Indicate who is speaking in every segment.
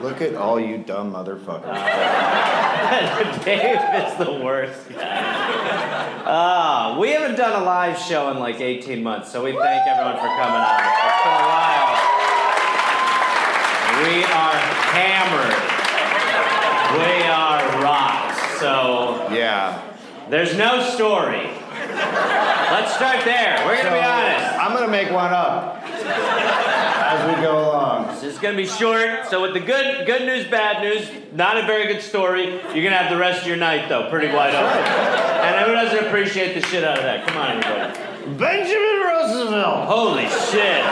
Speaker 1: Look at all you dumb motherfuckers.
Speaker 2: Dave is the worst. Ah, we haven't done a live show in like 18 months, so we thank everyone for coming on. It's been a while. We are hammered. We are rocked. So
Speaker 1: Yeah.
Speaker 2: there's no story. Let's start there. We're gonna be honest.
Speaker 1: I'm gonna make one up as we go along.
Speaker 2: This is gonna be short. So with the good good news, bad news, not a very good story. You're gonna have the rest of your night though, pretty wide open. And everyone doesn't appreciate the shit out of that. Come on, everybody.
Speaker 1: Benjamin Roosevelt.
Speaker 2: Holy shit.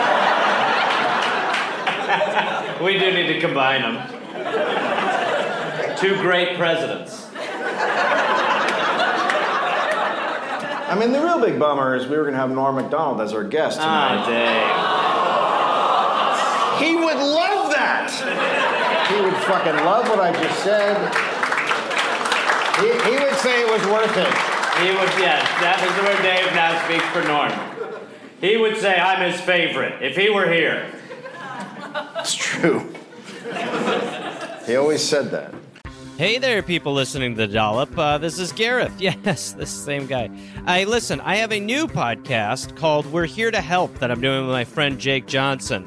Speaker 2: we do need to combine them. Two great presidents.
Speaker 1: I mean, the real big bummer is we were gonna have Norm Macdonald as our guest tonight.
Speaker 2: Ah, dang.
Speaker 1: He would love that. He would fucking love what I just said. He, he would say it was worth it.
Speaker 2: He would, yes, that is where Dave now speaks for Norm. He would say, I'm his favorite, if he were here.
Speaker 1: It's true. He always said that.
Speaker 2: Hey there, people listening to the Dollop. Uh, this is Gareth. Yes, this same guy. I listen. I have a new podcast called "We're Here to Help" that I'm doing with my friend Jake Johnson.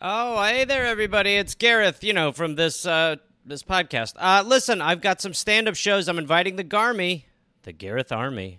Speaker 2: Oh, hey there, everybody! It's Gareth, you know, from this uh, this podcast. Uh, listen, I've got some stand up shows. I'm inviting the Garmy, the Gareth Army,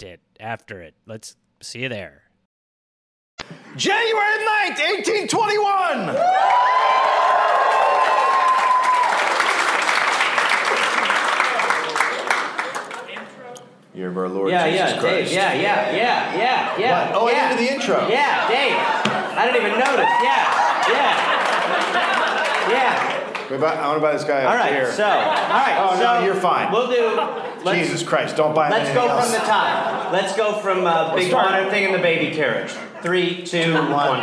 Speaker 2: it after it. Let's see you there.
Speaker 1: January 9th, 1821. Year of our Lord Jesus Christ.
Speaker 2: yeah, yeah, yeah,
Speaker 1: What? Oh, I yeah. didn't do the intro.
Speaker 2: Yeah, Dave. I didn't even notice. Yeah, yeah, yeah.
Speaker 1: Wait, but I want to buy this guy
Speaker 2: All
Speaker 1: up
Speaker 2: right,
Speaker 1: here.
Speaker 2: so all right,
Speaker 1: Oh,
Speaker 2: so
Speaker 1: no, you're fine.
Speaker 2: We'll do. Let's,
Speaker 1: Jesus Christ, don't buy
Speaker 2: Let's
Speaker 1: anything
Speaker 2: go
Speaker 1: else.
Speaker 2: from the top. Let's go from uh, big
Speaker 1: start.
Speaker 2: honor thing in the baby carriage. Three, two, one.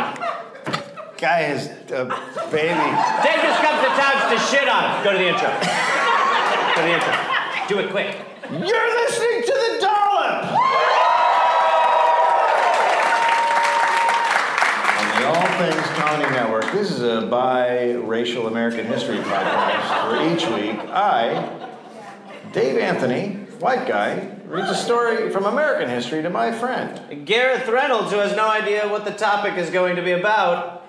Speaker 1: Guy is a baby.
Speaker 2: Dave just comes to town to shit on him. Go to the intro. go to the intro. Do it quick.
Speaker 1: You're listening to the dollop. On the All Things Comedy Network. This is a biracial American history podcast where each week I, Dave Anthony, white guy, reads a story from American history to my friend.
Speaker 2: Gareth Reynolds, who has no idea what the topic is going to be about,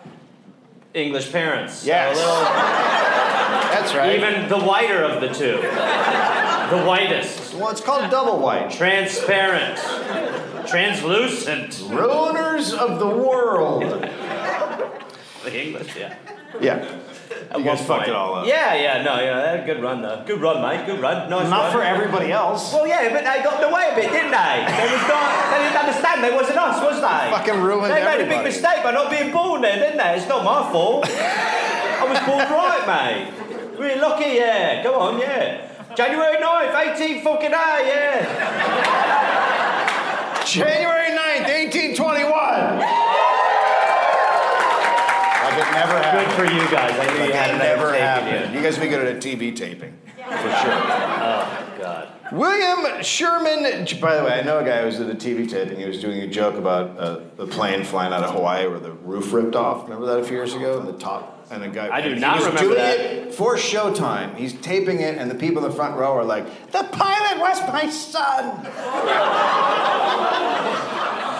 Speaker 2: English parents.
Speaker 1: Yes.
Speaker 2: So a little-
Speaker 1: That's right.
Speaker 2: even the whiter of the two, the whitest,
Speaker 1: well, it's called Double White.
Speaker 2: transparent, translucent.
Speaker 1: Ruiners of the world.
Speaker 2: The English, yeah.
Speaker 1: Yeah. You guys fucked it all up.
Speaker 2: Yeah, yeah, no, yeah, good run though. Good run, mate. Good run. Nice
Speaker 1: Not
Speaker 2: run.
Speaker 1: for everybody else.
Speaker 2: Well, yeah, but they got in the way a bit, didn't they? They, was not, they didn't understand. They wasn't us, was they?
Speaker 1: Fucking ruined
Speaker 2: They made a big
Speaker 1: everybody.
Speaker 2: mistake by not being born there, didn't they? It's not my fault. I was born right, mate. We're lucky, yeah. Go on, yeah. January 9th, 18 fucking A, yeah.
Speaker 1: January 9th, 1821. like it never happened.
Speaker 2: for you guys. I knew
Speaker 1: Like it never happened. You because we go to TV taping for sure.
Speaker 2: Oh, God.
Speaker 1: William Sherman. By the way, I know a guy who was at a TV taping. He was doing a joke about uh, the plane flying out of Hawaii where the roof ripped off. Remember that a few years ago? And the top and a guy.
Speaker 2: I do
Speaker 1: and
Speaker 2: not
Speaker 1: he was
Speaker 2: remember
Speaker 1: doing
Speaker 2: that.
Speaker 1: It for Showtime. He's taping it, and the people in the front row are like, "The pilot was my son."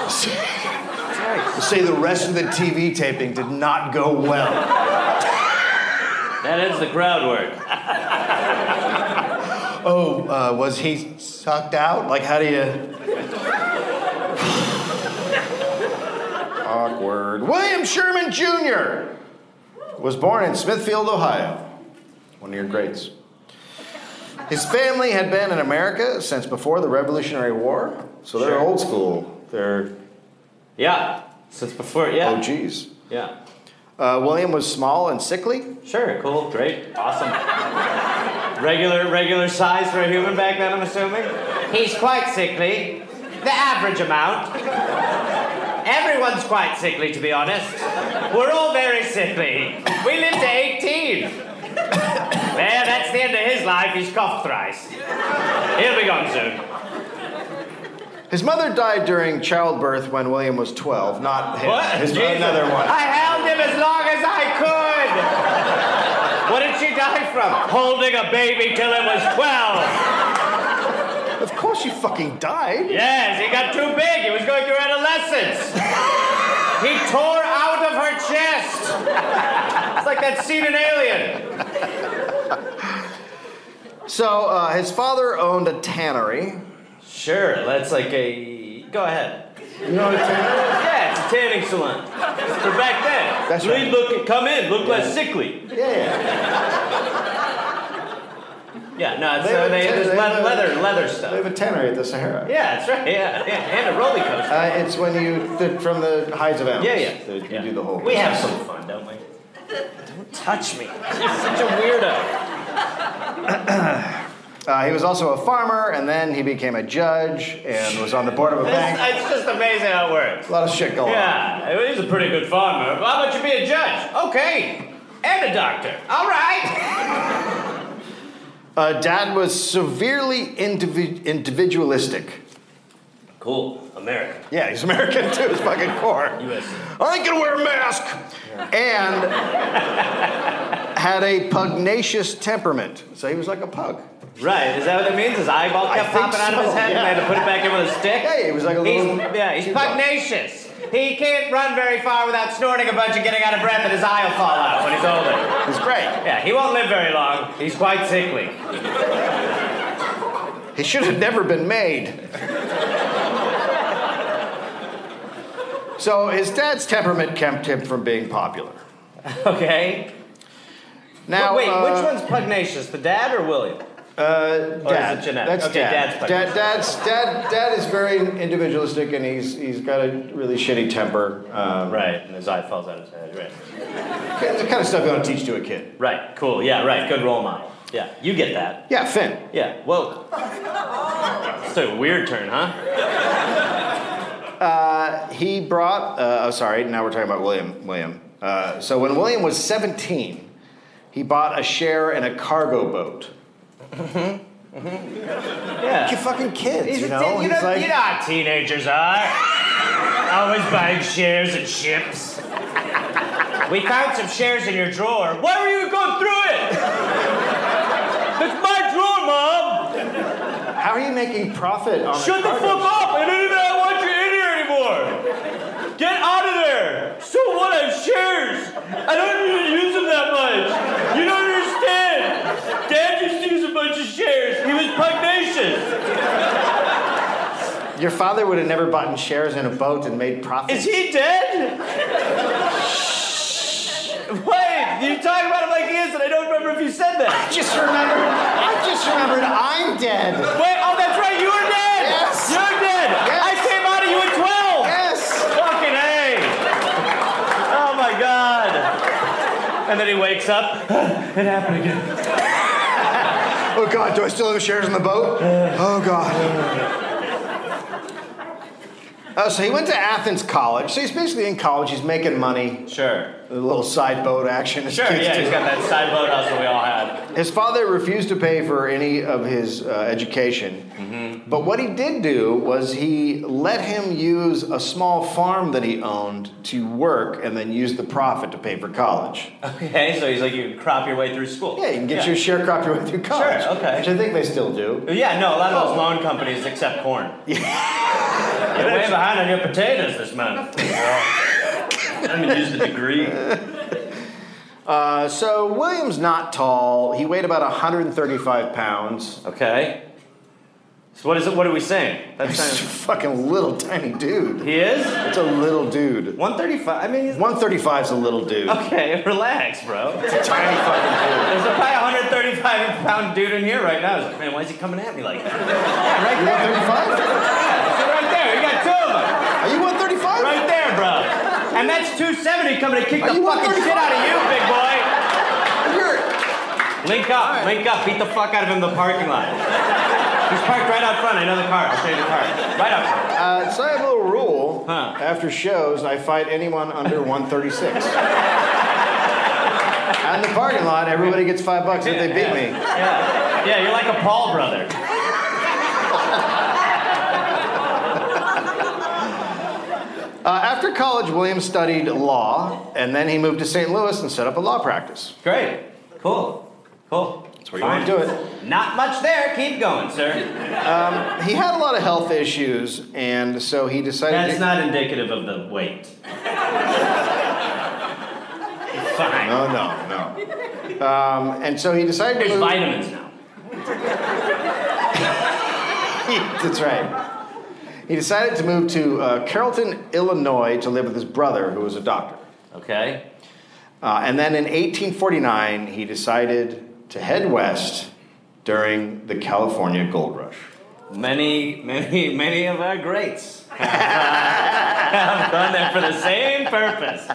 Speaker 1: Say the rest of the TV taping did not go well.
Speaker 2: That ends the crowd work.
Speaker 1: Oh, uh, was he sucked out? Like, how do you. Awkward. William Sherman Jr. was born in Smithfield, Ohio. One of your greats. His family had been in America since before the Revolutionary War, so they're
Speaker 2: Sure.
Speaker 1: old school. They're
Speaker 2: Yeah. Since before, yeah.
Speaker 1: OGs.
Speaker 2: Yeah.
Speaker 1: Uh, William was small and sickly.
Speaker 2: Sure, cool, great, awesome. regular, regular size for a human back then, I'm assuming? He's quite sickly. The average amount. Everyone's quite sickly, to be honest. We're all very sickly. We lived to 18. There, that's the end of his life. He's coughed thrice. He'll be gone soon.
Speaker 1: His mother died during childbirth when William was 12, not him.
Speaker 2: What?
Speaker 1: His,
Speaker 2: Jesus.
Speaker 1: another one.
Speaker 2: I held him as long as I could. what did she die from? Holding a baby till it was 12.
Speaker 1: Of course you fucking died.
Speaker 2: Yes, he got too big. He was going through adolescence. he tore out of her chest. It's like that scene in Alien.
Speaker 1: So uh, his father owned a tannery.
Speaker 2: Sure, that's like a. Go ahead.
Speaker 1: You know what a tannery?
Speaker 2: Yeah, it's a tanning salon. For back then.
Speaker 1: That's right.
Speaker 2: Leave- Look, come in, look less sickly.
Speaker 1: Yeah, yeah.
Speaker 2: Yeah, no, it's,
Speaker 1: They
Speaker 2: uh,
Speaker 1: have a
Speaker 2: they,
Speaker 1: tan-
Speaker 2: there's
Speaker 1: they have
Speaker 2: le-
Speaker 1: a-
Speaker 2: leather, leather
Speaker 1: They have
Speaker 2: stuff.
Speaker 1: a tannery at the Sahara.
Speaker 2: Yeah, that's right. Yeah, yeah, and a roller coaster.
Speaker 1: Uh, it's when you th- from the hides of animals.
Speaker 2: Yeah, yeah.
Speaker 1: The- you
Speaker 2: Yeah.
Speaker 1: do the whole.
Speaker 2: We have some fun, don't we? Don't touch me. You're such a weirdo.
Speaker 1: Uh, he was also a farmer, and then he became a judge, and was on the board of a
Speaker 2: It's,
Speaker 1: bank.
Speaker 2: it's just amazing how it works.
Speaker 1: A lot of shit going on.
Speaker 2: Yeah, I mean, he's a pretty good farmer. How about you be a judge? Okay. And a doctor. All right.
Speaker 1: Uh, Dad was severely indivi- individualistic.
Speaker 2: Cool. America.
Speaker 1: Yeah, he's American too. It's fucking core.
Speaker 2: U.S.
Speaker 1: I ain't gonna wear a mask. And had a pugnacious temperament, so he was like a pug.
Speaker 2: Right. Is that what it means? His eyeball
Speaker 1: I
Speaker 2: kept
Speaker 1: think
Speaker 2: popping out of his
Speaker 1: so,
Speaker 2: head and
Speaker 1: yeah.
Speaker 2: I had to put it back in with a stick?
Speaker 1: Yeah, he was like a little-
Speaker 2: He's, yeah, he's
Speaker 1: he's like-
Speaker 2: pugnacious. He can't run very far without snorting a bunch and getting out of breath and his eye will fall out when he's older.
Speaker 1: He's great.
Speaker 2: Yeah, he won't live very long. He's quite sickly.
Speaker 1: He should have never been made. so his dad's temperament kept him from being popular.
Speaker 2: Okay.
Speaker 1: Now,
Speaker 2: wait,
Speaker 1: uh,
Speaker 2: which one's pugnacious, the dad or William?
Speaker 1: Uh,
Speaker 2: Or is
Speaker 1: dad.
Speaker 2: it genetic?
Speaker 1: That's
Speaker 2: Okay, dad's
Speaker 1: dad.
Speaker 2: pugnacious.
Speaker 1: dad. Dad's dad. Dad is very individualistic, and he's he's got a really shitty temper. Um,
Speaker 2: Right, and his eye falls out of his head. Right.
Speaker 1: The kind of stuff you don't teach to a kid.
Speaker 2: Right. Cool. Yeah. Right. Good role model. Yeah. You get that.
Speaker 1: Yeah, Finn.
Speaker 2: Yeah. Whoa. It's a weird turn, huh?
Speaker 1: He brought. Uh, oh, sorry. Now we're talking about William. William. Uh, so when William was 17, he bought a share in a cargo boat.
Speaker 2: Yeah.
Speaker 1: Like a fucking kid.
Speaker 2: He's
Speaker 1: you
Speaker 2: a
Speaker 1: know.
Speaker 2: teen- you,
Speaker 1: He's
Speaker 2: know
Speaker 1: like-
Speaker 2: you know how teenagers are. Always buying shares and ships. we found some shares in your drawer. Why were you going through it? That's my drawer, mom.
Speaker 1: How are you making profit on
Speaker 2: Shut
Speaker 1: a
Speaker 2: the
Speaker 1: cargo
Speaker 2: fuck up! I don't even want you in here anymore! Get out of there! So what? I have shares! I don't even use them that much! You don't understand! Dad used to use a bunch of shares! He was pugnacious!
Speaker 1: ship? Your father would have never bought shares in a boat and made profit.
Speaker 2: Is he dead? Wait, you talk about him like he is, and I don't remember if you said that.
Speaker 1: I just remembered. I just remembered. I'm dead.
Speaker 2: Wait, oh, that's right, you were dead!
Speaker 1: Yes.
Speaker 2: You're dead! I
Speaker 1: Yes.
Speaker 2: came out of you at 12!
Speaker 1: Yes.
Speaker 2: Fucking A! Oh my god! And then he wakes up. it happened again.
Speaker 1: Oh God. Do I still have shares in the boat? Oh God. Oh, so he went to Athens College. So he's basically in college. He's making money.
Speaker 2: Sure.
Speaker 1: A little side boat action. His
Speaker 2: Sure,
Speaker 1: kids
Speaker 2: yeah,
Speaker 1: do.
Speaker 2: he's got that side boat hustle we all had.
Speaker 1: His father refused to pay for any of his uh, education.
Speaker 2: Mm-hmm.
Speaker 1: But what he did do was he let him use a small farm that he owned to work and then use the profit to pay for college.
Speaker 2: Okay, so he's like, you can crop your way through school.
Speaker 1: Yeah, you can get your share crop your way through college.
Speaker 2: okay.
Speaker 1: Which I think they still do.
Speaker 2: Yeah, no, a lot of those loan companies accept corn. Oh. You're way behind on your potatoes this month. I haven't used the degree.
Speaker 1: Uh, so William's not tall. He weighed about 135 pounds.
Speaker 2: Okay. So what is it? What are we saying? That's
Speaker 1: He's a
Speaker 2: saying
Speaker 1: fucking little tiny dude.
Speaker 2: he is
Speaker 1: It's a little dude.
Speaker 2: 135. I mean, he's
Speaker 1: 135 is a little dude.
Speaker 2: okay. Relax, bro.
Speaker 1: It's a tiny fucking dude.
Speaker 2: There's a probably 135 pound dude in here right now. He's like, man, why is he coming at me like that? Yeah, right there.
Speaker 1: 135?
Speaker 2: So right there. You got two of them.
Speaker 1: Are you 135?
Speaker 2: Right there, bro. And that's 270 coming to kick
Speaker 1: Are
Speaker 2: the
Speaker 1: you
Speaker 2: fucking shit out of you, big boy.
Speaker 1: You're-
Speaker 2: Link up, link up, beat the fuck out of him in the parking lot. He's parked right out front. I know the car. I'll show you the car. Right out front.
Speaker 1: Uh, so I have a little rule.
Speaker 2: Huh.
Speaker 1: After shows, I fight anyone under 136. Out in the parking lot, everybody gets five bucks if they beat me.
Speaker 2: Yeah. Yeah, you're like a Paul brother.
Speaker 1: Uh, after college, Williams studied law, and then he moved to St. Louis and set up a law practice.
Speaker 2: Great. Cool. Cool. That's
Speaker 1: where you wanna do it.
Speaker 2: Not much there. Keep going, sir.
Speaker 1: He had a lot of health issues, and so he decided.
Speaker 2: That's
Speaker 1: to-
Speaker 2: not indicative of the weight. Fine.
Speaker 1: No, no, no. Um, and so he decided to
Speaker 2: There's
Speaker 1: move.
Speaker 2: vitamins now.
Speaker 1: That's right. He decided to move to uh, Carrollton, Illinois, to live with his brother, who was a doctor.
Speaker 2: Okay.
Speaker 1: Uh, and then in 1849, he decided to head west during the California Gold Rush.
Speaker 2: Many, many, many of our greats uh, have done that for the same purpose.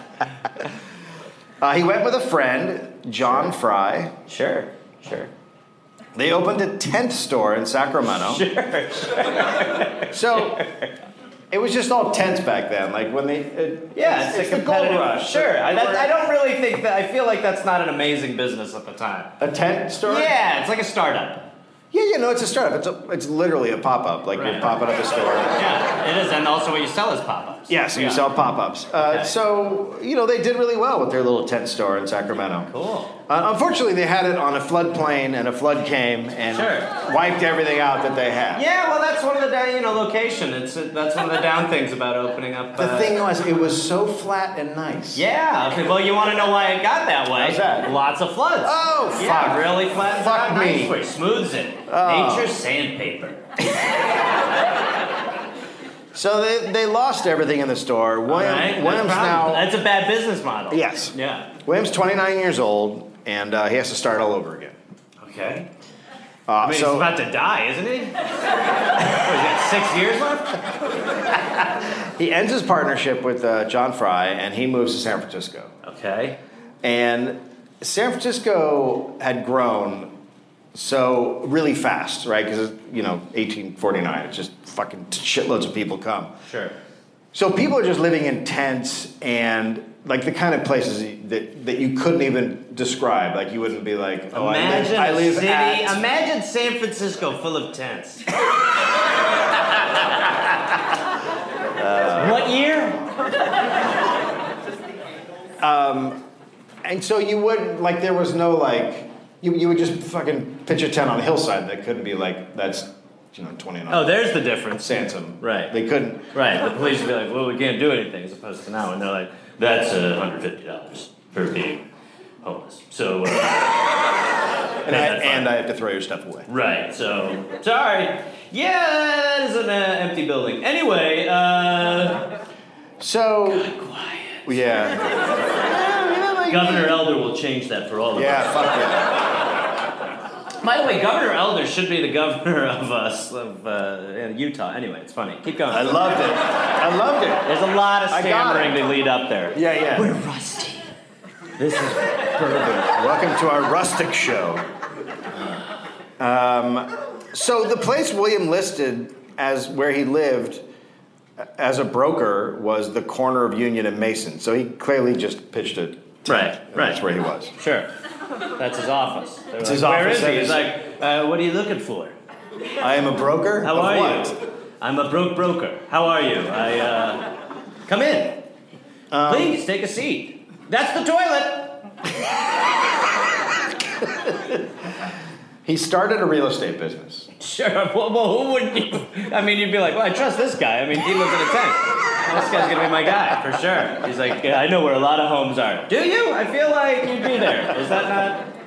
Speaker 1: Uh, he went with a friend, John Fry.
Speaker 2: Sure, sure.
Speaker 1: They opened a tent store in Sacramento.
Speaker 2: Sure, sure.
Speaker 1: So it was just all tents back then. Like when they. uh, It,
Speaker 2: Yeah, it's, a
Speaker 1: the Gold
Speaker 2: competitive.
Speaker 1: Rush.
Speaker 2: Sure, I, that, I don't really think that. I feel like that's not an amazing business at the time.
Speaker 1: A tent store?
Speaker 2: Yeah, it's like a startup.
Speaker 1: Yeah, yeah, no, it's a startup. It's, a, it's literally a pop up. Like you're
Speaker 2: Right.
Speaker 1: popping up a store.
Speaker 2: Yeah, it is, and also what you sell is pop-ups.
Speaker 1: Yeah, so you sell pop ups. Uh,
Speaker 2: Okay.
Speaker 1: So, you know, they did really well with their little tent store in Sacramento.
Speaker 2: Cool.
Speaker 1: Uh, unfortunately, they had it on a floodplain, and a flood came and
Speaker 2: Sure.
Speaker 1: wiped everything out that they had.
Speaker 2: Yeah, well, that's one of the down, you know location. It's that's one of the down things about opening up.
Speaker 1: The
Speaker 2: uh,
Speaker 1: thing was, it was so flat and nice.
Speaker 2: Yeah. Okay, well, you want to know why it got that way?
Speaker 1: How's that?
Speaker 2: Lots of floods.
Speaker 1: Oh,
Speaker 2: Yeah,
Speaker 1: fuck.
Speaker 2: really flattens
Speaker 1: Fuck
Speaker 2: it out
Speaker 1: me.
Speaker 2: nicely, smooths it.
Speaker 1: Oh.
Speaker 2: Nature's sandpaper.
Speaker 1: So they, they lost everything in the store. William,
Speaker 2: All right? That's
Speaker 1: William's
Speaker 2: problem.
Speaker 1: now.
Speaker 2: That's a bad business model.
Speaker 1: Yes.
Speaker 2: Yeah.
Speaker 1: William's 29 years old, and uh, he has to start all over again.
Speaker 2: Okay.
Speaker 1: Uh,
Speaker 2: I mean,
Speaker 1: so,
Speaker 2: he's about to die, isn't he? What, he's got six years left?
Speaker 1: He ends his partnership with uh, John Fry, and he moves to San Francisco.
Speaker 2: Okay.
Speaker 1: And San Francisco had grown so really fast, right? Because you know, 1849, it's just fucking shitloads of people come.
Speaker 2: Sure.
Speaker 1: So people are just living in tents and like the kind of places that, that you couldn't even describe. Like you wouldn't be like, oh,
Speaker 2: imagine
Speaker 1: I
Speaker 2: a
Speaker 1: live, I live
Speaker 2: city.
Speaker 1: at.
Speaker 2: Imagine San Francisco full of tents. what year?
Speaker 1: and so you wouldn't like there was no like you, you would just fucking pitch a tent on a hillside that couldn't be like that's you know 29.
Speaker 2: Oh, there's the difference.
Speaker 1: Sansom.
Speaker 2: Right.
Speaker 1: They couldn't.
Speaker 2: Right. The police would be like, well, we can't do anything, as opposed to now, and they're like, that's uh, $150 for being homeless. So, uh,
Speaker 1: And I, and I have to throw your stuff away.
Speaker 2: right. So, sorry. Yeah, that is an uh, empty building. Anyway, uh,
Speaker 1: So,
Speaker 2: quiet.
Speaker 1: yeah.
Speaker 2: Governor Elder will change that for all of
Speaker 1: Yeah, fuck that.
Speaker 2: us. By the way, Governor Elder should be the governor of us, of uh, Utah. Anyway, it's funny. Keep going.
Speaker 1: I loved it. I loved it.
Speaker 2: There's a lot of
Speaker 1: I got
Speaker 2: stammering to lead up there.
Speaker 1: Yeah, yeah.
Speaker 2: rusty. This is bourbon.
Speaker 1: Welcome to our rustic show. Um, so, the place William listed as where he lived uh, as a broker was the corner of Union and Mason. So, he clearly just pitched it.
Speaker 2: Right,
Speaker 1: And
Speaker 2: right.
Speaker 1: That's where he was.
Speaker 2: Sure. That's his office. They were
Speaker 1: It's
Speaker 2: like,
Speaker 1: his
Speaker 2: "Where
Speaker 1: office,
Speaker 2: is
Speaker 1: that
Speaker 2: he?"
Speaker 1: is-
Speaker 2: He's like, uh, what are you looking for?
Speaker 1: I am a broker.
Speaker 2: How
Speaker 1: of
Speaker 2: are
Speaker 1: what?
Speaker 2: you? I'm a broke broker. How are you? I, uh, come in.
Speaker 1: Um,
Speaker 2: Please, take a seat. That's the toilet.
Speaker 1: He started a real estate business.
Speaker 2: Sure, well, well who wouldn't you? I mean, you'd be like, well, I trust this guy. I mean, he lives in a tent. This guy's gonna be my guy, for sure. He's like, "Yeah, I know where a lot of homes are. Do you? I feel like you'd be there. Is that not?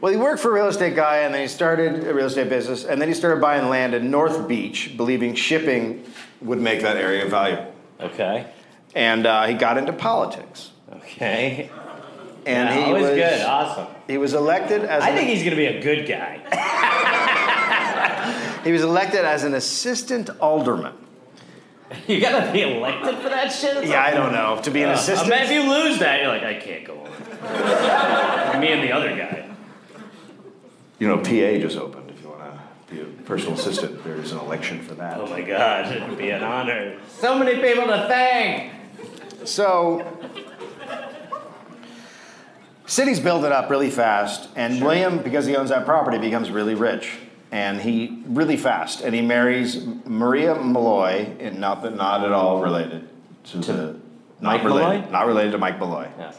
Speaker 1: Well, he worked for a real estate guy, and then he started a real estate business, and then he started buying land in North Beach, believing shipping would make that area valuable.
Speaker 2: Okay.
Speaker 1: And uh, he got into politics,
Speaker 2: Okay.
Speaker 1: and
Speaker 2: Yeah,
Speaker 1: he
Speaker 2: always
Speaker 1: was
Speaker 2: good. Awesome.
Speaker 1: he was elected as
Speaker 2: I
Speaker 1: an-
Speaker 2: think he's gonna be a good guy.
Speaker 1: he was elected as an assistant alderman.
Speaker 2: You gotta be elected for that shit. It's
Speaker 1: Yeah, I don't know to be an assistant.
Speaker 2: Uh, If you lose that, you're like, I can't go on. Me and the other guy.
Speaker 1: You know, PA just opened. If you want to be a personal assistant, there is an election for that.
Speaker 2: Oh my god, it'd be an honor. So many people to thank.
Speaker 1: So, cities build it up really fast, and William, because he owns that property, becomes really rich, and he really fast, and he marries Maria Malloy, and not that not at all related to, the not
Speaker 2: Mike
Speaker 1: related,
Speaker 2: Malloy?
Speaker 1: not related to Mike Malloy.
Speaker 2: Yeah.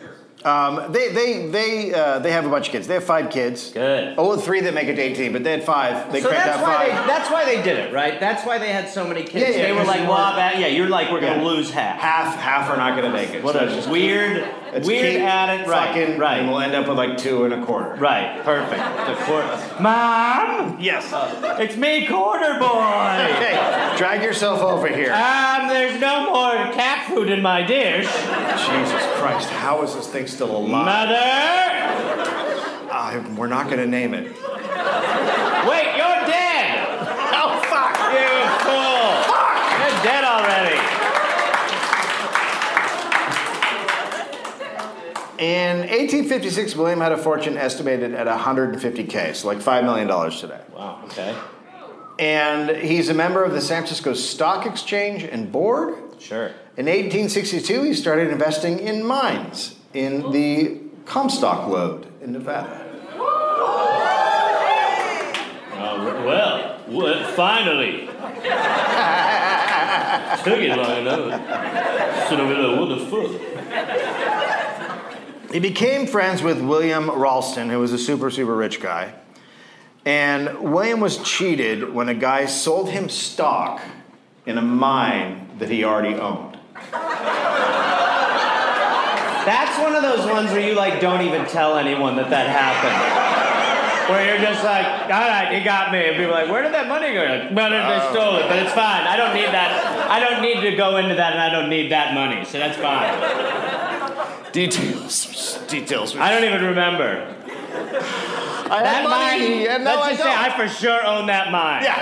Speaker 1: Um, they they they uh, they have a bunch of kids. They have five kids.
Speaker 2: Good.
Speaker 1: Oh, three that make it to eighteen, but they had five. They
Speaker 2: So
Speaker 1: cranked
Speaker 2: that's
Speaker 1: out
Speaker 2: why they
Speaker 1: five.
Speaker 2: that's why they did it, right? That's why they had so many kids.
Speaker 1: Yeah, yeah,
Speaker 2: they were
Speaker 1: 'cause
Speaker 2: like,
Speaker 1: you
Speaker 2: well,
Speaker 1: weren't-
Speaker 2: I bet- yeah, you're like, we're gonna
Speaker 1: Yeah.
Speaker 2: lose half.
Speaker 1: half half are not going to make it.
Speaker 2: What
Speaker 1: So
Speaker 2: a
Speaker 1: it's just
Speaker 2: weird,
Speaker 1: it's
Speaker 2: weird
Speaker 1: keep
Speaker 2: at it.
Speaker 1: fucking,
Speaker 2: Right, right,
Speaker 1: And we'll end up with like two and a quarter.
Speaker 2: right. Perfect. The court. Mom,
Speaker 1: Yes.
Speaker 2: it's me, quarter boy.
Speaker 1: Okay, drag yourself over here.
Speaker 2: Um, there's no more cat food in my dish.
Speaker 1: Jesus Christ, how is this thing still alive?
Speaker 2: Mother!
Speaker 1: I- we're not gonna name it.
Speaker 2: Wait, you're dead!
Speaker 1: Oh fuck!
Speaker 2: You fool! You're dead already.
Speaker 1: In 1856, William had a fortune estimated at 150k, so like five million dollars today.
Speaker 2: Wow, okay.
Speaker 1: And he's a member of the San Francisco Stock Exchange and Board.
Speaker 2: Sure.
Speaker 1: In 1862, he started investing in mines in the Comstock Lode in Nevada.
Speaker 2: Uh, well, w- finally. Took it long enough. Should have been what the fuck?
Speaker 1: He became friends with William Ralston, who was a super, super rich guy. And William was cheated when a guy sold him stock in a mine that he already owned.
Speaker 2: That's one of those ones where you like don't even tell anyone that that happened. Where you're just like, all right, you got me. And people are like, where did that money go? You're Like, well, they stole it, but it's fine. I don't need that. I don't need to go into that, and I don't need that money, so that's fine.
Speaker 1: Details. Details.
Speaker 2: I don't even remember.
Speaker 1: I
Speaker 2: That
Speaker 1: have money.
Speaker 2: mine.
Speaker 1: and now
Speaker 2: let's
Speaker 1: I
Speaker 2: just
Speaker 1: don't.
Speaker 2: say I for sure own that mine.
Speaker 1: Yeah.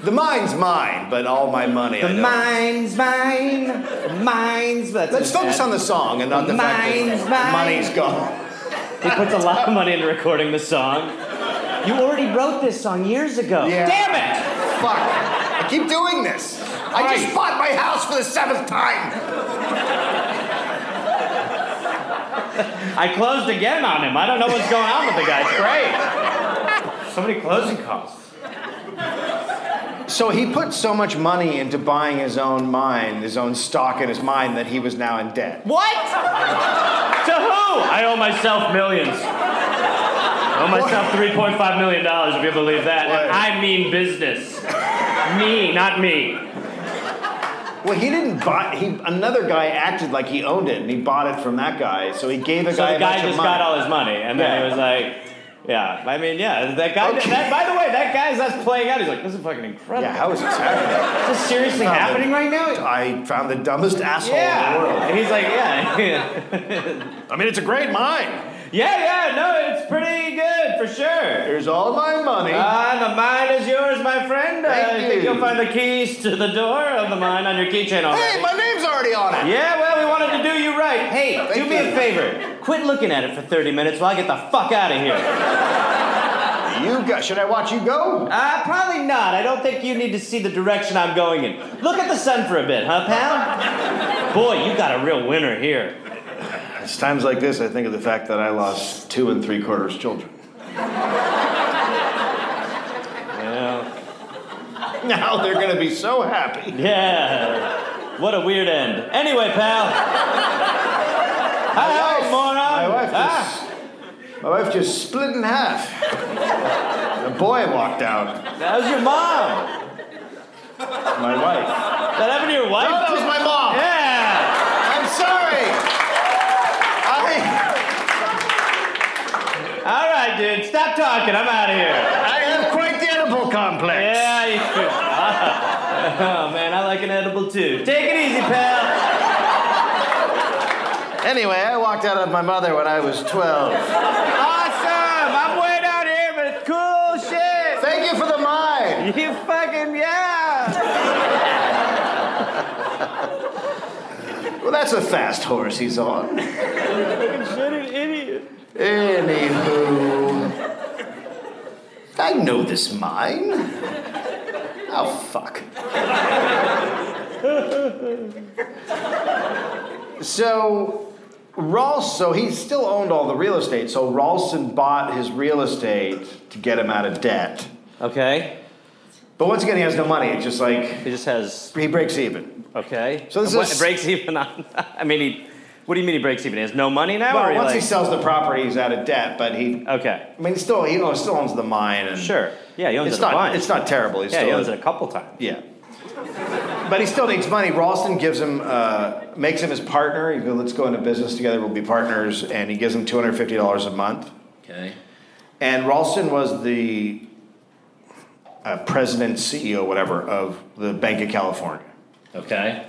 Speaker 1: the mine's mine, but all my money. I
Speaker 2: The
Speaker 1: don't.
Speaker 2: mine's mine. The mine's. That's
Speaker 1: Let's
Speaker 2: that's-
Speaker 1: focus on the song and not the,
Speaker 2: Mine's
Speaker 1: fact that
Speaker 2: mine.
Speaker 1: money's gone.
Speaker 2: He puts a lot of money into recording the song. You already wrote this song years ago.
Speaker 1: Yeah.
Speaker 2: Damn it!
Speaker 1: Fuck. I keep doing this. I just
Speaker 2: Christ.
Speaker 1: bought my house for the seventh time.
Speaker 2: I closed again on him. I don't know what's going on with the guy. It's great. So many closing calls.
Speaker 1: So he put so much money into buying his own mine, his own stock in his mine, that he was now in debt.
Speaker 2: What? to who? I owe myself millions. I owe myself $3.5 million, if you believe that. And
Speaker 1: What?
Speaker 2: I mean business. me, not me.
Speaker 1: Well, he didn't buy. He another guy acted like he owned it, and he bought it from that guy. So he gave the
Speaker 2: So
Speaker 1: guy
Speaker 2: the
Speaker 1: a bunch
Speaker 2: guy
Speaker 1: of
Speaker 2: just
Speaker 1: money.
Speaker 2: got all his money, and then
Speaker 1: Yeah.
Speaker 2: he was like, "Yeah, I mean, yeah, that guy.
Speaker 1: Okay.
Speaker 2: That, by the way, that guy's us playing out. He's like, this is fucking incredible.
Speaker 1: yeah, how is this happening?
Speaker 2: is this seriously
Speaker 1: Found
Speaker 2: happening
Speaker 1: the-
Speaker 2: right now?"
Speaker 1: I found the dumbest asshole in the world.
Speaker 2: Yeah, and he's like, "Yeah,
Speaker 1: I mean, it's a great mine.
Speaker 2: yeah, yeah. No, it's pretty good for sure."
Speaker 1: Here's all my money.
Speaker 2: Ah, the mine is yours, my friend.
Speaker 1: Thank
Speaker 2: I think
Speaker 1: you.
Speaker 2: you'll find the keys to the door of the mine on your keychain already.
Speaker 1: hey, my name's already on it.
Speaker 2: yeah, well, we wanted to do you right. Hey,
Speaker 1: Thank
Speaker 2: do me
Speaker 1: you.
Speaker 2: a favor. Quit looking at it for 30 minutes while I get the fuck out of here.
Speaker 1: You go. Should I watch you go?
Speaker 2: Uh, probably not. I don't think you need to see the direction I'm going in. Look at the sun for a bit, huh, pal? Boy, you got a real winner here.
Speaker 1: It's times like this I think of the fact that I lost two and three quarters children.
Speaker 2: Yeah.
Speaker 1: Now they're going to be so happy.
Speaker 2: Yeah. What a weird end. Anyway, pal. Hello,
Speaker 1: wife-
Speaker 2: moron.
Speaker 1: My wife
Speaker 2: Ah,
Speaker 1: just, my wife just split in half. the boy walked out.
Speaker 2: that was your mom.
Speaker 1: My wife.
Speaker 2: That happened to your wife?
Speaker 1: Oh, that was my mom.
Speaker 2: yeah.
Speaker 1: I'm sorry. I,
Speaker 2: All right, dude. Stop talking. I'm out of here.
Speaker 1: I have quite the edible complex.
Speaker 2: Yeah. You... oh man, I like an edible too. Take it easy, pal.
Speaker 1: Anyway, I walked out of my mother when I was 12.
Speaker 2: Awesome. I'm way down here, but it's cool shit.
Speaker 1: Thank you for the mine.
Speaker 2: You fucking yeah!
Speaker 1: Well, that's a fast horse he's on.
Speaker 2: What an idiot!
Speaker 1: Anywho. I know this mine. Oh, fuck. so, Ralston, so he still owned all the real estate, so Ralston bought his real estate to get him out of debt.
Speaker 2: Okay,
Speaker 1: But once again, he has no money. It's just like
Speaker 2: he just has
Speaker 1: he breaks even.
Speaker 2: okay.
Speaker 1: So this
Speaker 2: What,
Speaker 1: is-
Speaker 2: breaks even on. I mean, he. What do you mean he breaks even? He has no money now, or
Speaker 1: Well,
Speaker 2: he
Speaker 1: once he
Speaker 2: like,
Speaker 1: sells the property, he's out of debt, but he.
Speaker 2: okay,
Speaker 1: I mean, still, he owns- still owns the mine. And
Speaker 2: sure, yeah, he owns
Speaker 1: It's
Speaker 2: it a
Speaker 1: not,
Speaker 2: bunch.
Speaker 1: it's not terrible. He's
Speaker 2: yeah,
Speaker 1: still
Speaker 2: he owns it a couple times.
Speaker 1: Yeah. But he still needs money. Ralston gives him, uh, makes him his partner. He goes, let's go into business together. We'll be partners. And he gives him $250 a month.
Speaker 2: Okay.
Speaker 1: And Ralston was the uh, president, CEO, whatever, of the Bank of California.
Speaker 2: Okay.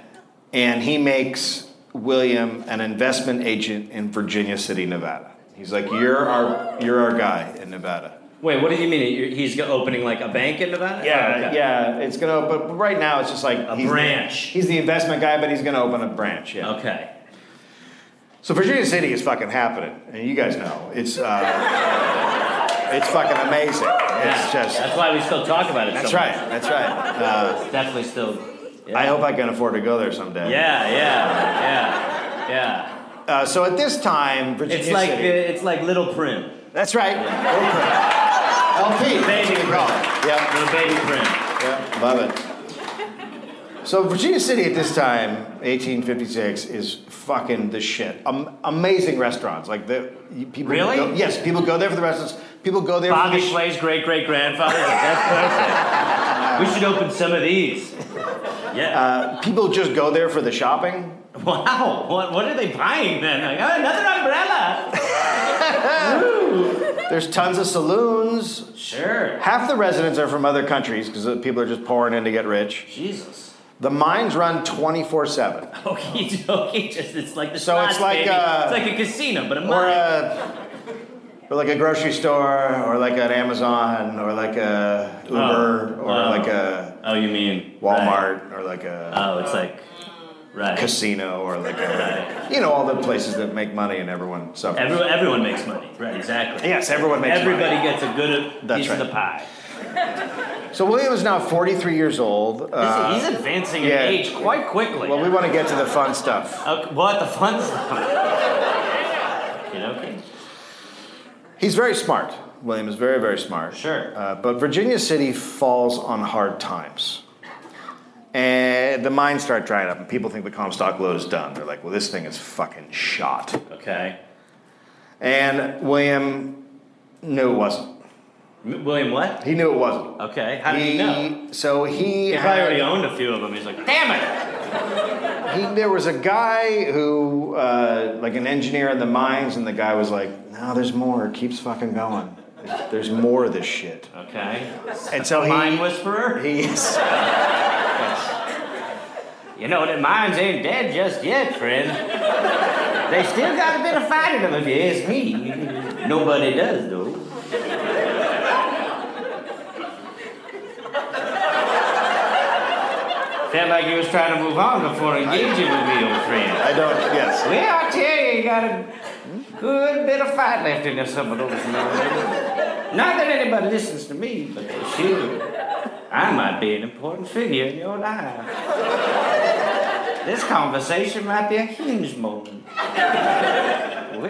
Speaker 1: And he makes William an investment agent in Virginia City, Nevada. He's like, you're our, you're our guy in Nevada.
Speaker 2: Wait, what do you mean? You're- He's opening like a bank in Nevada?
Speaker 1: Yeah,
Speaker 2: Oh, okay.
Speaker 1: yeah, it's gonna. But right now, it's just like a
Speaker 2: branch.
Speaker 1: he's the investment guy, but he's gonna open a branch. Yeah.
Speaker 2: Okay.
Speaker 1: So Virginia City is fucking happening, and you guys know it's uh, it's fucking amazing. It's
Speaker 2: Yeah.
Speaker 1: just
Speaker 2: That's why we still talk about it.
Speaker 1: that's
Speaker 2: so much.
Speaker 1: right, that's right. Uh,
Speaker 2: It's definitely still. Yeah.
Speaker 1: I hope I can afford to go there someday.
Speaker 2: Yeah, yeah, yeah, yeah.
Speaker 1: Uh, so at this time, Virginia
Speaker 2: It's like uh,
Speaker 1: City.
Speaker 2: it's like Little Prim,
Speaker 1: that's right. LP. that's what
Speaker 2: Baby
Speaker 1: you call it. Yep.
Speaker 2: Little Baby Prim.
Speaker 1: Yeah, love it. So Virginia City at this time, 1856, is fucking the shit. Um, amazing restaurants, like the people.
Speaker 2: Really?
Speaker 1: Go, yes, people go there for the restaurants. People go there.
Speaker 2: Bobby
Speaker 1: for the
Speaker 2: Schlay's great great grandfather. That's perfect. We should open some of these. Yeah.
Speaker 1: uh, people just go there for the shopping.
Speaker 2: wow. What, what are they buying then? Like, oh, another umbrella.
Speaker 1: There's tons of saloons.
Speaker 2: Sure.
Speaker 1: Half the residents are from other countries because people are just pouring in to get rich.
Speaker 2: Jesus.
Speaker 1: The mines run 24 seven,
Speaker 2: Okie dokie. Just it's like the
Speaker 1: So it's
Speaker 2: slots,
Speaker 1: like,
Speaker 2: baby.
Speaker 1: uh,
Speaker 2: it's like a casino, but a
Speaker 1: or
Speaker 2: mine.
Speaker 1: a, or like a grocery store, or like an Amazon, or like a Uber,
Speaker 2: Oh,
Speaker 1: or
Speaker 2: oh.
Speaker 1: like a
Speaker 2: oh, you mean right.
Speaker 1: Walmart or like a
Speaker 2: Oh, it's like right.
Speaker 1: casino or like a, you know, all the places that make money and everyone suffers.
Speaker 2: Everyone, everyone makes money. Right. Exactly.
Speaker 1: yes, everyone makes
Speaker 2: Everybody gets a good uh,
Speaker 1: That's
Speaker 2: piece
Speaker 1: right.
Speaker 2: of the pie.
Speaker 1: money. So William is now 43 years old.
Speaker 2: This-
Speaker 1: Uh,
Speaker 2: he's advancing
Speaker 1: yeah.
Speaker 2: in age quite quickly.
Speaker 1: well, we want to get to the fun stuff.
Speaker 2: Okay, what the fun stuff? you know, okay.
Speaker 1: He's very smart. William is very, very smart.
Speaker 2: Sure.
Speaker 1: Uh, but Virginia City falls on hard times. And the mines start drying up, and people think the Comstock load is done. They're like, well, this thing is fucking shot.
Speaker 2: Okay.
Speaker 1: And William knew it wasn't.
Speaker 2: M- William, what?
Speaker 1: He knew it wasn't.
Speaker 2: Okay. How did
Speaker 1: he,
Speaker 2: he know?
Speaker 1: So
Speaker 2: He probably
Speaker 1: he, had-
Speaker 2: already owned a few of them. He's like, damn it!
Speaker 1: he- there was a guy who, uh, like an engineer in the mines, and the guy was like, no, there's more. It keeps fucking going. There's, there's more of this shit.
Speaker 2: Okay.
Speaker 1: And so he,
Speaker 2: Mine whisperer.
Speaker 1: he is,
Speaker 2: You know that mines ain't dead just yet, friend. they still got a bit of fight in them, if you ask me. Nobody does, though. Felt like you was trying to move on before engaging with me, old friend.
Speaker 1: I don't, yes.
Speaker 2: Well, I tell you, you got a good bit of fight left in there, some of those men. Not that anybody listens to me, but they should. I might be an important figure in your life. This conversation might be a hinge moment. well,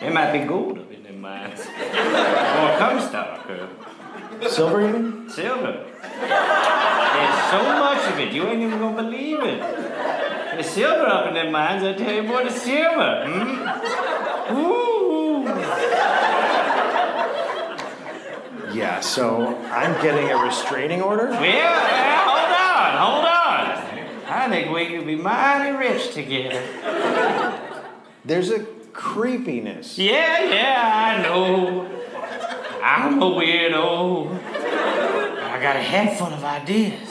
Speaker 2: it might be gold up in their minds. or Comstock or
Speaker 1: Silver, you mean?
Speaker 2: silver. There's so much of it, you ain't even gonna believe it. There's silver up in their minds, I tell you, boy, the silver. hmm? Ooh.
Speaker 1: Yeah, so I'm getting a restraining order?
Speaker 2: Well, yeah, hold on, hold on. I think we could be mighty rich together.
Speaker 1: There's a creepiness.
Speaker 2: Yeah, yeah, I know. I'm a weirdo. I got a head full of ideas.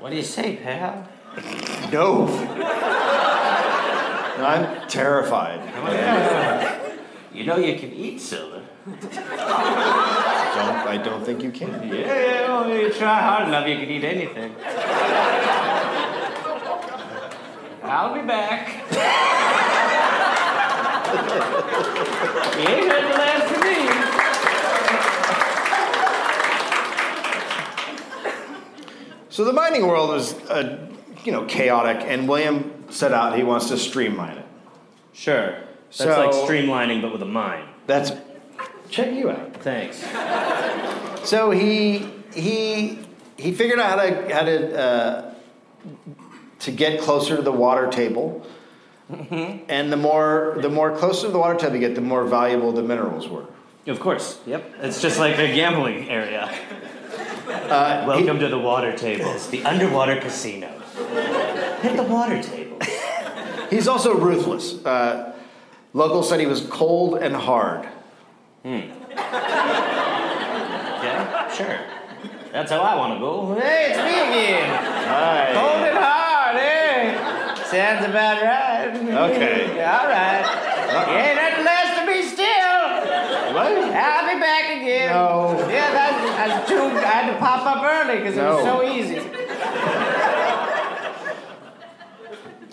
Speaker 2: What do you say, pal?
Speaker 1: No. I'm terrified.
Speaker 2: You know you can eat silver.
Speaker 1: Don't, I don't think you can.
Speaker 2: Yeah, yeah, well, you try hard enough, you can eat anything. I'll be back. you ain't had the last of me.
Speaker 1: So the mining world is, uh, you know, chaotic, and William set out he wants to streamline it.
Speaker 3: Sure. That's
Speaker 1: So-
Speaker 3: like streamlining, but with a mine.
Speaker 1: That's check you out.
Speaker 3: Thanks.
Speaker 1: So he he he figured out how to how to uh, to get closer to the water table, and the more the more closer to the water table you get, the more valuable the minerals were.
Speaker 3: Of course.
Speaker 2: Yep.
Speaker 3: It's just like a gambling area.
Speaker 2: Uh,
Speaker 3: Welcome to the water tables, the underwater casino. Hit the water table.
Speaker 1: He's also ruthless. Uh, local said he was cold and hard.
Speaker 3: Okay? Sure.
Speaker 2: That's how I want to go. Hey, it's me again. Hold it hard, hey. Sounds about right.
Speaker 1: Okay.
Speaker 2: All right. Yeah, that last to be still.
Speaker 1: What?
Speaker 2: I'll be back again.
Speaker 1: No.
Speaker 2: Yeah, that's, that's too. I had to pop up early because it was
Speaker 1: No.
Speaker 2: so easy.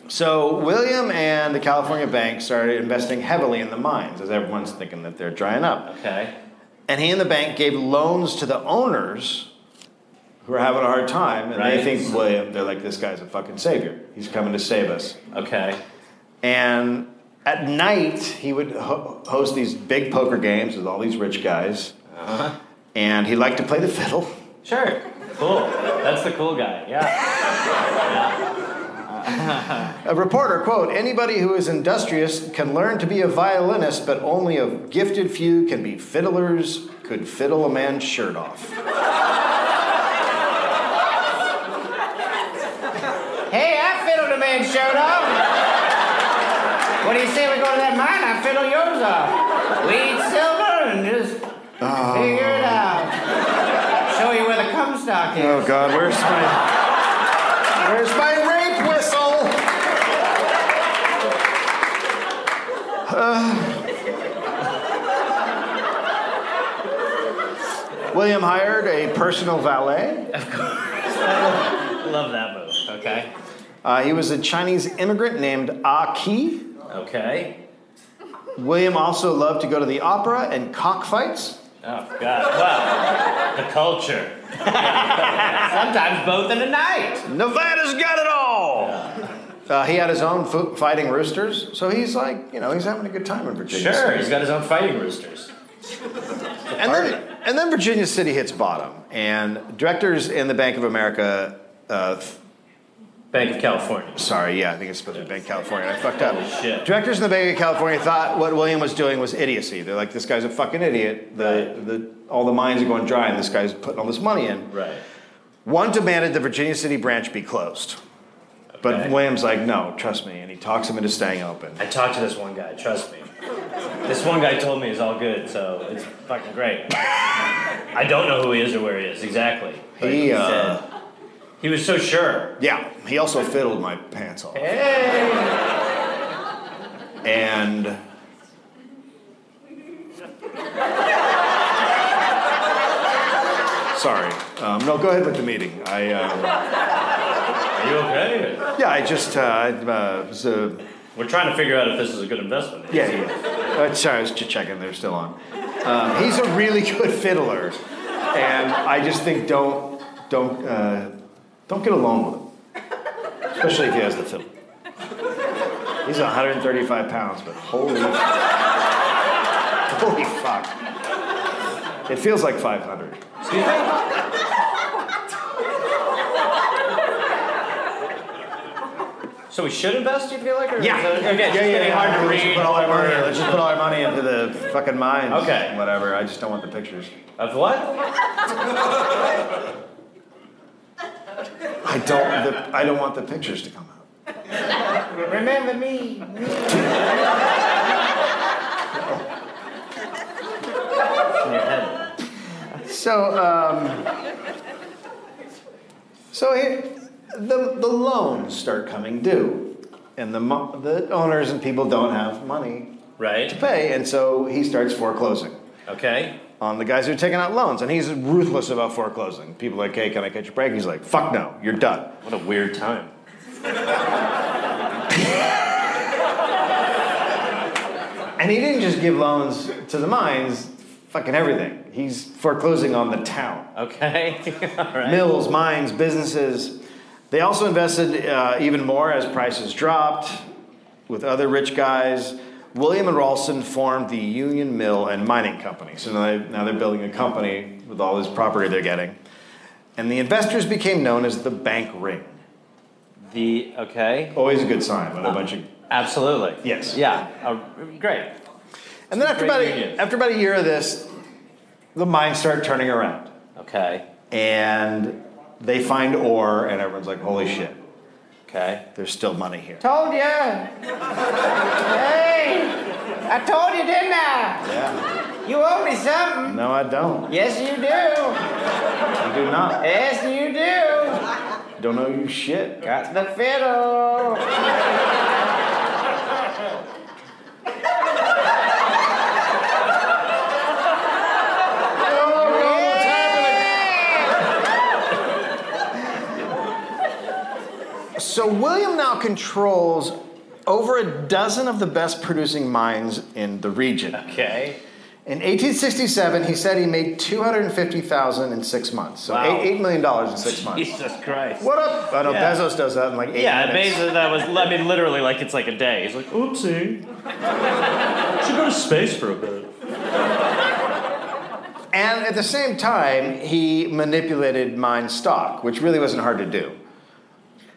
Speaker 1: So William and the California Bank started investing heavily in the mines, as everyone's thinking that they're drying up.
Speaker 3: Okay.
Speaker 1: And he and the bank gave loans to the owners who are having a hard time. And they
Speaker 3: Right.
Speaker 1: think William, they're like, this guy's a fucking savior. He's coming to save us.
Speaker 3: Okay.
Speaker 1: And at night, he would ho- host these big poker games with all these rich guys. And he liked to play the fiddle.
Speaker 3: Sure. Cool. That's the cool guy. Yeah.
Speaker 1: A reporter, quote, anybody who is industrious can learn to be a violinist, but only a gifted few can be fiddlers, could fiddle a man's shirt off.
Speaker 2: Hey, I fiddled a man showed up. What do you say we go to that mine? I fiddle yours off. We eat silver and just figure it out. Show you where the comstock is.
Speaker 1: Oh God, where's my where's my rape whistle? Uh. William hired a personal valet.
Speaker 3: Love that move. Okay.
Speaker 1: Uh, he was a Chinese immigrant named Ah Ki.
Speaker 3: Okay.
Speaker 1: William also loved to go to the opera and cockfights.
Speaker 3: Oh, God. Wow. The culture.
Speaker 2: Sometimes both in a night.
Speaker 1: Nevada's got it all. Uh, he had his own fo- fighting roosters, so he's like, you know, he's having a good time in Virginia.
Speaker 3: Sure. He's got his own fighting roosters.
Speaker 1: And then, and then Virginia City hits bottom, and directors in the Bank of America, uh, th-
Speaker 3: Bank of California.
Speaker 1: sorry, yeah, I think it's supposed to be Bank of California. I fucked up.
Speaker 3: shit.
Speaker 1: Directors in the Bank of California thought what William was doing was idiocy. They're like, this guy's a fucking idiot. The, the, all the mines are going dry, and this guy's putting all this money in.
Speaker 3: Right.
Speaker 1: One demanded the Virginia City branch be closed. But
Speaker 3: Okay.
Speaker 1: William's like, no, trust me, and he talks him into staying open.
Speaker 3: I talked to this one guy, trust me. This one guy told me it's all good, so it's fucking great. I don't know who he is or where he is exactly. but
Speaker 1: He, uh,
Speaker 3: said- he was so sure.
Speaker 1: Yeah, he also fiddled my pants off.
Speaker 3: Hey!
Speaker 1: And sorry, um, no, go ahead with the meeting. I uh,
Speaker 3: Are you okay?
Speaker 1: yeah, I just uh, I, uh, was, uh,
Speaker 3: We're trying to figure out if this is a good investment.
Speaker 1: yeah, yeah. Uh, sorry, I was just checking. They're still on. Um, he's a really good fiddler, and I just think don't don't uh, don't get alone with him. Especially if he has the film. He's 135 pounds, but holy, holy fuck! It feels like 500.
Speaker 2: Excuse me? So we should invest, you feel like? Or
Speaker 1: Yeah.
Speaker 2: Is it, okay, it's getting hard to
Speaker 1: Let's
Speaker 2: read.
Speaker 1: just put all our money. Let's just put all our money into the fucking mines.
Speaker 2: Okay.
Speaker 1: and Whatever. I just don't want the pictures.
Speaker 2: Of what?
Speaker 1: I don't. The, I don't want the pictures to come out.
Speaker 4: Remember me.
Speaker 2: In your head.
Speaker 1: So, um, so here, the the loans start coming due, and the mo- the owners and people don't have money to
Speaker 2: Right?
Speaker 1: pay, and so he starts foreclosing.
Speaker 2: Okay.
Speaker 1: on the guys who are taking out loans, and he's ruthless about foreclosing. People are like, "Hey, can I catch a break?" And he's like, "Fuck no, you're done."
Speaker 2: What a weird time.
Speaker 1: And he didn't just give loans to the mines, fucking everything. He's foreclosing on the town,
Speaker 2: Okay. all right.
Speaker 1: mills, mines, businesses. They also invested uh, even more as prices dropped with other rich guys. William and Ralston formed the Union Mill and Mining Company. So now, they, now they're building a company with all this property they're getting. And the investors became known as the Bank Ring.
Speaker 2: The okay.
Speaker 1: Always a good sign when a bunch of.
Speaker 2: Absolutely.
Speaker 1: Yes.
Speaker 2: Yeah. Uh, great.
Speaker 1: And then after
Speaker 2: great
Speaker 1: about
Speaker 2: union.
Speaker 1: a, after about a year of this, the mines start turning around,
Speaker 2: Okay.
Speaker 1: and they find ore, and everyone's like, "Holy shit,
Speaker 2: Okay.
Speaker 1: there's still money here."
Speaker 4: Told you. Hey, I told you, didn't I?
Speaker 1: Yeah.
Speaker 4: You owe me something.
Speaker 1: No, I don't.
Speaker 4: Yes, you do.
Speaker 1: I do not.
Speaker 4: Yes, you do.
Speaker 1: Don't know you shit.
Speaker 4: Got the fiddle.
Speaker 1: So William now controls over a dozen of the best producing mines in the region.
Speaker 2: Okay.
Speaker 1: In 1867, he said he made 250,000 in six months. So
Speaker 2: Wow.
Speaker 1: eight, eight million dollars in six months.
Speaker 2: Jesus Christ.
Speaker 1: What up? I know
Speaker 2: Yeah.
Speaker 1: Bezos does that in like eight
Speaker 2: Yeah,
Speaker 1: minutes.
Speaker 2: basically that was. I mean, literally, like it's like a day. He's like, oopsie. Should go to space for a bit.
Speaker 1: And at the same time, he manipulated mine stock, which really wasn't hard to do.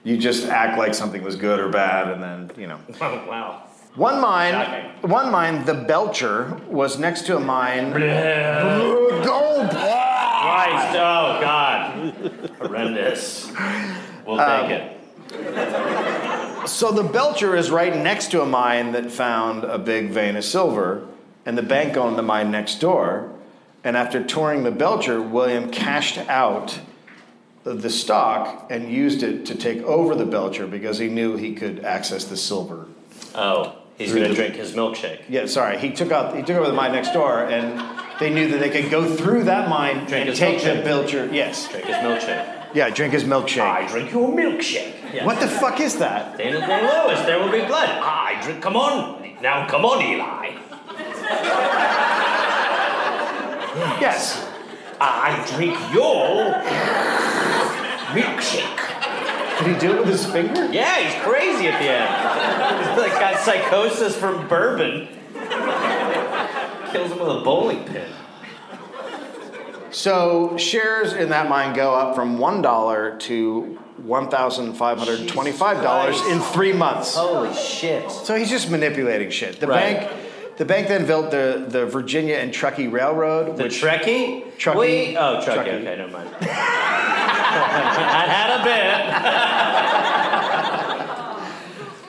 Speaker 1: You just act like something was good or bad, and then you know.
Speaker 2: Oh, wow.
Speaker 1: One mine,
Speaker 2: Shocking.
Speaker 1: one mine, the Belcher was next to a mine.
Speaker 2: Christ.
Speaker 1: Gold.
Speaker 2: Oh God. Horrendous. We'll take it.
Speaker 1: So the Belcher is right next to a mine that found a big vein of silver, and the bank owned the mine next door. And after touring the Belcher, William cashed out the stock and used it to take over the Belcher because he knew he could access the silver.
Speaker 2: Oh, he's gonna drink his milkshake.
Speaker 1: Yeah, sorry, he took out he took over the mine next door, and they knew that they could go through that mine
Speaker 2: Drink
Speaker 1: and
Speaker 2: his
Speaker 1: take the
Speaker 2: milkshake.
Speaker 1: Belcher. Yes,
Speaker 2: Drink his milkshake.
Speaker 1: yeah, drink his milkshake.
Speaker 2: drink your milkshake. Yeah.
Speaker 1: What the fuck is that?
Speaker 2: Daniel Day Lewis, there will be blood. I drink. Come on, now, come on, Eli.
Speaker 1: Yes.
Speaker 2: I drink your milkshake.
Speaker 1: Did he do it with his finger?
Speaker 2: Yeah, he's crazy at the end. He's like got psychosis from bourbon. Kills him with a bowling pin.
Speaker 1: So shares in that mine go up from one dollar to one thousand five hundred twenty-five dollars in three months.
Speaker 2: Holy shit.
Speaker 1: So he's just manipulating shit. The
Speaker 2: Oh. Right.
Speaker 1: bank, the bank then built the the Virginia and Truckee Railroad.
Speaker 2: The
Speaker 1: which,
Speaker 2: Trekkie?
Speaker 1: Truckee.
Speaker 2: We, oh, Truckee.
Speaker 1: Truckee.
Speaker 2: Okay, never mind. I had a bit.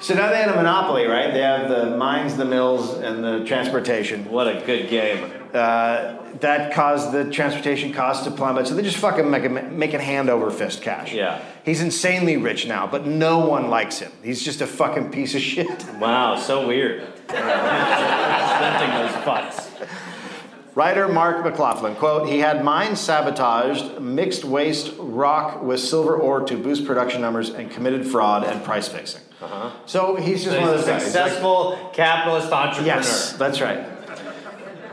Speaker 1: so now they had a monopoly, right? They have the mines, the mills, and the transportation.
Speaker 2: What a good game.
Speaker 1: Uh, that caused the transportation costs to plummet. So they're just fucking making, making hand over fist cash.
Speaker 2: Yeah.
Speaker 1: He's insanely rich now, but no one likes him. He's just a fucking piece of shit.
Speaker 2: Wow, so weird. Stunting those butts.
Speaker 1: Writer Mark McLaughlin, quote, he had mines sabotaged, mixed waste rock with silver ore to boost production numbers, and committed fraud and price fixing. Uh-huh. So he's just
Speaker 2: So
Speaker 1: one of
Speaker 2: he's
Speaker 1: those
Speaker 2: a
Speaker 1: guys. He's like-
Speaker 2: successful capitalist entrepreneur.
Speaker 1: yes, that's right.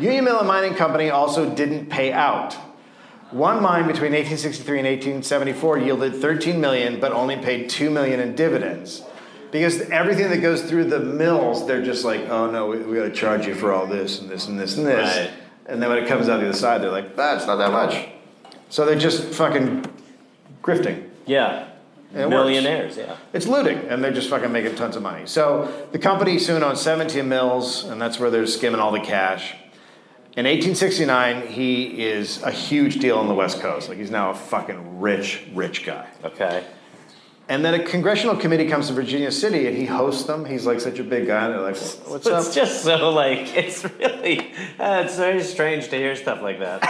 Speaker 1: Union Mill and Mining Company also didn't pay out. One mine between 1863 and 1874 yielded 13 million, but only paid 2 million in dividends. Because everything that goes through the mills, they're just like, oh no, we, we gotta charge you for all this and this and this and this.
Speaker 2: Right.
Speaker 1: And then when it comes out the other side, they're like, that's not that much. So they're just fucking grifting.
Speaker 2: Yeah.
Speaker 1: It works.
Speaker 2: Millionaires, yeah.
Speaker 1: It's looting, and they're just fucking making tons of money. So the company soon owned 17 mills, and that's where they're skimming all the cash. In 1869, he is a huge deal on the West Coast. Like, he's now a fucking rich, rich guy.
Speaker 2: Okay.
Speaker 1: And then a congressional committee comes to Virginia City, and he hosts them. He's like such a big guy. and They're like, what's
Speaker 2: It's
Speaker 1: up?
Speaker 2: just so like it's really uh, it's very strange to hear stuff like that.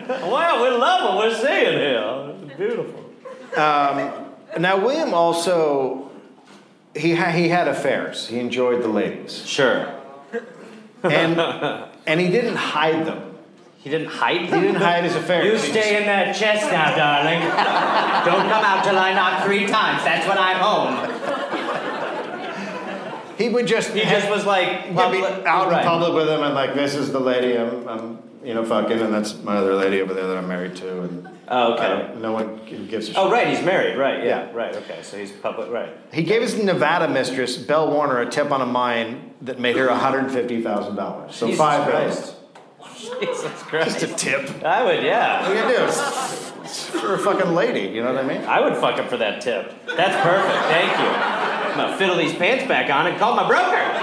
Speaker 2: wow, we love what we're seeing here. It's beautiful.
Speaker 1: Now, William also, he, ha- he had affairs. He enjoyed the ladies.
Speaker 2: Sure.
Speaker 1: And, and he didn't hide them.
Speaker 2: He didn't hide
Speaker 1: He
Speaker 2: them.
Speaker 1: didn't hide his affairs.
Speaker 2: You
Speaker 1: He just-
Speaker 2: stay in that chest now, darling.
Speaker 5: Don't come out till I knock three times. That's when I'm home.
Speaker 1: He would just
Speaker 2: He just was like
Speaker 1: I'll be
Speaker 2: public,
Speaker 1: out in
Speaker 2: right.
Speaker 1: public with him and like this is the lady I'm, I'm you know fucking and that's my other lady over there that I'm married to and
Speaker 2: Oh, okay.
Speaker 1: I don't- no one g- gives a shit.
Speaker 2: Oh right, he's married, right? Yeah,
Speaker 1: Yeah.
Speaker 2: right. Okay, so he's public, right?
Speaker 1: He gave his Nevada mistress Belle Warner a tip on a mine that made her hundred fifty thousand dollars. So
Speaker 2: Jesus
Speaker 1: five
Speaker 2: Christ.
Speaker 1: dollars.
Speaker 2: Jesus Christ!
Speaker 1: Just a tip. What
Speaker 2: I would, yeah.
Speaker 1: are you gonna do? It's- it's For a fucking lady, you know what I mean?
Speaker 2: I would fuck him for that tip. That's perfect. Thank you. I'm gonna fiddle these pants back on and call my broker.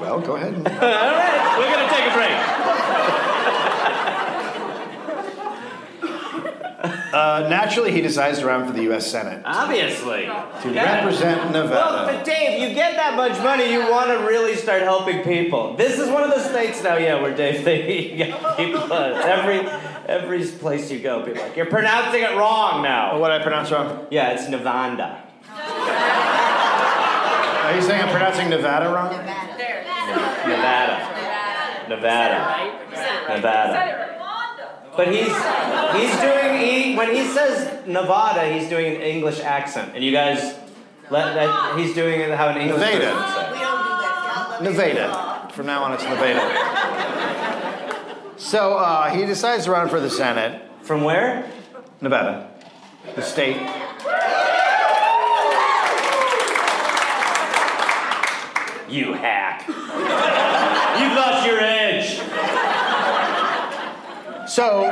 Speaker 1: Well, go ahead. and-
Speaker 2: All right, we're gonna take a break.
Speaker 1: Uh, naturally, he decides to run for the U.S. Senate
Speaker 2: Obviously.
Speaker 1: to
Speaker 2: Yeah.
Speaker 1: represent
Speaker 2: Well,
Speaker 1: Nevada.
Speaker 2: but Dave, you get that much money, you want to really start helping people. This is one of the states now, yeah, where Dave, they you got people. uh, Every every place you go, people are like, you're pronouncing it wrong now.
Speaker 1: What did I pronounce wrong?
Speaker 2: Yeah, it's Nevada.
Speaker 1: Are you saying I'm pronouncing Nevada wrong?
Speaker 2: Nevada. Nevada. Nevada.
Speaker 6: Nevada.
Speaker 2: But he's he's doing he when he says Nevada, he's doing an English accent, and you guys. Let, that, he's doing it how an English
Speaker 1: Nevada.
Speaker 2: person says.
Speaker 1: Nevada. From now on, it's Nevada. so uh, he decides to run for the Senate,
Speaker 2: From where?
Speaker 1: Nevada, the state.
Speaker 2: You hack. You've lost your edge.
Speaker 1: So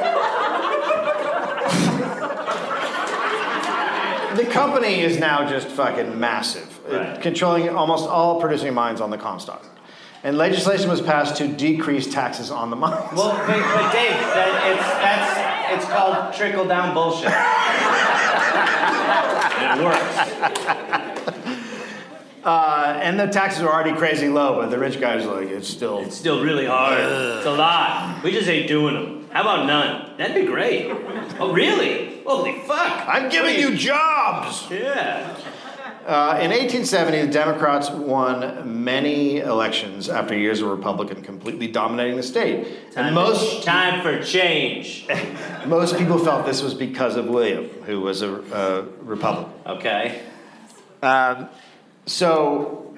Speaker 1: the company is now just fucking massive, uh,
Speaker 2: Right.
Speaker 1: controlling almost all producing mines on the Comstock. And legislation was passed to decrease taxes on the mines.
Speaker 2: Well, but, but Dave, that, it's that's it's called trickle down bullshit. And it works.
Speaker 1: Uh, and the taxes were already crazy low, but the rich guys are like, it's still
Speaker 2: It's still really hard. It's a lot. We just ain't doing them. How about none? That'd be great. Oh, really? Holy fuck.
Speaker 1: I'm giving you jobs!
Speaker 2: Yeah.
Speaker 1: Uh, in 1870, the Democrats won many elections after years of Republican completely dominating the state. and most,
Speaker 2: time for change.
Speaker 1: most people felt this was because of William, who was a uh, Republican.
Speaker 2: Okay.
Speaker 1: So,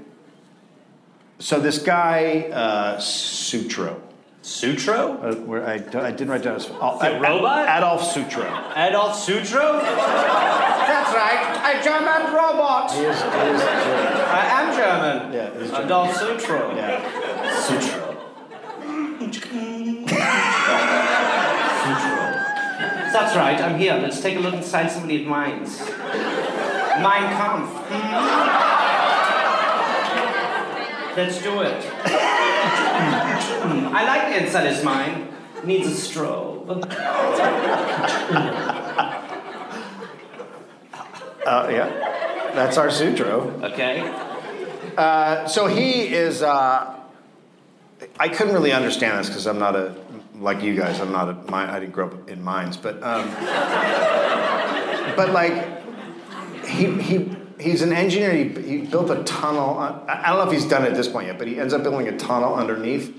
Speaker 1: so this guy, uh, Sutro,
Speaker 2: Sutro?
Speaker 1: uh, where I, don't- I didn't write down his Al-
Speaker 2: Is it robot?
Speaker 1: Adolf Sutro.
Speaker 2: Adolf Sutro?
Speaker 5: That's right. A German robot.
Speaker 1: He is- he is German.
Speaker 2: I am German.
Speaker 1: Yeah, he's German.
Speaker 2: Adolf Sutro.
Speaker 1: Yeah.
Speaker 2: Sutro. That's right, I'm here. Let's take a look inside somebody's minds. Mein Kampf. Let's do it. I like the inside his mind. Needs a strobe.
Speaker 1: Uh, yeah. That's our Sutro.
Speaker 2: Okay.
Speaker 1: So he is. Uh, I couldn't really understand this because I'm not a like you guys. I'm not a. My, I didn't grow up in mines, but um, but like he he. He's an engineer. He, he built a tunnel. I, I don't know if he's done it at this point yet, but he ends up building a tunnel underneath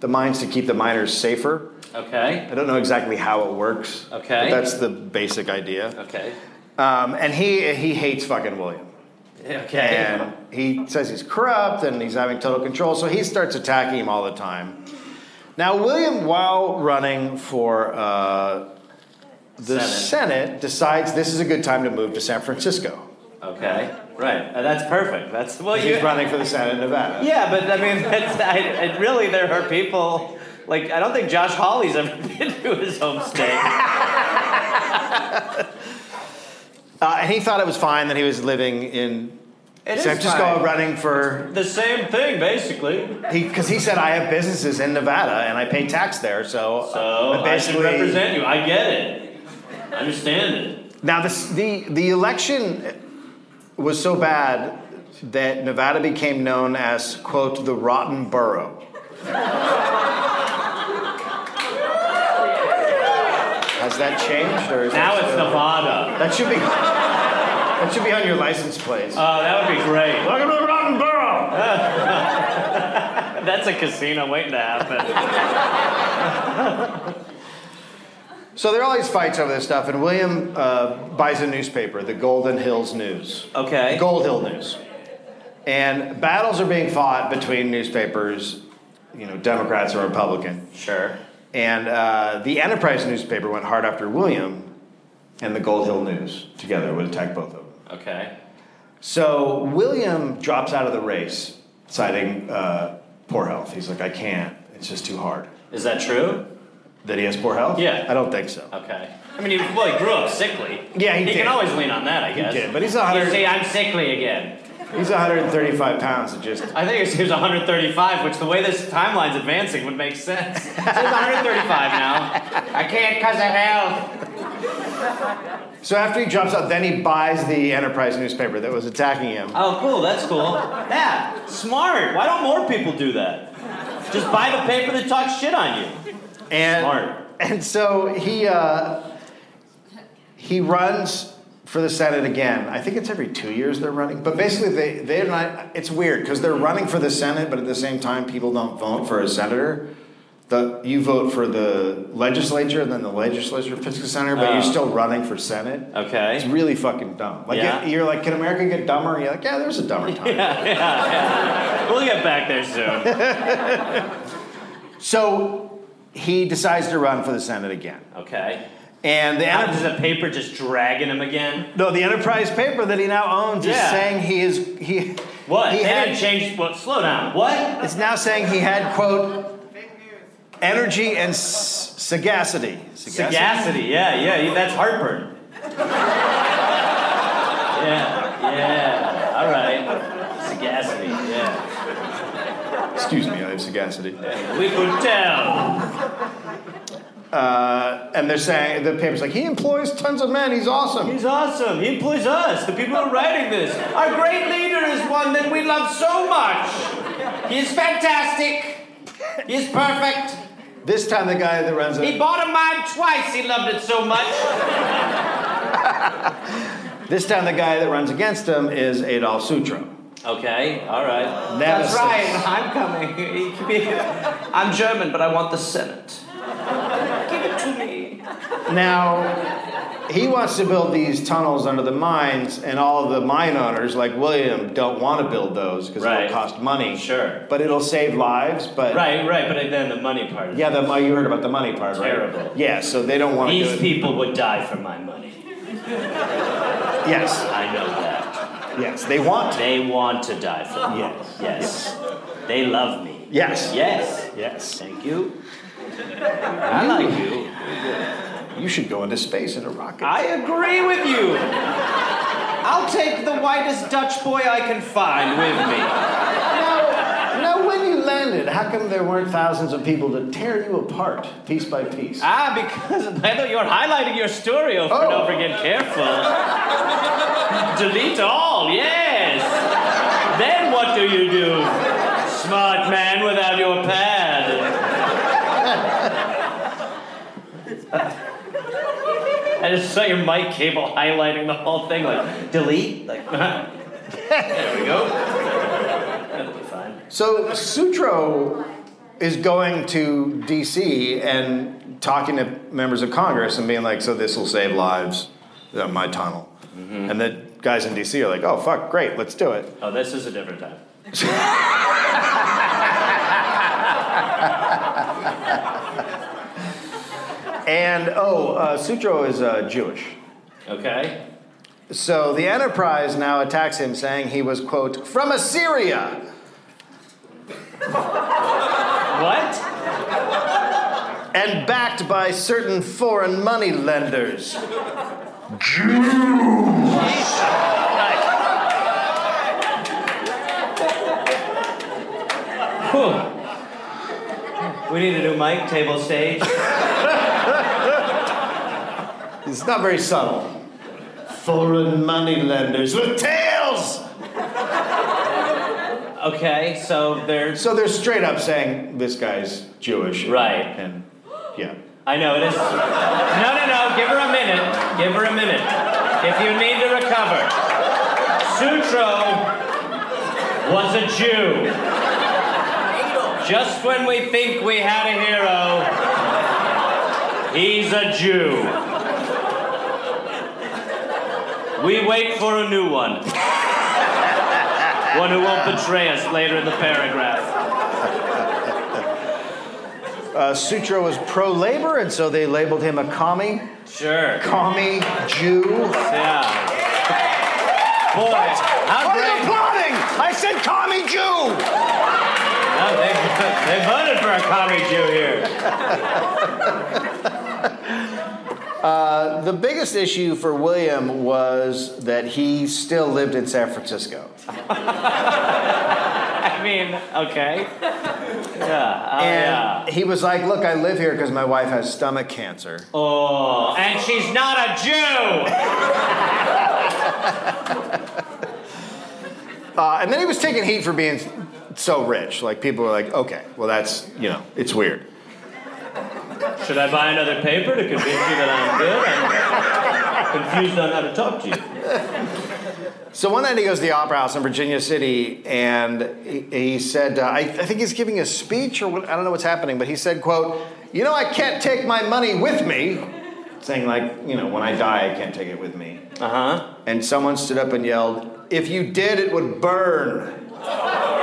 Speaker 1: the mines to keep the miners safer.
Speaker 2: Okay.
Speaker 1: I don't know exactly how it works.
Speaker 2: Okay.
Speaker 1: But that's the basic idea.
Speaker 2: Okay.
Speaker 1: Um, and he he hates fucking William.
Speaker 2: Okay.
Speaker 1: And he says he's corrupt and he's having total control, so he starts attacking him all the time. Now, William, while running for uh, the Senate.
Speaker 2: Senate.
Speaker 1: decides this is a good time to move to San Francisco.
Speaker 2: Okay. Right. Uh, that's perfect. That's well. You,
Speaker 1: He's running for the Senate in Nevada.
Speaker 2: Yeah, but I mean, that's I, and really there are people. Like I don't think Josh Hawley's ever been to his home state.
Speaker 1: Uh, and he thought it was fine that he was living in
Speaker 2: It
Speaker 1: San
Speaker 2: is
Speaker 1: Francisco
Speaker 2: fine.
Speaker 1: running for.
Speaker 2: The same thing, basically.
Speaker 1: Because he, said, I have businesses in Nevada and I pay tax there, so.
Speaker 2: So
Speaker 1: uh,
Speaker 2: Oh, I should represent you. I get it. I understand it.
Speaker 1: Now, this, the, the election was so bad that Nevada became known as, quote, the rotten borough. Has that changed? Or is
Speaker 2: Now
Speaker 1: that
Speaker 2: it's
Speaker 1: still-
Speaker 2: Nevada.
Speaker 1: That should be. That should be on your license plates.
Speaker 2: Oh, that would be great.
Speaker 1: Uh, Welcome to the rotten borough!
Speaker 2: That's a casino waiting to happen.
Speaker 1: So there are all these fights over this stuff, and William uh, buys a newspaper, the Golden Hills News.
Speaker 2: Okay.
Speaker 1: Gold Hill News. And battles are being fought between newspapers, you know, Democrats and Republican.
Speaker 2: Sure.
Speaker 1: And uh, the Enterprise newspaper went hard after William and the Gold Hill News together would attack both of them.
Speaker 2: Okay.
Speaker 1: So William drops out of the race, citing uh, poor health. He's like, I can't. It's just too hard.
Speaker 2: Is that true?
Speaker 1: That he has poor health?
Speaker 2: Yeah.
Speaker 1: I don't think so.
Speaker 2: Okay. I mean, he, well, he grew up sickly.
Speaker 1: Yeah, he
Speaker 2: He
Speaker 1: did.
Speaker 2: can always lean on that, I guess.
Speaker 1: did, but he's a
Speaker 2: You
Speaker 1: hundred-
Speaker 2: see, I'm sickly again.
Speaker 1: He's 135 pounds and just
Speaker 2: I think he was 135, which the way this timeline's advancing would make sense. So he's 135 now. I can't cause of health.
Speaker 1: So after he drops out, then he buys the Enterprise newspaper that was attacking him.
Speaker 2: Oh, cool. That's cool. Yeah, smart. Why don't more people do that? Just buy the paper that talks shit on you.
Speaker 1: And,
Speaker 2: Smart.
Speaker 1: And so he uh, he runs for the Senate again. I think it's every two years they're running, but basically they they're not. It's weird because they're running for the Senate, but at the same time people don't vote for a senator. The, you vote for the legislature, and then the legislature picks the senator, but
Speaker 2: Oh.
Speaker 1: you're still running for Senate. It's
Speaker 2: Okay.
Speaker 1: really fucking dumb. Like
Speaker 2: Yeah.
Speaker 1: you're like, can America get dumber? And you're like, yeah, there's a dumber time.
Speaker 2: We'll get back there soon.
Speaker 1: So he decides to run for the Senate again,
Speaker 2: Okay.
Speaker 1: and the
Speaker 2: Now
Speaker 1: Enter-
Speaker 2: does the paper just dragging him again?
Speaker 1: no, the Enterprise paper that he now owns is
Speaker 2: Yeah.
Speaker 1: saying he is he.
Speaker 2: What?
Speaker 1: He
Speaker 2: they
Speaker 1: had,
Speaker 2: didn't change. Well, slow down. What?
Speaker 1: it's now saying he had quote energy and s- sagacity.
Speaker 2: Sagacity. Yeah, yeah. you- That's heartburn. yeah, yeah. All right. Sagacity. Yeah.
Speaker 1: Excuse me, I have sagacity.
Speaker 2: We could tell.
Speaker 1: Uh, and they're saying the paper's like he employs tons of men. He's awesome.
Speaker 2: He's awesome. He employs us, the people who are writing this. Our great leader is one that we love so much. He is fantastic. He is perfect.
Speaker 1: This time the guy that runs
Speaker 2: He
Speaker 1: it.
Speaker 2: bought a mine twice. He loved it so much.
Speaker 1: This time the guy that runs against him is Adolf Sutro.
Speaker 2: Okay, all right. That's
Speaker 1: Nemesis.
Speaker 2: right. I'm coming. I'm German, but I want the Senate. Give it to me.
Speaker 1: Now, he wants to build these tunnels under the mines, and all of the mine owners, like William, don't want to build those because
Speaker 2: Right.
Speaker 1: it'll cost money.
Speaker 2: Sure.
Speaker 1: But it'll save lives. But
Speaker 2: Right, right. But then the money part.
Speaker 1: yeah, the, you heard about the money part, right?
Speaker 2: Terrible.
Speaker 1: Yeah, so they don't want to do
Speaker 2: These
Speaker 1: it.
Speaker 2: people would die for my money.
Speaker 1: yes,
Speaker 2: I know that.
Speaker 1: yes, they want to.
Speaker 2: They want to die for me.
Speaker 1: Yes.
Speaker 2: Yes. They love me.
Speaker 1: Yes.
Speaker 2: Yes.
Speaker 1: Yes.
Speaker 2: Thank you. I like you.
Speaker 1: You should go into space in a rocket.
Speaker 2: I agree with you. I'll take the whitest Dutch boy I can find with me.
Speaker 1: now, now, when you landed, how come there weren't thousands of people to tear you apart piece by piece?
Speaker 2: Ah, because I thought you were highlighting your story over and
Speaker 1: Oh.
Speaker 2: over again. Careful. Delete all, yes. then what do you do? Smart man without your pad. I just saw your mic cable highlighting the whole thing, like delete. Like there we go. That'll be fine.
Speaker 1: So Sutro is going to DC and talking to members of Congress and being like, so this will save lives, uh, my tunnel. And the guys in DC are like, oh, fuck, great, let's do it.
Speaker 2: Oh, this is a different time.
Speaker 1: And oh, uh, Sutro is uh, Jewish.
Speaker 2: Okay.
Speaker 1: So the Enterprise now attacks him, saying he was, quote, from Assyria.
Speaker 2: What?
Speaker 1: and backed by certain foreign money lenders.
Speaker 2: Whew. We need a new mic, table, stage.
Speaker 1: It's not very subtle. Foreign money lenders with tails!
Speaker 2: Okay, so there's.
Speaker 1: So they're straight up saying this guy's Jewish.
Speaker 2: Right.
Speaker 1: And yeah.
Speaker 2: I know it is. No, no, no. Give her a minute. Give her a minute. If you need to recover, Sutro was a Jew. Just when we think we had a hero, he's a Jew. We wait for a new one. One who won't betray us later in the paragraph.
Speaker 1: Uh, Sutro was pro labor, and so they labeled him a commie.
Speaker 2: Sure.
Speaker 1: Commie Jew.
Speaker 2: Yeah. Boy, how
Speaker 1: What are
Speaker 2: great.
Speaker 1: you applauding? I said commie Jew!
Speaker 2: Oh, they, they voted for a commie Jew here.
Speaker 1: The biggest issue for William was that he still lived in San Francisco.
Speaker 2: I mean, okay. Yeah. Oh, yeah.
Speaker 1: And he was like, Look, I live here because my wife has stomach cancer.
Speaker 2: Oh, and she's not a Jew.
Speaker 1: Uh, and then he was taking heat for being so rich. Like people were like, okay, well that's you know, it's weird.
Speaker 2: Should I buy another paper to convince you that I'm good? I'm confused on how to talk to you.
Speaker 1: So one night he goes to the Opera House in Virginia City, and he, he said, uh, I, I think he's giving a speech or what, I don't know what's happening, but he said, quote, you know, I can't take my money with me, saying like, you know, when I die, I can't take it with me.
Speaker 2: Uh huh.
Speaker 1: And someone stood up and yelled, if you did, it would burn.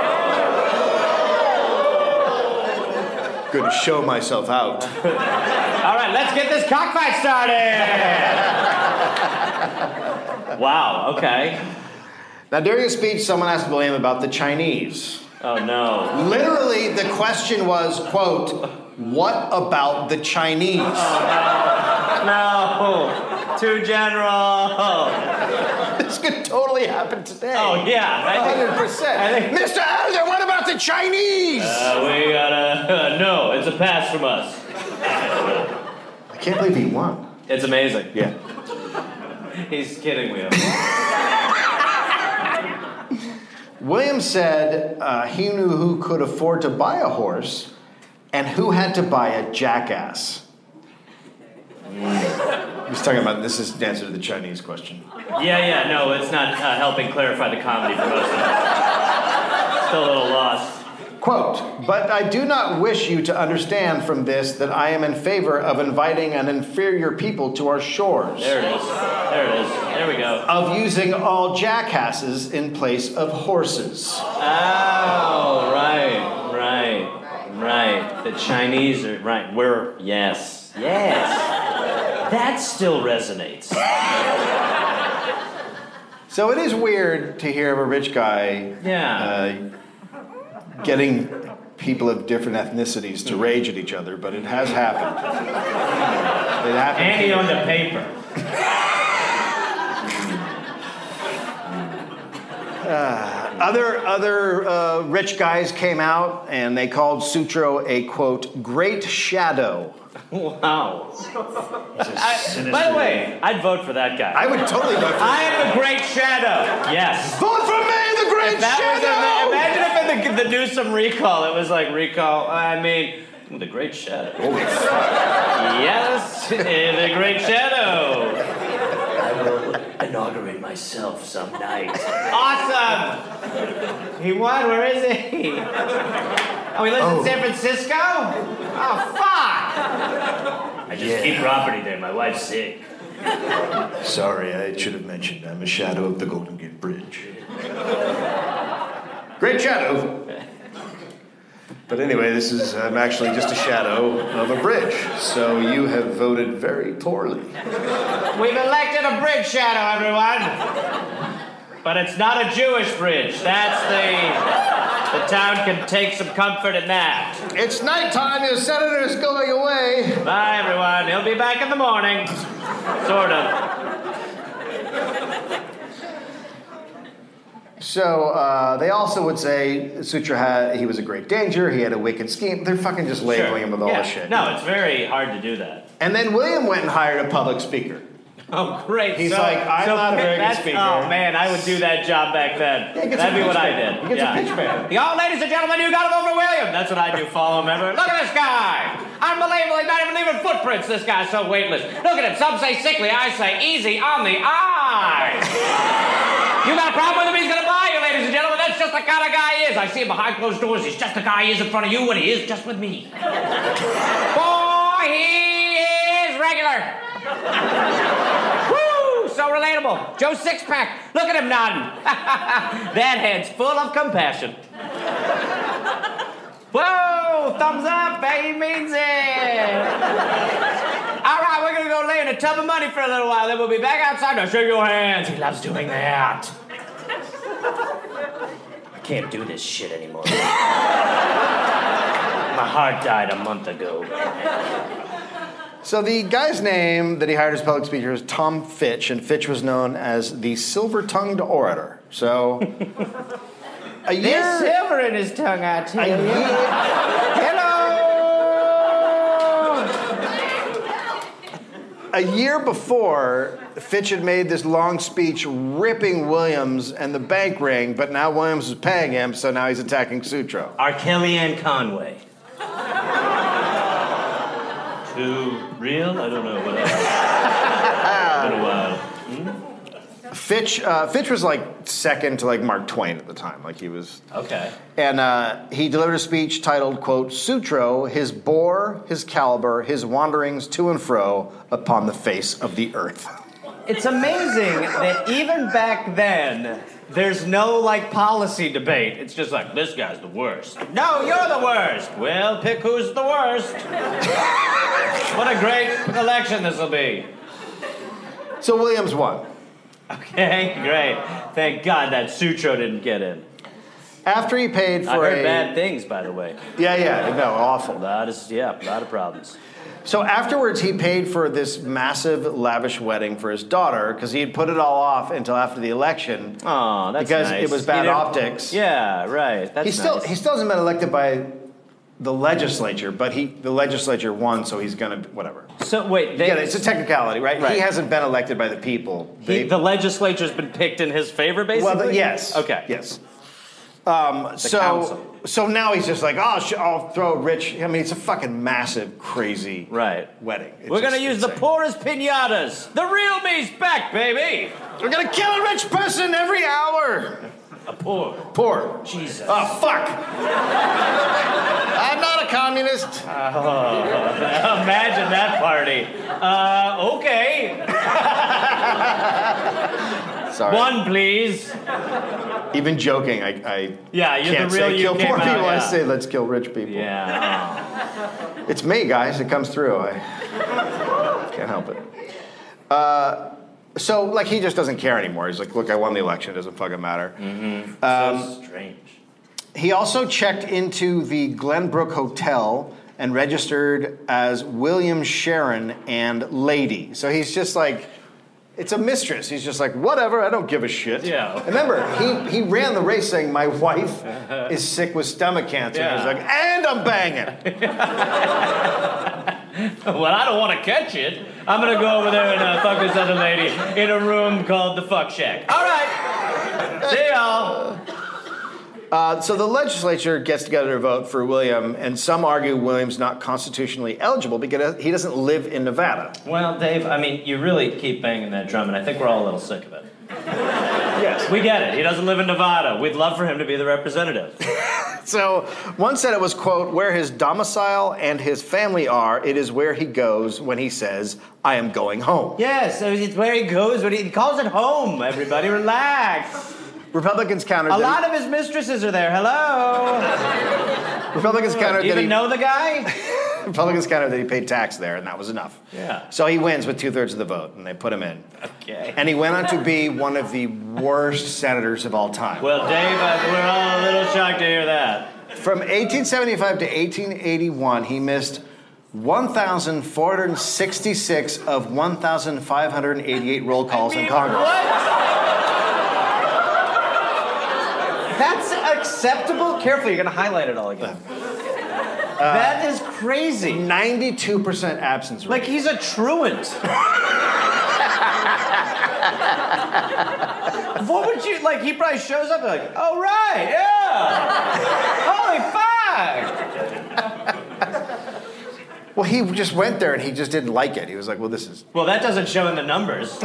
Speaker 1: Good to show myself out.
Speaker 2: All right, let's get this cockfight started. wow. Okay.
Speaker 1: Now, during his speech, someone asked William about the Chinese.
Speaker 2: Oh no.
Speaker 1: Literally, the question was, quote, what about the Chinese?
Speaker 2: No. Too general. Oh
Speaker 1: This could totally happen today.
Speaker 2: yeah. I think
Speaker 1: 100%.
Speaker 2: I think-
Speaker 1: Mr. Elder, what about the Chinese?
Speaker 2: Uh, we gotta. no, it's a pass from us.
Speaker 1: I can't believe he won.
Speaker 2: It's amazing.
Speaker 1: Yeah.
Speaker 2: He's kidding me.
Speaker 1: William said uh, he knew who could afford to buy a horse and who had to buy a jackass. He's talking about this is the answer to the Chinese question.
Speaker 2: yeah, yeah, no, it's not uh, helping clarify the comedy for most of us. Still a little lost.
Speaker 1: Quote, but I do not wish you to understand from this that I am in favor of inviting an inferior people to our shores,
Speaker 2: There it is. There it is. There we go.
Speaker 1: of using all jackasses in place of horses.
Speaker 2: Oh, right, right, right. The Chinese are right. We're yes, yes. That still resonates.
Speaker 1: So it is weird to hear of a rich guy
Speaker 2: Yeah.
Speaker 1: uh, getting people of different ethnicities to rage at each other, but it has happened. It happened.
Speaker 2: And he owned a paper.
Speaker 1: Other other uh, rich guys came out and they called Sutro a quote great shadow.
Speaker 2: Wow.
Speaker 1: sinister
Speaker 2: by the way, I'd vote for that guy.
Speaker 1: I would totally go. For
Speaker 2: I am a great shadow. Yes.
Speaker 1: Vote for me, the great
Speaker 2: That was ama-
Speaker 1: shadow.
Speaker 2: imagine if in the, the Newsom recall, it was like recall. uh, I mean, the Great Shadow. Yes, eh, the Great Shadow. I will inaugurate myself some night. Awesome. He won. Where is he?
Speaker 4: Oh, he lives
Speaker 1: Oh.
Speaker 4: in San Francisco? Oh, fuck!
Speaker 2: I just keep property there. My wife's sick.
Speaker 1: Sorry, I should have mentioned I'm a shadow of the Golden Gate Bridge. Great shadow! But anyway, this is um, actually just a shadow of a bridge, so you have voted very poorly.
Speaker 4: We've elected a bridge shadow, everyone!
Speaker 2: But it's not a Jewish bridge. That's the. The town can take some comfort in that.
Speaker 1: It's nighttime, your senator's going away!
Speaker 2: Bye, everyone. He'll be back in the morning. Sort of.
Speaker 1: So uh, they also would say Sutra had, he was a great danger, he had a wicked scheme. They're fucking just labeling him with all
Speaker 2: Yeah.
Speaker 1: this shit.
Speaker 2: No, it's very hard to do that.
Speaker 1: And then William went and hired a public speaker.
Speaker 2: Oh, great.
Speaker 1: He's
Speaker 2: So-
Speaker 1: like, I'm
Speaker 2: so
Speaker 1: not a very good
Speaker 2: that's-
Speaker 1: speaker.
Speaker 2: Oh, man, I would do that job back then.
Speaker 1: Yeah, get
Speaker 2: That'd
Speaker 1: some
Speaker 2: be what I
Speaker 1: pitch
Speaker 2: did.
Speaker 1: paper. You get some
Speaker 2: yeah.
Speaker 1: pitch paper.
Speaker 2: Y'all, ladies and gentlemen, you got him over William. That's what I do. Follow him everywhere. Look at this guy. Unbelievable. He's not even leaving footprints. This guy's so weightless. Look at him. Some say sickly. I say easy on the eye. You got a problem with him? He's going to buy you, ladies and gentlemen. That's just the kind of guy he is. I see him behind closed doors. He's just the guy he is in front of you, and he is just with me. Boy, he is regular. Woo! So relatable. Joe Sixpack, look at him nodding. that head's full of compassion. Whoa! Thumbs up. He means it. All right, we're gonna go lay in a tub of money for a little while. Then we'll be back outside. Now shake your hands. He loves doing that. I can't do this shit anymore. My heart died a month ago.
Speaker 1: So the guy's name that he hired as public speaker was Tom Fitch, and Fitch was known as the silver-tongued orator. So a
Speaker 4: There's
Speaker 1: year,
Speaker 4: silver in his tongue, I
Speaker 1: a
Speaker 4: tell you.
Speaker 1: year,
Speaker 4: Hello!
Speaker 1: a year before, Fitch had made this long speech ripping Williams and the bank ring, but now Williams is paying him, so now he's attacking Sutro.
Speaker 2: are Kellyanne Conway. Too real? I don't know what else. Been a while.
Speaker 1: Fitch, uh, Fitch was like second to like Mark Twain at the time, like he was
Speaker 2: Okay.
Speaker 1: And uh, he delivered a speech titled, quote, Sutro, his bore, his caliber, his wanderings to and fro upon the face of the earth.
Speaker 2: It's amazing that even back then, there's no like policy debate. It's just like this guy's the worst. No, you're the worst. Well, pick who's the worst. what a great election this will be.
Speaker 1: So Williams won.
Speaker 2: Okay, great. Thank God that Sutro didn't get in.
Speaker 1: After he paid for
Speaker 2: I heard
Speaker 1: a
Speaker 2: bad things, by the way.
Speaker 1: yeah yeah no
Speaker 2: A
Speaker 1: awful.
Speaker 2: lot of yeah, a lot of problems.
Speaker 1: So afterwards he paid for this massive lavish wedding for his daughter because he had put it all off until after the election.
Speaker 2: Oh, that's
Speaker 1: Because
Speaker 2: nice.
Speaker 1: it was
Speaker 2: You
Speaker 1: bad
Speaker 2: didn't-
Speaker 1: optics.
Speaker 2: Yeah, right. That's
Speaker 1: he still
Speaker 2: nice.
Speaker 1: he still hasn't been elected by the legislature, but he the legislature won, so he's gonna whatever.
Speaker 2: so wait, they,
Speaker 1: Yeah, it's a technicality, right? He
Speaker 2: Right.
Speaker 1: hasn't been elected by the people.
Speaker 2: he-
Speaker 1: They-
Speaker 2: the legislature's been picked in his favor, basically.
Speaker 1: Well, the, yes.
Speaker 2: Okay.
Speaker 1: Yes. Um, so,
Speaker 2: council.
Speaker 1: so now he's just like, oh, sh- I'll throw Rich. I mean, it's a fucking massive, crazy
Speaker 2: Right.
Speaker 1: wedding. It's
Speaker 2: We're gonna
Speaker 1: just
Speaker 2: use the
Speaker 1: insane.
Speaker 2: poorest pinatas. The real me's back, baby.
Speaker 1: We're gonna kill a rich person every hour.
Speaker 2: A poor.
Speaker 1: Poor.
Speaker 2: Jesus.
Speaker 1: Oh fuck! I'm not a communist.
Speaker 2: Oh, Imagine that party. Uh, okay.
Speaker 1: Sorry.
Speaker 2: One, please.
Speaker 1: Even joking, I, I
Speaker 2: Yeah, you're
Speaker 1: can't
Speaker 2: the real
Speaker 1: say
Speaker 2: you
Speaker 1: kill
Speaker 2: came
Speaker 1: poor
Speaker 2: out,
Speaker 1: people. I
Speaker 2: yeah.
Speaker 1: say let's kill rich people.
Speaker 2: Yeah.
Speaker 1: It's me, guys. It comes through. I can't help it. Uh, so, like, he just doesn't care anymore. He's like, look, I won the election. It doesn't fucking matter.
Speaker 2: Mm. so strange.
Speaker 1: He also checked into the Glenbrook Hotel and registered as William Sharon and Lady. So he's just like, it's a mistress. He's just like, whatever, I don't give a shit.
Speaker 2: Yeah.
Speaker 1: Remember, he, he ran the race saying, my wife is sick with stomach cancer.
Speaker 2: Yeah.
Speaker 1: And He's like, and I'm banging.
Speaker 2: Well, I don't want to catch it. I'm gonna go over there and uh, fuck this other lady in a room called the Fuck Shack. All right. See y'all.
Speaker 1: Uh, so the legislature gets together to vote for William, and some argue William's not constitutionally eligible because he doesn't live in Nevada.
Speaker 2: Well, Dave, I mean, you really keep banging that drum, and I think we're all a little sick of it.
Speaker 1: Yes.
Speaker 2: We get it. He doesn't live in Nevada. We'd love for him to be the representative.
Speaker 1: So one said it was, quote, where his domicile and his family are, it is where he goes when he says, I am going home.
Speaker 4: Yes, so it's where he goes when he, he calls it home. Everybody, relax.
Speaker 1: Republicans countered
Speaker 4: A
Speaker 1: that he-
Speaker 4: lot of his mistresses are there. Hello.
Speaker 1: Republicans countered
Speaker 4: Do you
Speaker 1: that
Speaker 4: even
Speaker 1: he,
Speaker 4: know the guy?
Speaker 1: Republicans countered that he paid tax there, and that was enough.
Speaker 4: Yeah.
Speaker 1: So he wins with two-thirds of the vote, and they put him in.
Speaker 4: Okay.
Speaker 1: And he went on to be one of the worst senators of all time.
Speaker 4: Well, Dave, uh, we're all a little shocked to hear that.
Speaker 1: From 1875 to 1881, he missed 1,466 of 1,588 roll calls in Congress.
Speaker 4: What? That's acceptable. Careful, you're gonna highlight it all again. that is crazy.
Speaker 1: 92% absence rate.
Speaker 4: Like he's a truant. what would you like? He probably shows up and like, oh right, yeah. Holy fuck!
Speaker 1: Well, he just went there and he just didn't like it. He was like, well, this is.
Speaker 4: Well, that doesn't show in the numbers.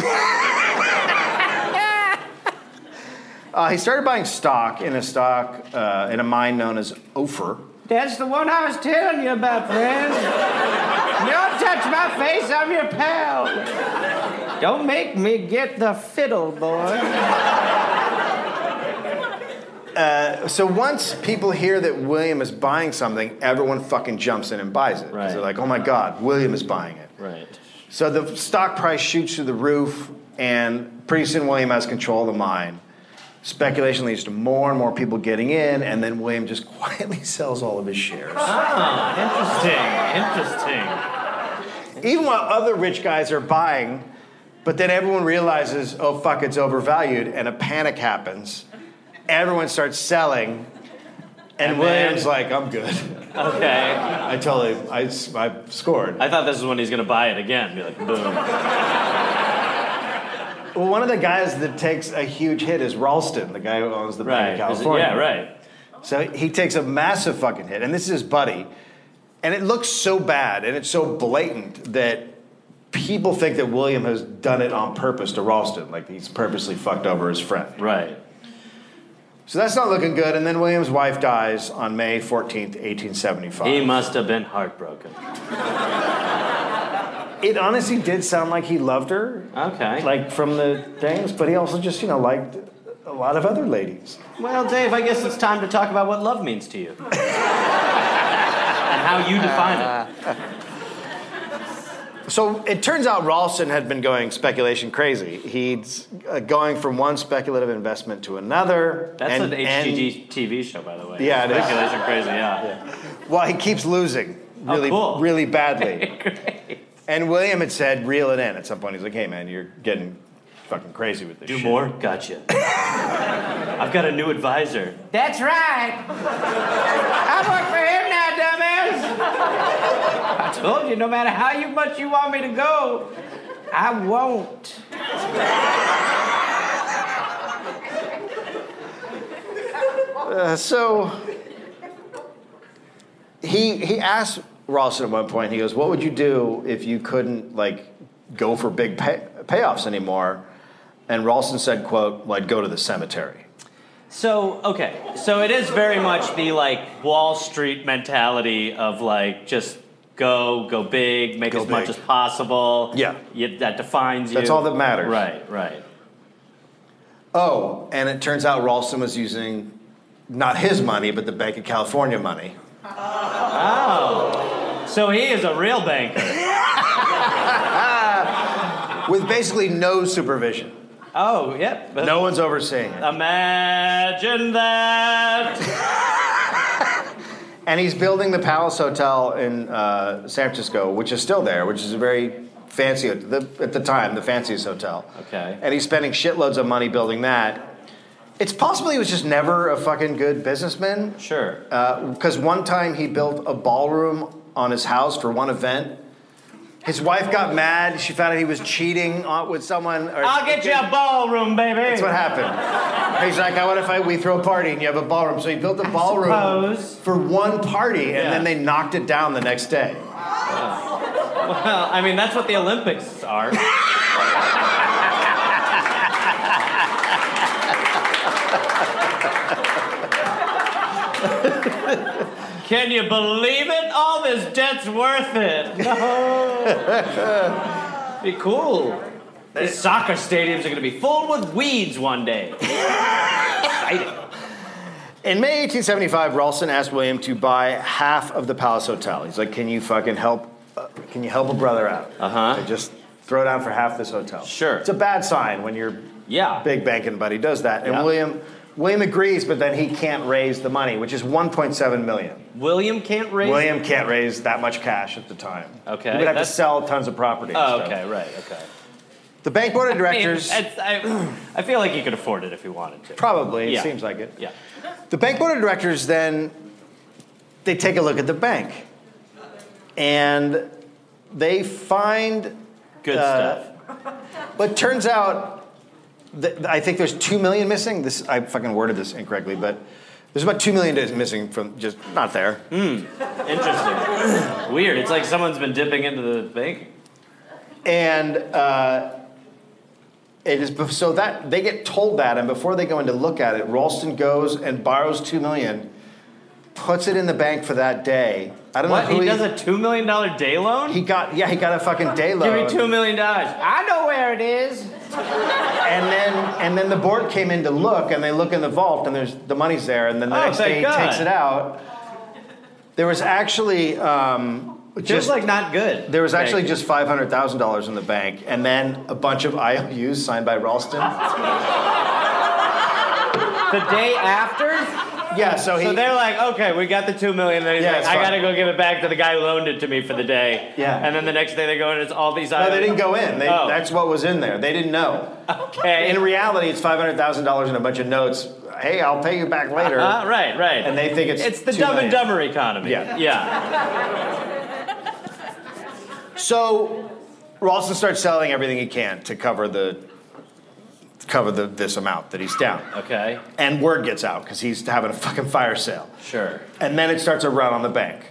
Speaker 1: Uh, he started buying stock in a stock uh, in a mine known as Ophir.
Speaker 4: That's the one I was telling you about, friends. Don't touch my face, I'm your pal. Don't make me get the fiddle, boy.
Speaker 1: So once people hear that William is buying something, everyone fucking jumps in and buys it. 'Cause
Speaker 4: Right.
Speaker 1: They're like, oh my God, William is buying it.
Speaker 4: Right.
Speaker 1: So the stock price shoots through the roof, and pretty soon William has control of the mine. Speculation leads to more and more people getting in, and then William just quietly sells all of his shares.
Speaker 4: Interesting. Interesting.
Speaker 1: Even while other rich guys are buying, but then everyone realizes, oh fuck, it's overvalued, and a panic happens. Everyone starts selling, and,
Speaker 4: And
Speaker 1: William's
Speaker 4: then-
Speaker 1: like, I'm good.
Speaker 4: Okay.
Speaker 1: I totally, I, s- I scored.
Speaker 4: I thought this is when he's gonna buy it again. Be like, boom.
Speaker 1: Well, one of the guys that takes a huge hit is Ralston, the guy who owns the
Speaker 4: Right.
Speaker 1: Bank of
Speaker 4: Is it-
Speaker 1: California.
Speaker 4: yeah, right.
Speaker 1: So he takes a massive fucking hit, and this is his buddy, and it looks so bad and it's so blatant that people think that William has done it on purpose to Ralston, like he's purposely fucked over his friend.
Speaker 4: Right.
Speaker 1: So that's not looking good. And then William's wife dies on May 14th, 1875.
Speaker 4: He must have been heartbroken.
Speaker 1: it honestly did sound like he loved her,
Speaker 4: Okay.
Speaker 1: like from the things, but he also just you know liked a lot of other ladies.
Speaker 4: well, Dave, I guess it's time to talk about what love means to you. and how you define it.
Speaker 1: So it turns out Ralston had been going speculation crazy. He's uh, going from one speculative investment to another.
Speaker 4: That's
Speaker 1: and-
Speaker 4: an HGG TV show, by the way.
Speaker 1: Yeah, it is.
Speaker 4: Speculation crazy, yeah.
Speaker 1: and- well, he keeps losing really,
Speaker 4: Oh, cool.
Speaker 1: really badly. And William had said, reel it in at some point. He's like, hey, man, you're getting fucking crazy with this
Speaker 4: Do
Speaker 1: shit.
Speaker 4: more? Gotcha. I've got a new advisor.
Speaker 6: That's right. I work for him now, dumbass. I told you, no matter how you much you want me to go, I won't.
Speaker 1: Uh, so he, he asked Ralston at one point, he goes, what would you do if you couldn't, like, go for big pay- payoffs anymore? And Ralston said, quote, well, I'd go to the cemetery.
Speaker 4: So, okay. So it is very much the like Wall Street mentality of like just go, go big, make
Speaker 1: Go
Speaker 4: as much
Speaker 1: big.
Speaker 4: as possible.
Speaker 1: Yeah.
Speaker 4: You, that defines you.
Speaker 1: That's all that matters.
Speaker 4: Right, right.
Speaker 1: Oh, and it turns out Ralston was using not his money, but the Bank of California money.
Speaker 4: So he is a real banker.
Speaker 1: With basically no supervision.
Speaker 4: Oh, yep.
Speaker 1: No one's overseeing it.
Speaker 4: Imagine that.
Speaker 1: And he's building the Palace Hotel in uh, San Francisco, which is still there, which is a very fancy, the, at the time, the fanciest hotel.
Speaker 4: Okay.
Speaker 1: And he's spending shitloads of money building that. It's possible he was just never a fucking good businessman.
Speaker 4: Sure.
Speaker 1: because one time he built a ballroom on his house for one event. His wife got mad. She found out he was cheating on, with someone. Or
Speaker 4: I'll get you a ballroom, baby.
Speaker 1: That's what happened. He's like, I want to fight. We throw a party and you have a ballroom. So he built a ballroom
Speaker 4: suppose.
Speaker 1: for one party, and
Speaker 4: Yeah.
Speaker 1: then they knocked it down the next day.
Speaker 4: Well, I mean, that's what the Olympics are.
Speaker 2: Can you believe it? All this debt's worth it. No. be cool. These soccer stadiums are going to be full with weeds one day. Exciting.
Speaker 1: In May 1875, Ralston asked William to buy half of the Palace Hotel. He's like, "Can you fucking help? Uh, can you help a brother out?
Speaker 2: Uh-huh.
Speaker 1: So Just throw down for half this hotel."
Speaker 2: Sure.
Speaker 1: It's a bad sign when your
Speaker 2: Yeah.
Speaker 1: big banking buddy does that, and
Speaker 2: Yeah.
Speaker 1: William William agrees, but then he can't raise the money, which is 1.7 million.
Speaker 2: William can't raise.
Speaker 1: William can't raise that much cash at the time.
Speaker 2: Okay,
Speaker 1: He would have to
Speaker 2: that's-
Speaker 1: sell tons of property. and
Speaker 2: Oh,
Speaker 1: stuff.
Speaker 2: okay, right, okay.
Speaker 1: The bank board of
Speaker 2: I mean,
Speaker 1: directors.
Speaker 2: it's- I, I feel like you could afford it if you wanted to.
Speaker 1: Probably, it
Speaker 2: Yeah.
Speaker 1: seems like it.
Speaker 2: Yeah.
Speaker 1: The bank board of directors then they take a look at the bank, and they find.
Speaker 2: Good
Speaker 1: Uh,
Speaker 2: stuff.
Speaker 1: But turns out, that I think there's two million missing. This I fucking worded this incorrectly, but there's about two million days missing from just not there.
Speaker 2: Interesting. Weird. It's like someone's been dipping into the bank.
Speaker 1: and uh, it is so that they get told that, and before they go in to look at it, Ralston goes and borrows two million, puts it in the bank for that day. I don't
Speaker 2: What?
Speaker 1: know who
Speaker 2: He
Speaker 1: he,
Speaker 2: does a $2 million day loan?
Speaker 1: he uh, got. Yeah, he got a fucking day
Speaker 2: Give
Speaker 1: loan.
Speaker 2: me $2 million. I know where it is.
Speaker 1: And then and then the board came in to look, and they look in the vault, and there's the money's there, and then the
Speaker 2: Oh,
Speaker 1: next
Speaker 2: thank
Speaker 1: day he
Speaker 2: God.
Speaker 1: takes it out. There was actually um,
Speaker 2: Just
Speaker 1: just
Speaker 2: like not good.
Speaker 1: There was
Speaker 2: Thank
Speaker 1: actually
Speaker 2: you.
Speaker 1: just five hundred thousand dollars in the bank, and then a bunch of IOUs signed by Ralston.
Speaker 2: the day after.
Speaker 1: Yeah, so he.
Speaker 2: So they're like, okay, we got the two million. And he's
Speaker 1: Yeah,
Speaker 2: like,
Speaker 1: it's
Speaker 2: I
Speaker 1: fine.
Speaker 2: gotta go give it back to the guy who loaned it to me for the day.
Speaker 1: Yeah.
Speaker 2: And then the next day they go and it's all these.
Speaker 1: No, they didn't go in. They,
Speaker 2: Oh.
Speaker 1: That's what was in there. They didn't know.
Speaker 2: Okay.
Speaker 1: In reality, it's five hundred thousand dollars and a bunch of notes. Hey, I'll pay you back later.
Speaker 2: Uh, right, right.
Speaker 1: And they think it's
Speaker 2: It's the
Speaker 1: two
Speaker 2: Dumb and
Speaker 1: million.
Speaker 2: Dumber economy.
Speaker 1: Yeah.
Speaker 2: Yeah.
Speaker 1: So Ralston starts selling everything he can to cover the cover the, this amount that he's down.
Speaker 2: Okay.
Speaker 1: And word gets out because he's having a fucking fire sale.
Speaker 2: Sure.
Speaker 1: And then it starts a run on the bank.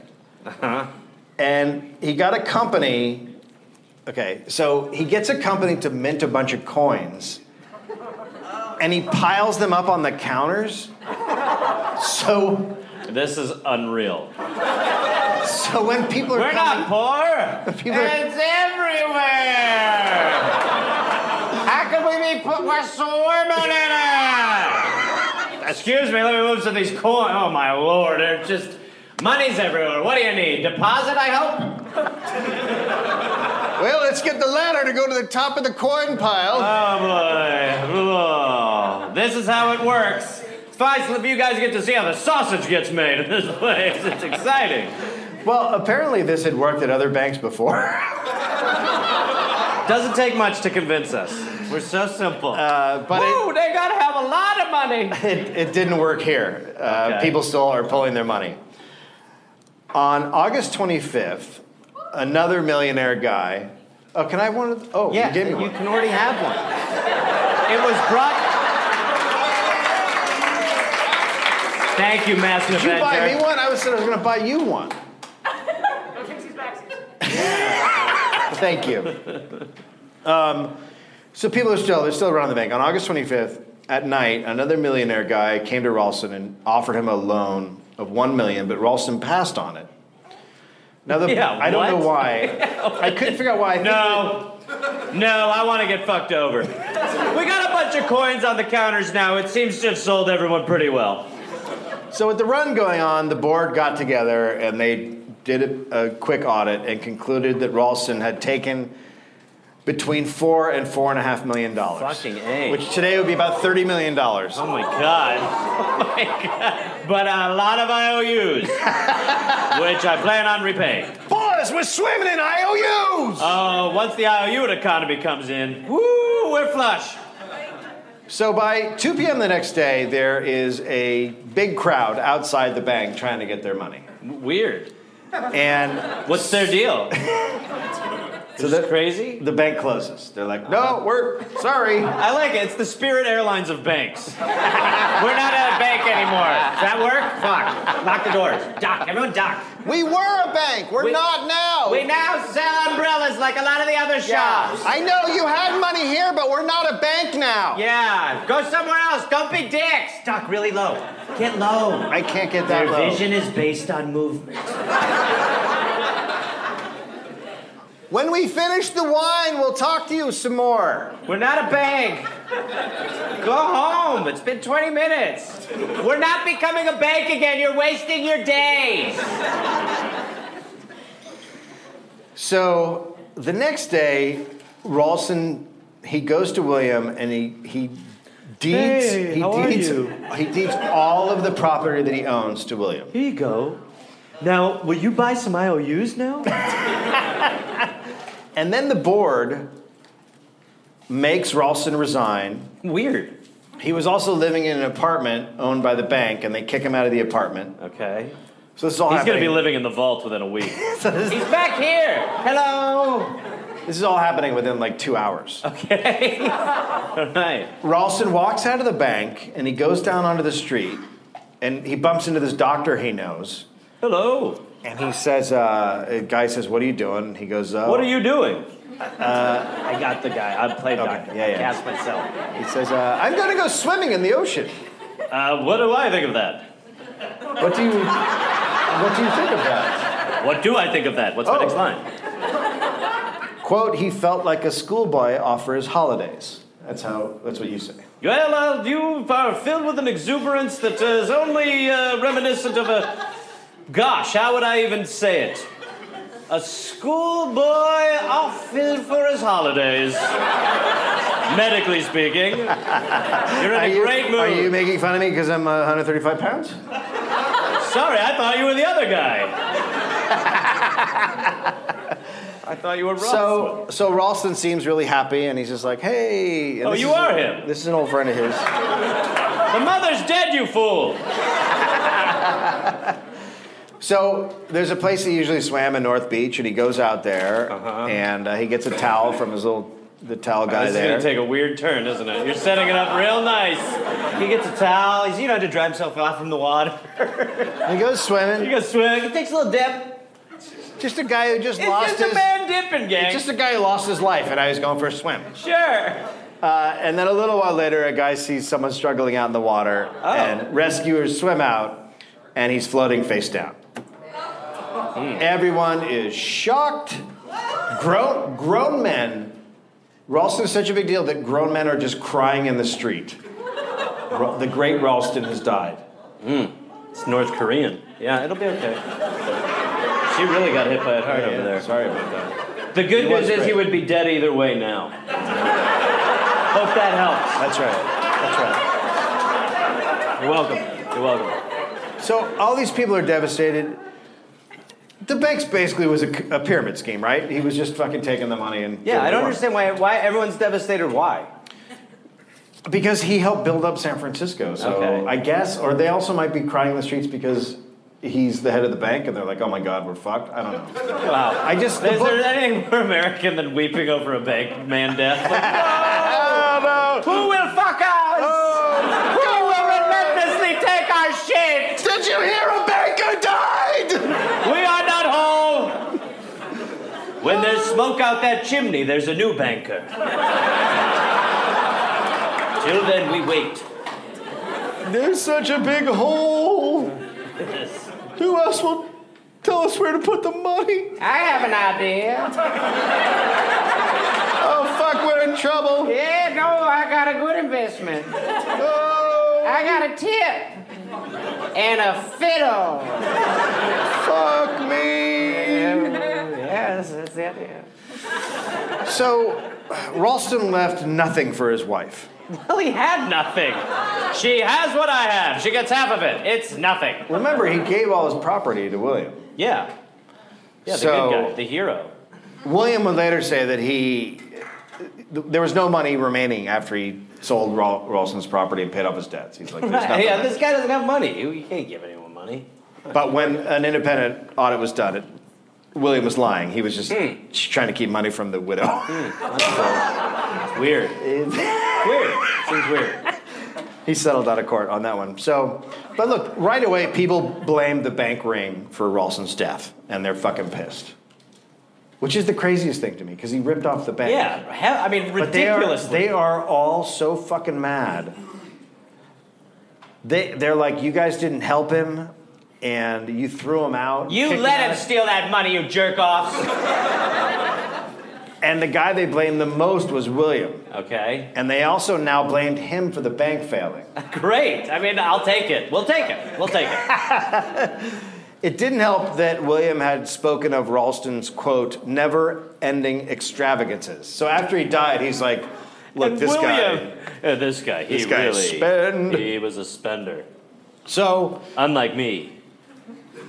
Speaker 2: Uh-huh.
Speaker 1: And he got a company. Okay, so he gets a company to mint a bunch of coins. And he piles them up on the counters. So,
Speaker 2: This is unreal.
Speaker 1: so when people are
Speaker 2: We're not
Speaker 1: coming,
Speaker 2: poor.
Speaker 1: People are-
Speaker 2: It's everywhere. How can we be poor? We're swimming in it. Excuse me. Let me move some of these coins. Oh my lord! They're just money's everywhere. What do you need? Deposit? I hope.
Speaker 1: well, let's get the ladder to go to the top of the coin pile.
Speaker 2: Oh boy. Oh, this is how it works. It's fine if you guys get to see how the sausage gets made in this place. It's exciting.
Speaker 1: Well, apparently this had worked at other banks before.
Speaker 2: Doesn't take much to convince us. We're so simple.
Speaker 1: Uh, but it,
Speaker 2: Ooh, they gotta have a lot of money.
Speaker 1: it, it didn't work here. Uh,
Speaker 2: Okay.
Speaker 1: People still are pulling their money. On August 25th, another millionaire guy. Oh, can I have one? Of th- oh, you gave me one.
Speaker 2: can already have one. It was brought. Thank you, Master
Speaker 1: Did you buy me one? I was said I was going to buy you one. Thank you. Um, so people are still they're still around the bank. On August 25th at night, another millionaire guy came to Ralston and offered him a loan of one million, but Ralston passed on it. Now the
Speaker 2: Yeah,
Speaker 1: I don't
Speaker 2: what?
Speaker 1: know why. I couldn't figure out why. I think
Speaker 2: No, no, I want to get fucked over. We got a bunch of coins on the counters now. It seems to have sold everyone pretty well.
Speaker 1: So with the run going on, the board got together and they did a, a quick audit and concluded that Ralston had taken between four and four and a half million dollars.
Speaker 2: Fucking A.
Speaker 1: Which today would be about thirty million dollars.
Speaker 2: Oh my god. Oh my god. But a lot of IOUs, which I plan on repaying.
Speaker 1: Boys, we're swimming in IOUs.
Speaker 2: Oh, once the IOU economy comes in, woo, we're flush.
Speaker 1: So by 2 p.m. the next day, there is a big crowd outside the bank trying to get their money.
Speaker 2: Weird.
Speaker 1: And
Speaker 2: What's their deal?
Speaker 1: So
Speaker 4: Is this
Speaker 1: that-
Speaker 4: crazy?
Speaker 1: The bank closes. They're like, no, we're sorry.
Speaker 4: I like it. It's the Spirit Airlines of banks. We're not at a bank anymore. Does that work? Fuck. Lock the doors. Dock. Everyone dock.
Speaker 1: We were a bank. We're
Speaker 4: We-
Speaker 1: not now.
Speaker 4: We now sell umbrellas like a lot of the other shops.
Speaker 1: I know you had money here, but we're not a bank now.
Speaker 4: Yeah. Go somewhere else. Don't be dicks. Dock really low. Get low.
Speaker 1: I can't get that
Speaker 4: Your
Speaker 1: low.
Speaker 4: vision is based on movement.
Speaker 1: When we finish the wine, we'll talk to you some more.
Speaker 4: We're not a bank. Go home. It's been 20 minutes. We're not becoming a bank again. You're wasting your days.
Speaker 1: So the next day, Rawson he goes to William and he he deeds
Speaker 4: Hey,
Speaker 1: he
Speaker 4: how are
Speaker 1: deeds
Speaker 4: you?
Speaker 1: he deeds all of the property that he owns to William.
Speaker 4: Here you go. Now, will you buy some IOUs now?
Speaker 1: And then the board makes Ralston resign.
Speaker 4: Weird.
Speaker 1: He was also living in an apartment owned by the bank, and they kick him out of the apartment.
Speaker 4: Okay.
Speaker 1: So this is all
Speaker 2: He's going to
Speaker 1: happening.
Speaker 2: be living in the vault within a week.
Speaker 4: He's back here. Hello.
Speaker 1: this is all happening within like two hours.
Speaker 4: Okay. All right.
Speaker 1: Ralston walks out of the bank, and he goes down onto the street, and he bumps into this doctor he knows,
Speaker 2: Hello.
Speaker 1: and he says, uh, a guy says, "What are you doing?" He goes, uh,
Speaker 2: What are you doing?
Speaker 4: Oh. Uh, I got the guy. I played doctor.
Speaker 1: yeah,
Speaker 4: I
Speaker 1: yeah.
Speaker 4: cast myself.
Speaker 1: He says, uh, "I'm going to go swimming in the ocean."
Speaker 2: Uh, what do I think of that?
Speaker 1: What do you What do you think of that?
Speaker 2: What do I think of that? What's the
Speaker 1: Oh.
Speaker 2: next line?
Speaker 1: Quote, he felt like a schoolboy offers holidays. That's how, that's what you say.
Speaker 2: Well, uh, you are filled with an exuberance that is only uh, reminiscent of a. Gosh, how would I even say it? A schoolboy off filled for his holidays. Medically speaking, you're in a great mood.
Speaker 1: Are you making fun of me because I'm uh, 135 pounds?
Speaker 2: Sorry, I thought you were the other guy. I thought you were Ross.
Speaker 1: So, so Ralston seems really happy and he's just like, hey. and
Speaker 2: Oh,
Speaker 1: this
Speaker 2: you
Speaker 1: is-
Speaker 2: are him.
Speaker 1: This is an old friend of his.
Speaker 2: the mother's dead, you fool.
Speaker 1: So there's a place he usually swam in North Beach and he goes out there and uh, he gets a towel from his little, the towel guy
Speaker 2: Uh-huh. This is
Speaker 1: there.
Speaker 2: gonna take a weird turn, isn't it? You're setting it up real nice.
Speaker 4: He gets a towel. He's, you know, to dry himself off from the water.
Speaker 1: he goes
Speaker 2: You
Speaker 1: swimming.
Speaker 2: gonna
Speaker 4: He
Speaker 2: swim?
Speaker 4: takes a little dip.
Speaker 1: Just a guy who just
Speaker 2: It's
Speaker 1: lost
Speaker 2: just
Speaker 1: his.
Speaker 2: a man dipping gang.
Speaker 1: Just a guy who lost his life and I was going for a swim.
Speaker 2: Sure.
Speaker 1: Uh, and then a little while later, a guy sees someone struggling out in the water,
Speaker 4: Oh.
Speaker 1: and rescuers swim out, and he's floating face down.
Speaker 4: Hmm.
Speaker 1: Everyone is shocked. Grown, grown men. Ralston is such a big deal that grown men are just crying in the street. Ra- the great Ralston has died.
Speaker 2: It's North Korean. Yeah, it'll be okay. She really got hit by it hard over there.
Speaker 1: Sorry about that.
Speaker 2: The good
Speaker 1: was
Speaker 2: news is he
Speaker 1: great.
Speaker 2: would be dead either way now. Hope that helps.
Speaker 1: That's right. That's right.
Speaker 2: You're welcome. You're welcome.
Speaker 1: So all these people are devastated. The banks basically was a, c- a pyramid scheme, right? He was just fucking taking the money and doing
Speaker 4: Yeah, I
Speaker 1: what he
Speaker 4: don't
Speaker 1: wanted.
Speaker 4: understand why why everyone's devastated. Why?
Speaker 1: Because he helped build up San Francisco, so
Speaker 2: Okay.
Speaker 1: I guess, or they also might be crying in the streets because he's the head of the bank, and they're like, "Oh my God, we're fucked." I don't know.
Speaker 2: Wow.
Speaker 1: I just the
Speaker 2: Is there
Speaker 1: book,
Speaker 2: anything more American than weeping over a bank man death? Like,
Speaker 1: oh, no.
Speaker 4: Who will fuck us? Who will relentlessly take our shit?
Speaker 1: Did you hear a banker died?
Speaker 2: we are not home! When there's smoke out that chimney, there's a new banker. Till then, we wait.
Speaker 1: There's such a big hole. Who else will tell us where to put the money?
Speaker 4: I have an idea.
Speaker 1: Oh fuck, we're in trouble.
Speaker 4: Yeah, no, I got a good investment.
Speaker 1: Oh
Speaker 4: I got a tip and a fiddle.
Speaker 1: fuck me.
Speaker 4: Yes, that's it. Yeah.
Speaker 1: So, Ralston left nothing for his wife.
Speaker 2: Well, he had nothing. She has what I have. She gets half of it. It's nothing.
Speaker 1: Remember, he gave all his property to William.
Speaker 2: Yeah. Yeah, the
Speaker 1: So-
Speaker 2: good guy, the hero.
Speaker 1: William would later say that he, there was no money remaining after he sold Rol- Ralston's property and paid off his debts. He's like, there's nothing.
Speaker 2: Yeah, this guy doesn't have money. You you can't give anyone money.
Speaker 1: But when an independent audit was done, it William was lying. He was just
Speaker 2: Hmm.
Speaker 1: trying to keep money from the widow.
Speaker 2: Weird.
Speaker 1: It-
Speaker 2: Weird. Seems weird.
Speaker 1: he settled out of court on that one. So, but look, right away, people blame the bank ring for Ralston's death, and they're fucking pissed. Which is the craziest thing to me, because he ripped off the bank.
Speaker 2: Yeah. Hell, I mean,
Speaker 1: But they are,
Speaker 2: ridiculous.
Speaker 1: they are all so fucking mad. They, they're like, you guys didn't help him, and you threw him out.
Speaker 4: You
Speaker 1: kicked
Speaker 4: let him
Speaker 1: out."
Speaker 4: steal that money, you jerk offs.
Speaker 1: And the guy they blamed the most was William.
Speaker 2: okay.
Speaker 1: And they also now blamed him for the bank failing.
Speaker 2: Great. I mean, I'll take it. We'll take it. We'll take it.
Speaker 1: It didn't help that William had spoken of Ralston's quote, never ending extravagances. So after he died, he's like, look,
Speaker 2: And
Speaker 1: this guy.
Speaker 2: William- Uh, this guy. He
Speaker 1: This guy
Speaker 2: really.
Speaker 1: spend.
Speaker 2: He was a spender.
Speaker 1: So
Speaker 2: Unlike me.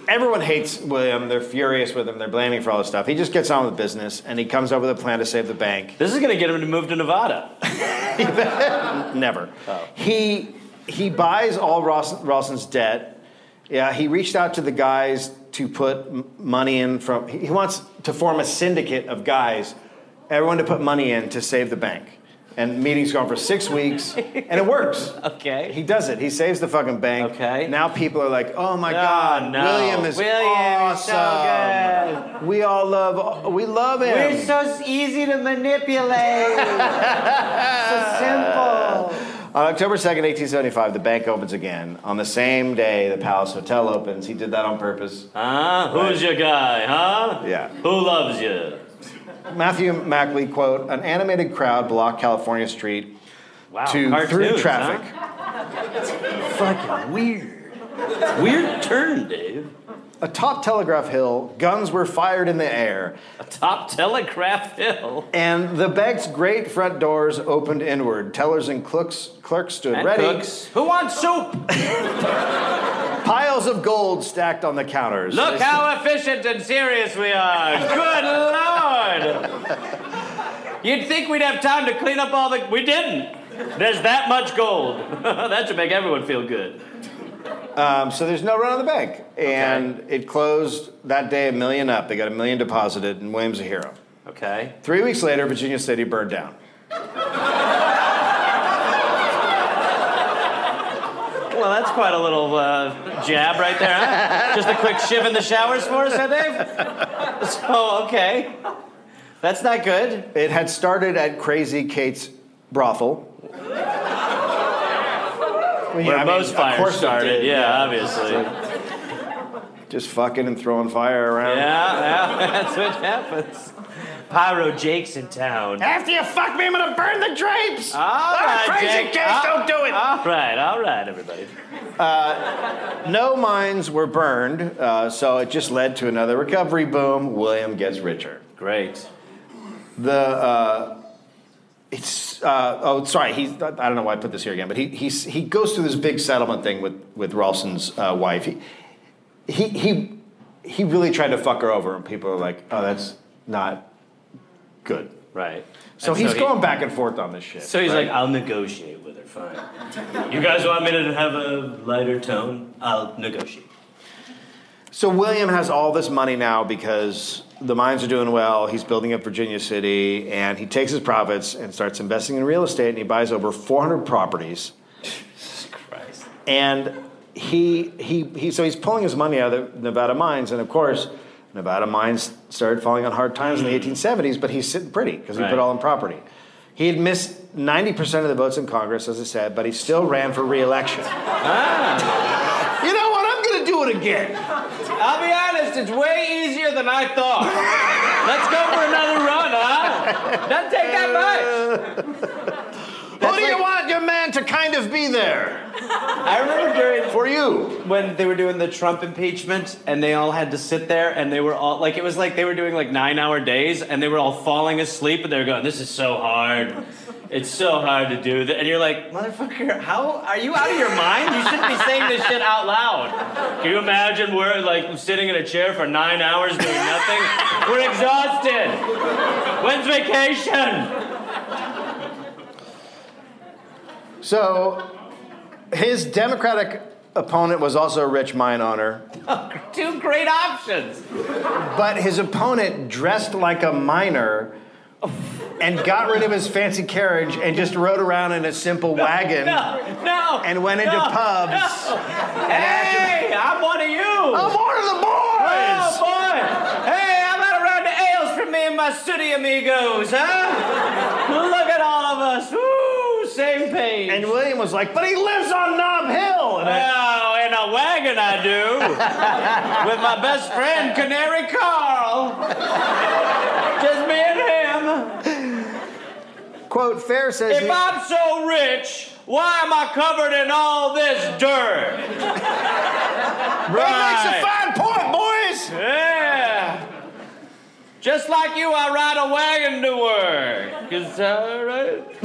Speaker 1: everyone hates William. They're furious with him. They're blaming for all this stuff. He just gets on with business and he comes up with a plan to save the bank.
Speaker 2: This is going to get him to move to Nevada.
Speaker 1: Never. He he buys all Ross, Rawson's debt. Yeah, he reached out to the guys to put m- money in from. He he wants to form a syndicate of guys, everyone to put money in to save the bank. And meetings go on for six weeks, and it works.
Speaker 2: Okay.
Speaker 1: He does it. He saves the fucking bank.
Speaker 2: Okay.
Speaker 1: Now people are like, "Oh my God,
Speaker 2: no.
Speaker 1: William is
Speaker 2: William is so
Speaker 1: awesome. We all love. We love him.
Speaker 4: You're so s- easy to manipulate. so simple.
Speaker 1: On October 2nd, 1875, the bank opens again. On the same day, the Palace Hotel opens. He did that on purpose.
Speaker 2: Huh? Who's your guy, huh?
Speaker 1: Yeah.
Speaker 2: Who loves you?
Speaker 1: Matthew Mackley, quote, an animated crowd blocked California Street
Speaker 2: Wow.
Speaker 1: to through
Speaker 2: Oh, cartoons,
Speaker 1: traffic.
Speaker 2: Fucking weird. Weird turn, Dave.
Speaker 1: Atop Telegraph Hill, guns were fired in the air,
Speaker 2: Atop Telegraph Hill.
Speaker 1: and the bank's great front doors opened inward. Tellers and clerks, clerks stood
Speaker 2: And
Speaker 1: ready.
Speaker 2: cooks. Who wants soup?
Speaker 1: Piles of gold stacked on the counters.
Speaker 2: Look how efficient and serious we are. Good lord. You'd think we'd have time to clean up all the. We didn't. There's that much gold. that should make everyone feel good.
Speaker 1: Um, so there's no run on the bank. And it closed that day a million up. They got a million deposited, and William's a hero.
Speaker 2: Okay.
Speaker 1: Three weeks later, Virginia City burned down.
Speaker 2: Well, that's quite a little uh, jab right there, huh? Just a quick shiv in the showers for us, huh, Dave? So, okay. That's not good.
Speaker 1: It had started at Crazy Kate's brothel. Well, yeah,
Speaker 2: Where
Speaker 1: I mean,
Speaker 2: most
Speaker 1: of
Speaker 2: fires
Speaker 1: course it
Speaker 2: started.
Speaker 1: did.
Speaker 2: Yeah, obviously.
Speaker 1: Just fucking and throwing fire around.
Speaker 2: Yeah, yeah, that's what happens. Pyro Jake's in town.
Speaker 1: After you fuck me, I'm gonna burn the drapes.
Speaker 2: All right,
Speaker 1: crazy
Speaker 2: Jake.
Speaker 1: case,
Speaker 2: Oh,
Speaker 1: don't do it.
Speaker 2: All right, all right, everybody.
Speaker 1: No mines were burned, uh, so it just led to another recovery boom. William gets richer.
Speaker 2: Great.
Speaker 1: the uh, it's uh, oh sorry he's I don't know why I put this here again but he he's, he goes through this big settlement thing with with Ralston's uh, wife he, he he he really tried to fuck her over and people are like oh that's not good
Speaker 2: Right.
Speaker 1: so
Speaker 2: And
Speaker 1: he's
Speaker 2: he-
Speaker 1: going back and forth on this shit
Speaker 2: So he's like, I'll negotiate with her. Fine. You guys want me to have a lighter tone? I'll negotiate.
Speaker 1: so William has all this money now because the mines are doing well he's building up Virginia City and he takes his profits and starts investing in real estate and he buys over 400 properties
Speaker 2: Christ.
Speaker 1: and he, he, he so he's pulling his money out of the Nevada mines, and of course, Nevada mines started falling on hard times in the 1870s, but he's sitting pretty because he
Speaker 2: Right.
Speaker 1: put all in property. He had missed 90% of the votes in Congress, as I said, but he still ran for reelection.
Speaker 2: Ah.
Speaker 1: you know what? I'm going to do it again.
Speaker 2: I'll be honest, it's way easier than I thought. Let's go for another run, huh? Doesn't take that much.
Speaker 1: Who do you want your man to kind of be there
Speaker 2: I remember during
Speaker 1: for you?
Speaker 2: when they were doing the Trump impeachment and they all had to sit there and they were all like it was like they were doing like 9-hour days and they were all falling asleep and they were going this is so hard. It's so hard to do that. And you're like, motherfucker, how are you out of your mind? You shouldn't be saying this shit out loud. Can you imagine we're like sitting in a chair for nine hours doing nothing? We're exhausted. When's vacation?
Speaker 1: So his Democratic opponent was also a rich mine owner,
Speaker 6: Two great options.
Speaker 1: but his opponent dressed like a miner and got rid of his fancy carriage and just rode around in a simple wagon
Speaker 6: No.
Speaker 1: and went into pubs.
Speaker 6: Hey, I'm one of you.
Speaker 1: I'm one of the boys!
Speaker 6: Oh, boy. Hey, I'm out around the ales for me and my studio amigos, huh? Look at all of us. Woo, same page.
Speaker 1: And William was like, but he lives on Knob Hill! And I-
Speaker 6: Oh, in a wagon I do. With my best friend, Canary Carl. Just me and him.
Speaker 1: quote, Fair says,
Speaker 6: If
Speaker 1: he-
Speaker 6: I'm so rich, why am I covered in all this dirt?
Speaker 1: He makes a fine point, boys!
Speaker 6: Yeah. Just like you, I ride a wagon to work. Is that right?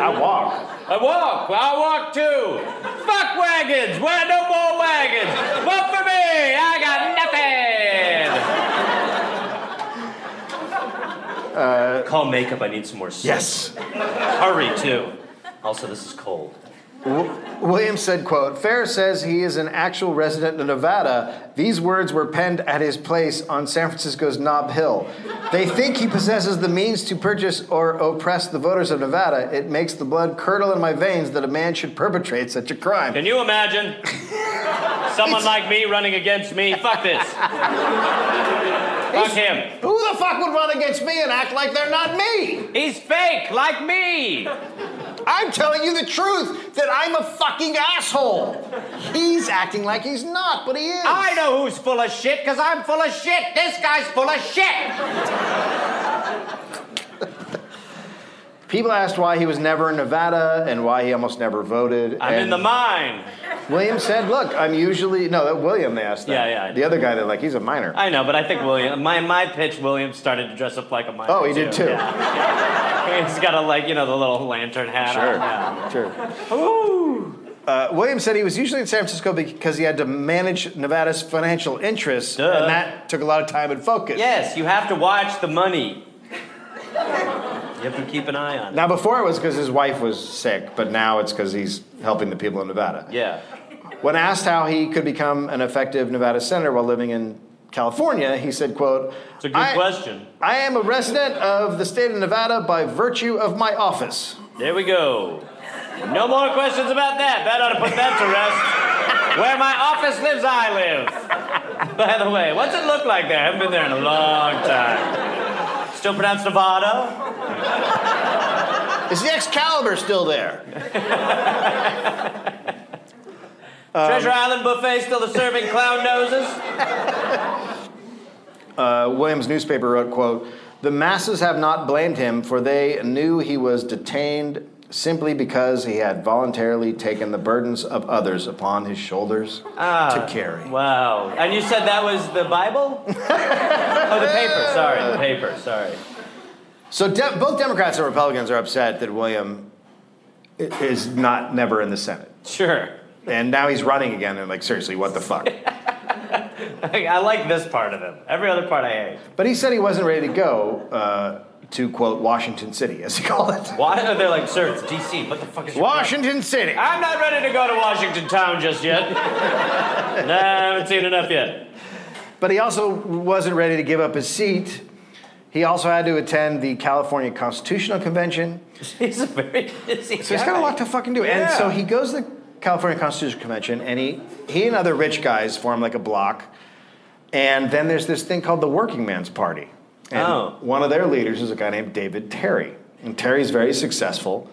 Speaker 1: I walk.
Speaker 6: I walk. I walk too. Fuck wagons. Where no more wagons. Vote for me. I got nothing.
Speaker 2: Call makeup. I need some more. Soap.
Speaker 1: Yes.
Speaker 2: Hurry too. Also, this is cold.
Speaker 1: W- Williams said, quote, Fair says he is an actual resident of Nevada. These words were penned at his place on San Francisco's Nob Hill. They think he possesses the means to purchase or oppress the voters of Nevada. It makes the blood curdle in my veins that a man should perpetrate such a crime.
Speaker 2: Can you imagine? Someone like me running against me. Fuck this. Fuck him.
Speaker 1: Who the fuck would run against me and act like they're not me?
Speaker 6: He's fake, like me.
Speaker 1: I'm telling you the truth that I'm a fucking asshole. He's acting like he's not, but he is.
Speaker 6: I know who's full of shit because I'm full of shit. This guy's full of shit.
Speaker 1: People asked why he was never in Nevada and why he almost never voted.
Speaker 2: I'm in
Speaker 1: and
Speaker 2: the mine.
Speaker 1: William said, "Look, I'm usually no." That William they asked. That.
Speaker 2: Yeah, yeah, I
Speaker 1: The other guy, they're like, he's a minor.
Speaker 2: I know, but I think William. My my pitch. William started to dress up like a miner.
Speaker 1: oh, he did too.
Speaker 2: Yeah. He's got a like you know the little lantern hat.
Speaker 1: Sure,
Speaker 2: On. Yeah.
Speaker 1: sure. Uh, William said he was usually in San Francisco because he had to manage Nevada's financial interests,
Speaker 2: Duh.
Speaker 1: and that took a lot of time and focus.
Speaker 2: Yes, you have to watch the money. You have to keep an eye on it.
Speaker 1: Now, before it was because his wife was sick, but now it's because he's helping the people in Nevada.
Speaker 2: Yeah.
Speaker 1: When asked how he could become an effective Nevada senator while living in California, he said, "Quote:
Speaker 2: It's a good
Speaker 1: I-
Speaker 2: question.
Speaker 1: I am a resident of the state of Nevada by virtue of my office.
Speaker 2: There we go. No more questions about that. That ought to put that to rest. Where my office lives, I live. By the way, what's it look like there? I haven't been there in a long time. Still pronounced Nevada?
Speaker 1: Is the Excalibur still there?
Speaker 2: Treasure Island buffet still the serving clown noses?
Speaker 1: Uh, Williams' newspaper wrote, quote, The masses have not blamed him, for they knew he was detained simply because he had voluntarily taken the burdens of others upon his shoulders to carry.
Speaker 2: Wow. And you said that was the Bible? oh, the paper. Sorry, the paper. Sorry.
Speaker 1: So de- both Democrats and Republicans are upset that William i- is not never in the Senate.
Speaker 2: Sure.
Speaker 1: And now he's running again, and like, seriously, what the fuck?
Speaker 2: I like this part of him. Every other part I hate.
Speaker 1: But he said he wasn't ready to go uh, to quote Washington City, as he called it.
Speaker 2: Why are they like, sir, it's DC. What the fuck is your problem?"
Speaker 1: Washington City.
Speaker 2: I'm not ready to go to Washington town just yet. nah, I haven't seen enough yet.
Speaker 1: But he also wasn't ready to give up his seat. He also had to attend the California Constitutional Convention.
Speaker 2: He's a very busy
Speaker 1: So he's got a lot to fucking do. And
Speaker 2: Yeah.
Speaker 1: so he goes to the California Constitutional Convention and he, he and other rich guys form like a block. And then there's this thing called the Working Man's Party. And
Speaker 2: Oh.
Speaker 1: one of their leaders is a guy named David Terry. And Terry's very successful.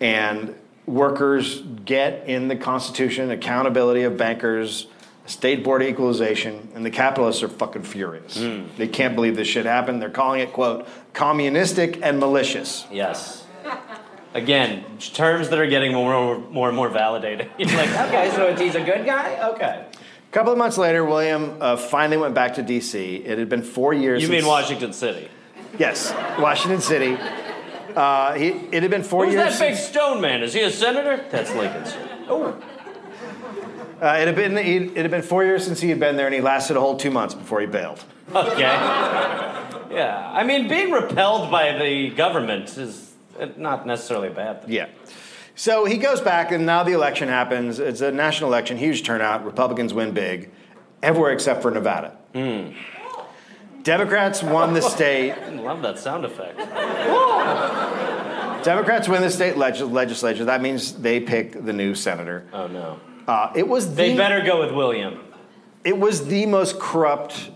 Speaker 1: And workers get in the Constitution accountability of bankers, state board of equalization, and the capitalists are fucking furious. They can't believe this shit happened. They're calling it, quote, communistic and malicious.
Speaker 2: Yes. Again, terms that are getting more, more and more validated. You're like, okay, so it's he's a good guy? Okay.
Speaker 1: couple of months later, William uh, finally went back to D.C. It had been four years.
Speaker 2: You
Speaker 1: since,
Speaker 2: mean Washington City?
Speaker 1: Yes, Washington City. Uh, he, it had been four
Speaker 2: Who's
Speaker 1: years.
Speaker 2: that big stone man? Is he a senator? That's Lincoln. Oh.
Speaker 1: since- uh, it had been it had been four years since he had been there, and he lasted a whole two months before he bailed.
Speaker 2: Okay. Yeah. I mean, being repelled by the government is uh, not necessarily a bad thing.
Speaker 1: Yeah. So he goes back, and now the election happens. It's a national election, huge turnout. Republicans win big, everywhere except for Nevada. Hmm. Democrats won the state.
Speaker 2: I love that sound effect.
Speaker 1: Democrats win the state leg- legislature. That means they pick the new senator.
Speaker 2: Oh no.
Speaker 1: Uh, it was the,
Speaker 2: They better go with William.
Speaker 1: it was the most corrupt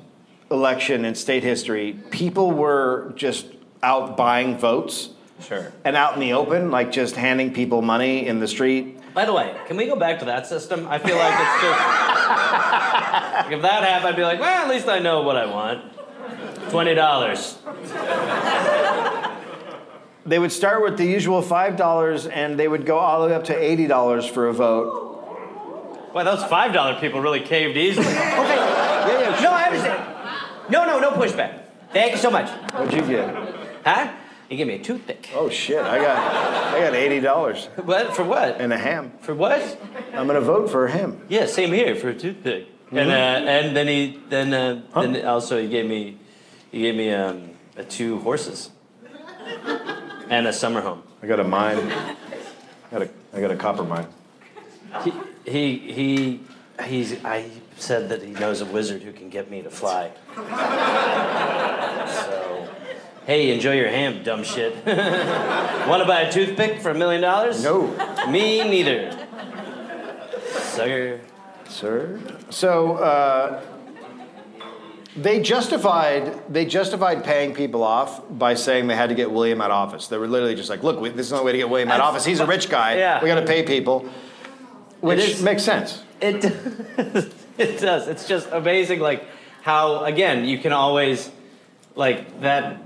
Speaker 1: election in state history. People were just out buying votes
Speaker 2: Sure.
Speaker 1: and out in the open, like just handing people money in the street.
Speaker 2: By the way, can we go back to that system? I feel like it's just. Like, if that happened, I'd be like, well, at least I know what I want. Twenty dollars.
Speaker 1: They would start with the usual five dollars, and they would go all the way up to eighty dollars for a vote.
Speaker 2: Boy, those five dollar people really caved easily.
Speaker 4: Okay.
Speaker 1: Yeah,
Speaker 4: No, I understand. No, no, no pushback. Thank you so much.
Speaker 1: yeah. What'd you get?
Speaker 4: Huh? You give me a toothache.
Speaker 1: Oh shit! I got I got eighty dollars
Speaker 2: What for? What
Speaker 1: and a ham.
Speaker 2: for? What?
Speaker 1: I'm gonna vote for him.
Speaker 2: Yeah, same here for a toothpick. And uh, and then he then uh, then also he gave me he gave me um, uh, two horses and a summer home.
Speaker 1: I got a mine. I got a I got a copper mine.
Speaker 2: He he he he's, I said that he knows a wizard who can get me to fly. so, hey, enjoy your ham, dumb shit. Want to buy a toothpick for a million dollars?
Speaker 1: No,
Speaker 2: Me neither. Sucker.
Speaker 1: sir. So uh, they justified they justified paying people off by saying they had to get William out of office. They were literally just like, look, we, this is the only way to get William out of office. He's a rich guy.
Speaker 2: Yeah.
Speaker 1: We got to pay people, which
Speaker 2: is-
Speaker 1: makes sense.
Speaker 2: It it does. It's just amazing, like how again you can always like that.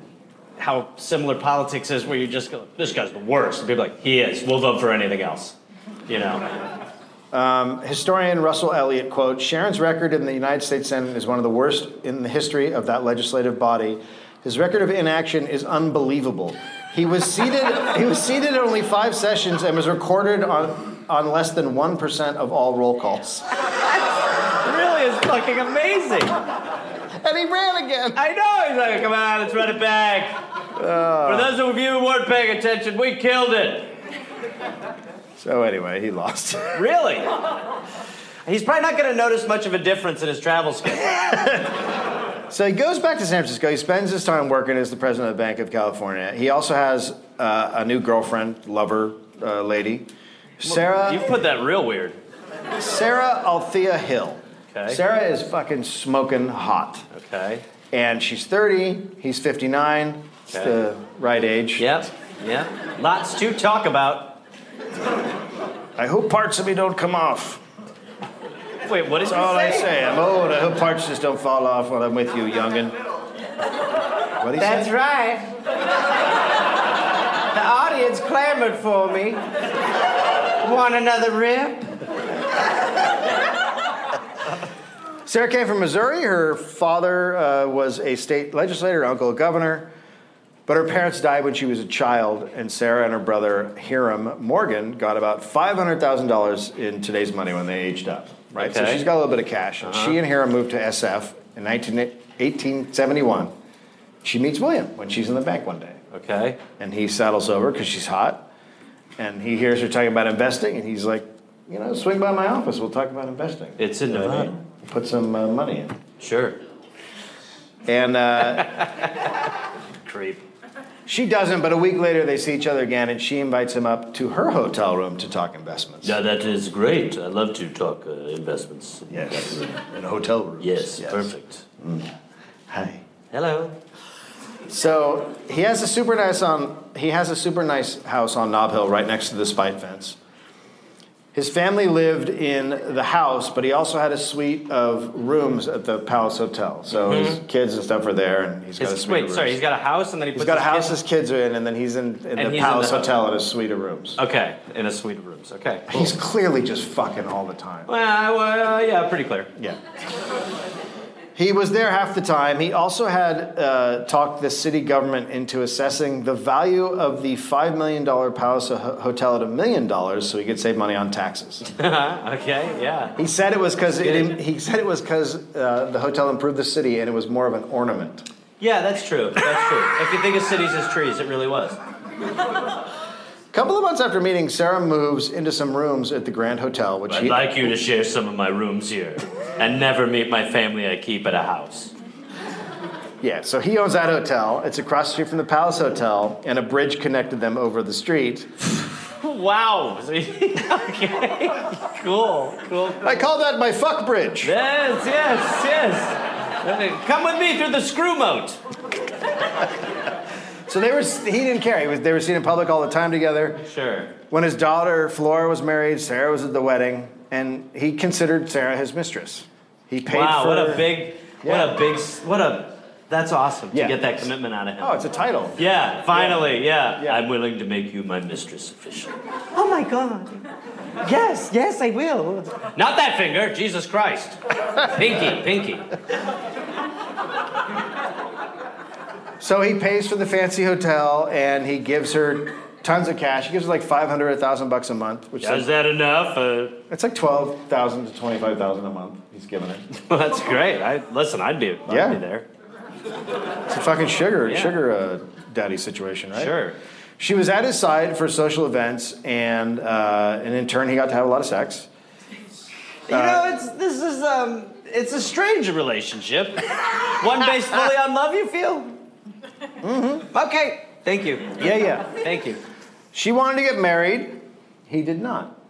Speaker 2: How similar politics is, where you just go, "This guy's the worst," and people are like, "He is. We'll vote for anything else," you know.
Speaker 1: Historian Russell Elliott quote, Sharon's record in the United States Senate is one of the worst in the history of that legislative body. His record of inaction is unbelievable. He was seated he was seated only five sessions and was recorded on on less than 1% of all roll calls.
Speaker 2: It really is fucking amazing.
Speaker 1: And he ran again.
Speaker 2: I know. He's like, "Come on, let's run it back." for those of you who weren't paying attention, we killed it.
Speaker 1: So anyway, he lost.
Speaker 2: Really. He's probably not going to notice much of a difference in his travel schedule.
Speaker 1: So he goes back to San Francisco. He spends his time working as the president of the Bank of California. He also has uh, a new girlfriend, lover, uh, lady, Sarah.
Speaker 2: You put that real weird.
Speaker 1: Sarah Althea Hill.
Speaker 2: Okay.
Speaker 1: Sarah is fucking smoking hot.
Speaker 2: Okay.
Speaker 1: And she's 30, he's 59. It's
Speaker 2: Okay.
Speaker 1: the right age.
Speaker 2: Yep. Yep. Lots to talk about.
Speaker 1: I hope parts of me don't come off.
Speaker 2: Wait, what is
Speaker 1: That's all I say. I'm old. I hope parts just don't fall off when I'm with you, youngin. What he
Speaker 4: That's
Speaker 1: say?
Speaker 4: right. The audience clamored for me. Want another rip?
Speaker 1: Sarah came from Missouri. Her father uh, was a state legislator, uncle a governor. But her parents died when she was a child, and Sarah and her brother Hiram Morgan got about five hundred thousand dollars in today's money when they aged up. Right, so
Speaker 2: Okay.
Speaker 1: she's got a little bit of cash. And She and Hiram moved to SF in 19, 1871. She meets William when she's in the bank one day,
Speaker 2: Okay.
Speaker 1: and he saddles over because she's hot, and he hears her talking about investing, and he's like, you know, swing by my office, we'll talk about investing.
Speaker 2: It's in
Speaker 1: You know what I
Speaker 2: Nevada.
Speaker 1: mean? Put some uh, money in.
Speaker 2: Sure.
Speaker 1: And uh,
Speaker 2: Creep.
Speaker 1: she doesn't, but a week later they see each other again, and she invites him up to her hotel room to talk investments.
Speaker 2: Yeah, that is great. I love to talk uh, investments.
Speaker 1: Yes. In a hotel room.
Speaker 2: Yes, perfect.
Speaker 1: Hi.
Speaker 2: Hello.
Speaker 1: So he has a super nice on he has a super nice house on Nob Hill right next to the spite fence. His family lived in the house, but he also had a suite of rooms at the Palace Hotel. So his kids and stuff are there, and he's got a
Speaker 2: Mm-hmm. His,
Speaker 1: suite.
Speaker 2: wait,
Speaker 1: of rooms.
Speaker 2: sorry. He's got a house and then he
Speaker 1: he's
Speaker 2: puts
Speaker 1: got a
Speaker 2: his
Speaker 1: house
Speaker 2: kid-
Speaker 1: his kids are in, and then he's in, in
Speaker 2: he's in
Speaker 1: the
Speaker 2: the Oh.
Speaker 1: Palace
Speaker 2: house.
Speaker 1: Hotel in a suite of rooms.
Speaker 2: Okay, in a suite of rooms. Okay. cool.
Speaker 1: He's clearly just fucking all the time.
Speaker 2: Well, well, yeah, pretty clear.
Speaker 1: Yeah. He was there half the time. He also had uh, talked the city government into assessing the value of the $5 million Palace Ho- Hotel at a million dollars so he could save money on taxes.
Speaker 2: okay, yeah.
Speaker 1: he said it was because he said it was because uh, the hotel improved the city and it was more of an ornament.
Speaker 2: Yeah, that's true. That's true. if you think of cities as trees, it really was.
Speaker 1: Couple of months after meeting, Sarah moves into some rooms at the Grand Hotel, which
Speaker 2: I'd
Speaker 1: he,
Speaker 2: like you to share some of my rooms here and never meet my family I keep at a house.
Speaker 1: yeah, so he owns that hotel. It's across the street from the Palace Hotel, and a bridge connected them over the street.
Speaker 2: Wow. okay. Cool. Cool.
Speaker 1: I call that my fuck bridge.
Speaker 2: Yes, yes, yes. Okay, Come with me through the screw moat.
Speaker 1: So they were. He didn't care. He was, they were seen in public all the time together.
Speaker 2: Sure.
Speaker 1: When his daughter Flora was married, Sarah was at the wedding, and he considered Sarah his mistress. He paid
Speaker 2: Wow,
Speaker 1: for.
Speaker 2: what a big,
Speaker 1: Yeah.
Speaker 2: what a big, s- what a, that's awesome
Speaker 1: Yeah.
Speaker 2: to get that commitment out of him.
Speaker 1: Oh, it's a title.
Speaker 2: yeah, finally, yeah.
Speaker 1: Yeah.
Speaker 2: I'm willing to make you my mistress official.
Speaker 4: Oh my God. Yes, yes, I will.
Speaker 2: Not that finger, Jesus Christ. Pinky, pinky.
Speaker 1: So he pays for the fancy hotel, and he gives her tons of cash. He gives her like five hundred, a thousand bucks a month, which
Speaker 2: Is
Speaker 1: is
Speaker 2: that enough? Uh,
Speaker 1: it's like twelve thousand to twenty-five thousand a month. He's giving her.
Speaker 2: well, that's great. I listen. I'd be, I'd
Speaker 1: Yeah.
Speaker 2: be there.
Speaker 1: It's a fucking sugar,
Speaker 2: Yeah.
Speaker 1: sugar uh, daddy situation, right?
Speaker 2: Sure.
Speaker 1: She was at his side for social events, and uh, and in turn, he got to have a lot of sex.
Speaker 2: You know, it's this is um, it's a strange relationship. One based fully on love. You feel? Mm-hmm. Okay. Thank you.
Speaker 1: Yeah, yeah.
Speaker 2: Thank you.
Speaker 1: She wanted to get married. He did not.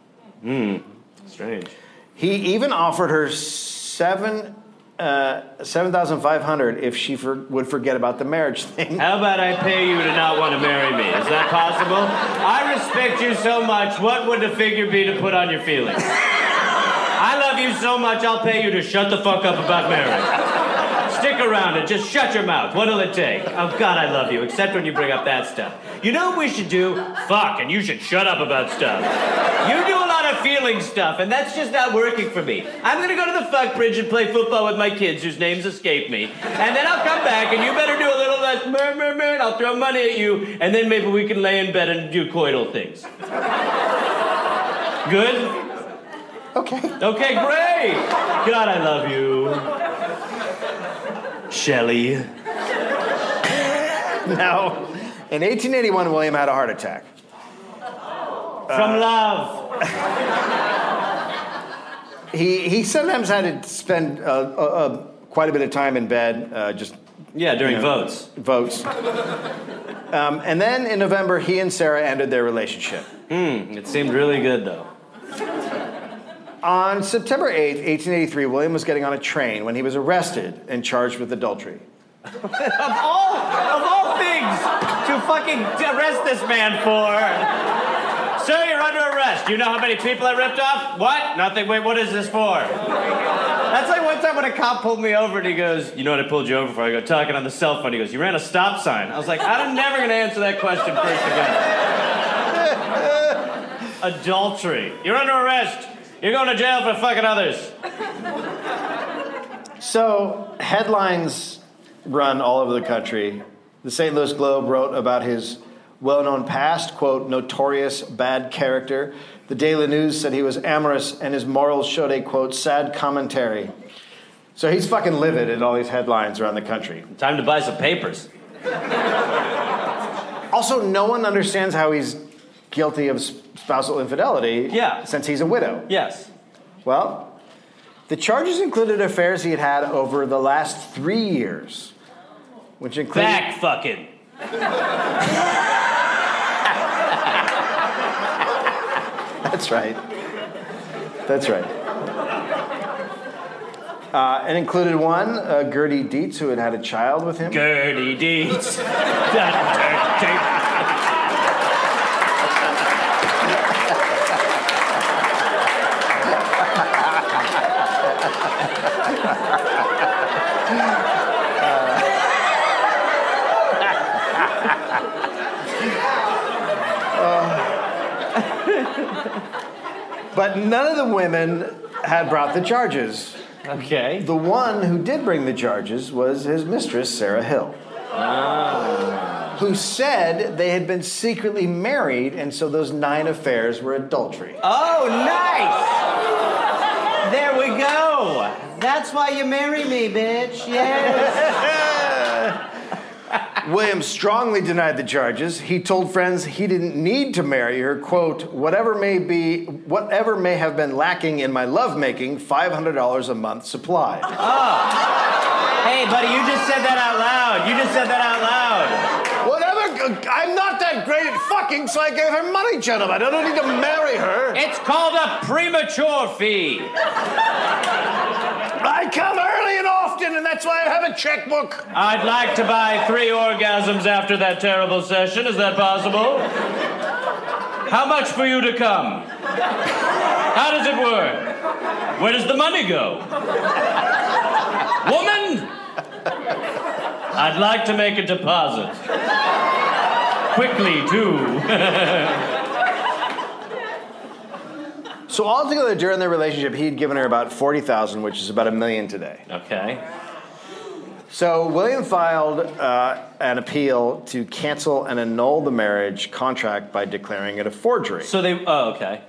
Speaker 2: Strange.
Speaker 1: He even offered her seven. Uh, 7,500 if she for, would forget about the marriage thing.
Speaker 2: How about I pay you to not want to marry me? Is that possible? I respect you so much. What would the figure be to put on your feelings? I love you so much, I'll pay you to shut the fuck up about marriage. Stick around and just shut your mouth. What'll it take? Oh, God, I love you, except when you bring up that stuff. You know what we should do? Fuck, and you should shut up about stuff. You do a lot of feeling stuff, and that's just not working for me. I'm gonna go to the fuck bridge and play football with my kids whose names escape me. And then I'll come back, and you better do a little less mer mer mer, and I'll throw money at you, and then maybe we can lay in bed and do coital things. Good?
Speaker 1: Okay.
Speaker 2: Okay, great. God, I love you. Shelly.
Speaker 1: Now, in 1881, William had a heart attack.
Speaker 2: From love.
Speaker 1: He, he sometimes had to spend uh, uh, uh, quite a bit of time in bed, uh, just
Speaker 2: Yeah, during
Speaker 1: you know,
Speaker 2: votes.
Speaker 1: Votes. Um, and then in November, he and Sarah ended their relationship.
Speaker 2: It seemed really good, though.
Speaker 1: On September 8th, 1883, William was getting on a train when he was arrested and charged with adultery.
Speaker 2: Of all, of all things to fucking arrest this man for. Sir, you're under arrest. You know how many people I ripped off? What? Nothing. Wait, what is this for? That's like one time when a cop pulled me over and he goes, You know what I pulled you over for? I go, Talking on the cell phone. He goes, You ran a stop sign. I was like, I'm never going to answer that question first again. Adultery. You're under arrest. You're going to jail for fucking others.
Speaker 1: So, headlines run all over the country. The St. Louis Globe wrote about his well known past, quote, notorious bad character. The Daily News said he was amorous and his morals showed a, quote, sad commentary. So he's fucking livid at all these headlines around the country.
Speaker 2: Time to buy some papers.
Speaker 1: Also, no one understands how he's guilty of sp- spousal infidelity
Speaker 2: Yeah.
Speaker 1: since he's a widow.
Speaker 2: Yes.
Speaker 1: Well, the charges included affairs he had had over the last three years, which included.
Speaker 2: Back fucking.
Speaker 1: That's right. That's right. Uh, and included one, uh, Gertie Dietz, who had had a child with him.
Speaker 2: Gertie Deeds. Dun, dun, dun.
Speaker 1: But none of the women had brought the charges.
Speaker 2: Okay.
Speaker 1: The one who did bring the charges was his mistress, Sarah Hill. Who said they had been secretly married, and so those nine affairs were adultery.
Speaker 4: Oh, nice. There we go. That's why you marry me, bitch. Yes.
Speaker 1: Williams strongly denied the charges. He told friends he didn't need to marry her. "Quote: Whatever may be, whatever may have been lacking in my lovemaking, five hundred dollars a month supply."
Speaker 2: Hey, buddy, you just said that out loud. You just said that out loud.
Speaker 1: whatever. I'm not that great at fucking, so I gave her money, gentlemen. I don't need to marry her.
Speaker 2: It's called a premature fee.
Speaker 1: I come early and often, and that's why I have a checkbook.
Speaker 2: I'd like to buy three orgasms after that terrible session. Is that possible? How much for you to come? How does it work? Where does the money go? Woman! I'd like to make a deposit. Quickly, too.
Speaker 1: So altogether, during their relationship, he had given her about forty thousand, which is about a million today.
Speaker 2: Okay.
Speaker 1: So William filed uh, an appeal to cancel and annul the marriage contract by declaring it a forgery.
Speaker 2: So they. Oh, okay.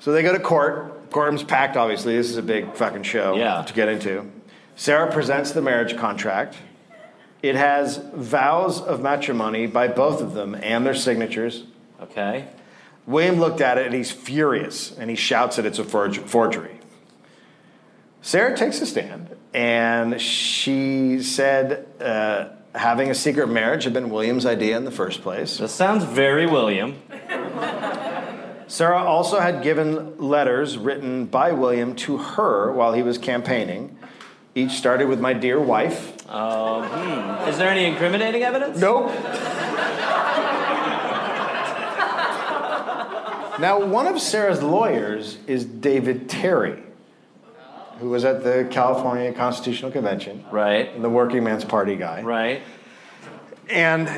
Speaker 1: So they go to court. Courtroom's packed, obviously. This is a big fucking show
Speaker 2: Yeah.
Speaker 1: to get into. Sarah presents the marriage contract. It has vows of matrimony by both of them and their signatures.
Speaker 2: Okay.
Speaker 1: William looked at it and he's furious and he shouts that it's a forg- forgery. Sarah takes a stand and she said uh, having a secret marriage had been William's idea in the first place.
Speaker 2: This sounds very William.
Speaker 1: Sarah also had given letters written by William to her while he was campaigning. Each started with my dear wife.
Speaker 2: Is there any incriminating evidence?
Speaker 1: Nope. now, one of Sarah's lawyers is David Terry, who was at the California Constitutional Convention,
Speaker 2: Right.
Speaker 1: the working man's party guy.
Speaker 2: Right.
Speaker 1: And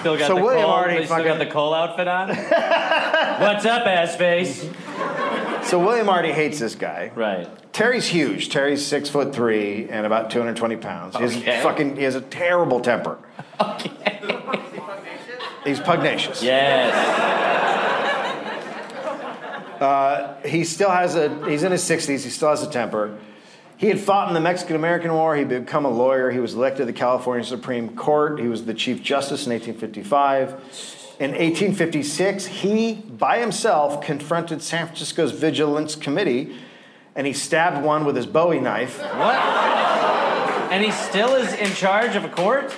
Speaker 2: Still got
Speaker 1: so
Speaker 2: the
Speaker 1: William
Speaker 2: Cole,
Speaker 1: already
Speaker 2: they still got
Speaker 1: fucking,
Speaker 2: the Cole outfit on. What's up, ass face?
Speaker 1: so William already hates this guy.
Speaker 2: Right.
Speaker 1: Terry's huge. Terry's six foot three and about 220 pounds. He's
Speaker 2: Okay.
Speaker 1: fucking. He has a terrible temper. He's pugnacious.
Speaker 2: Yes.
Speaker 1: He still has a. He's in his 60s. He still has a temper. He had fought in the Mexican American War. He'd become a lawyer. He was elected to the California Supreme Court. He was the Chief Justice in 1855. In 1856, he by himself confronted San Francisco's Vigilance Committee and he stabbed one with his bowie knife.
Speaker 2: What? And he still is in charge of a court?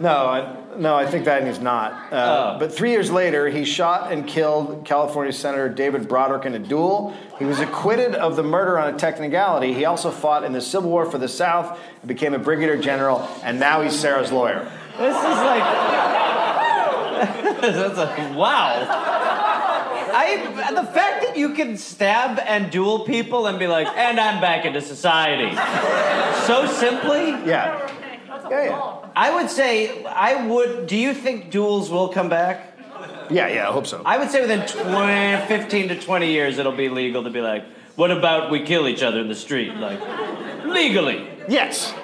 Speaker 1: No, I, no, I think that he's not. Uh, But three years later, he shot and killed California Senator David Broderick in a duel. He was acquitted of the murder on a technicality. He also fought in the Civil War for the South and became a brigadier general, and now he's Sarah's lawyer.
Speaker 2: This is like. That's a, wow. I, the fact that you can stab and duel people and be like, and I'm back into society. So simply,
Speaker 1: Yeah. Yeah,
Speaker 2: I would say, I would. Do you think duels will come back?
Speaker 1: yeah. Yeah, yeah, I hope so.
Speaker 2: I would say within 20, 15 to 20 years, it'll be legal to be like, what about we kill each other in the street? Like, legally.
Speaker 1: Yes.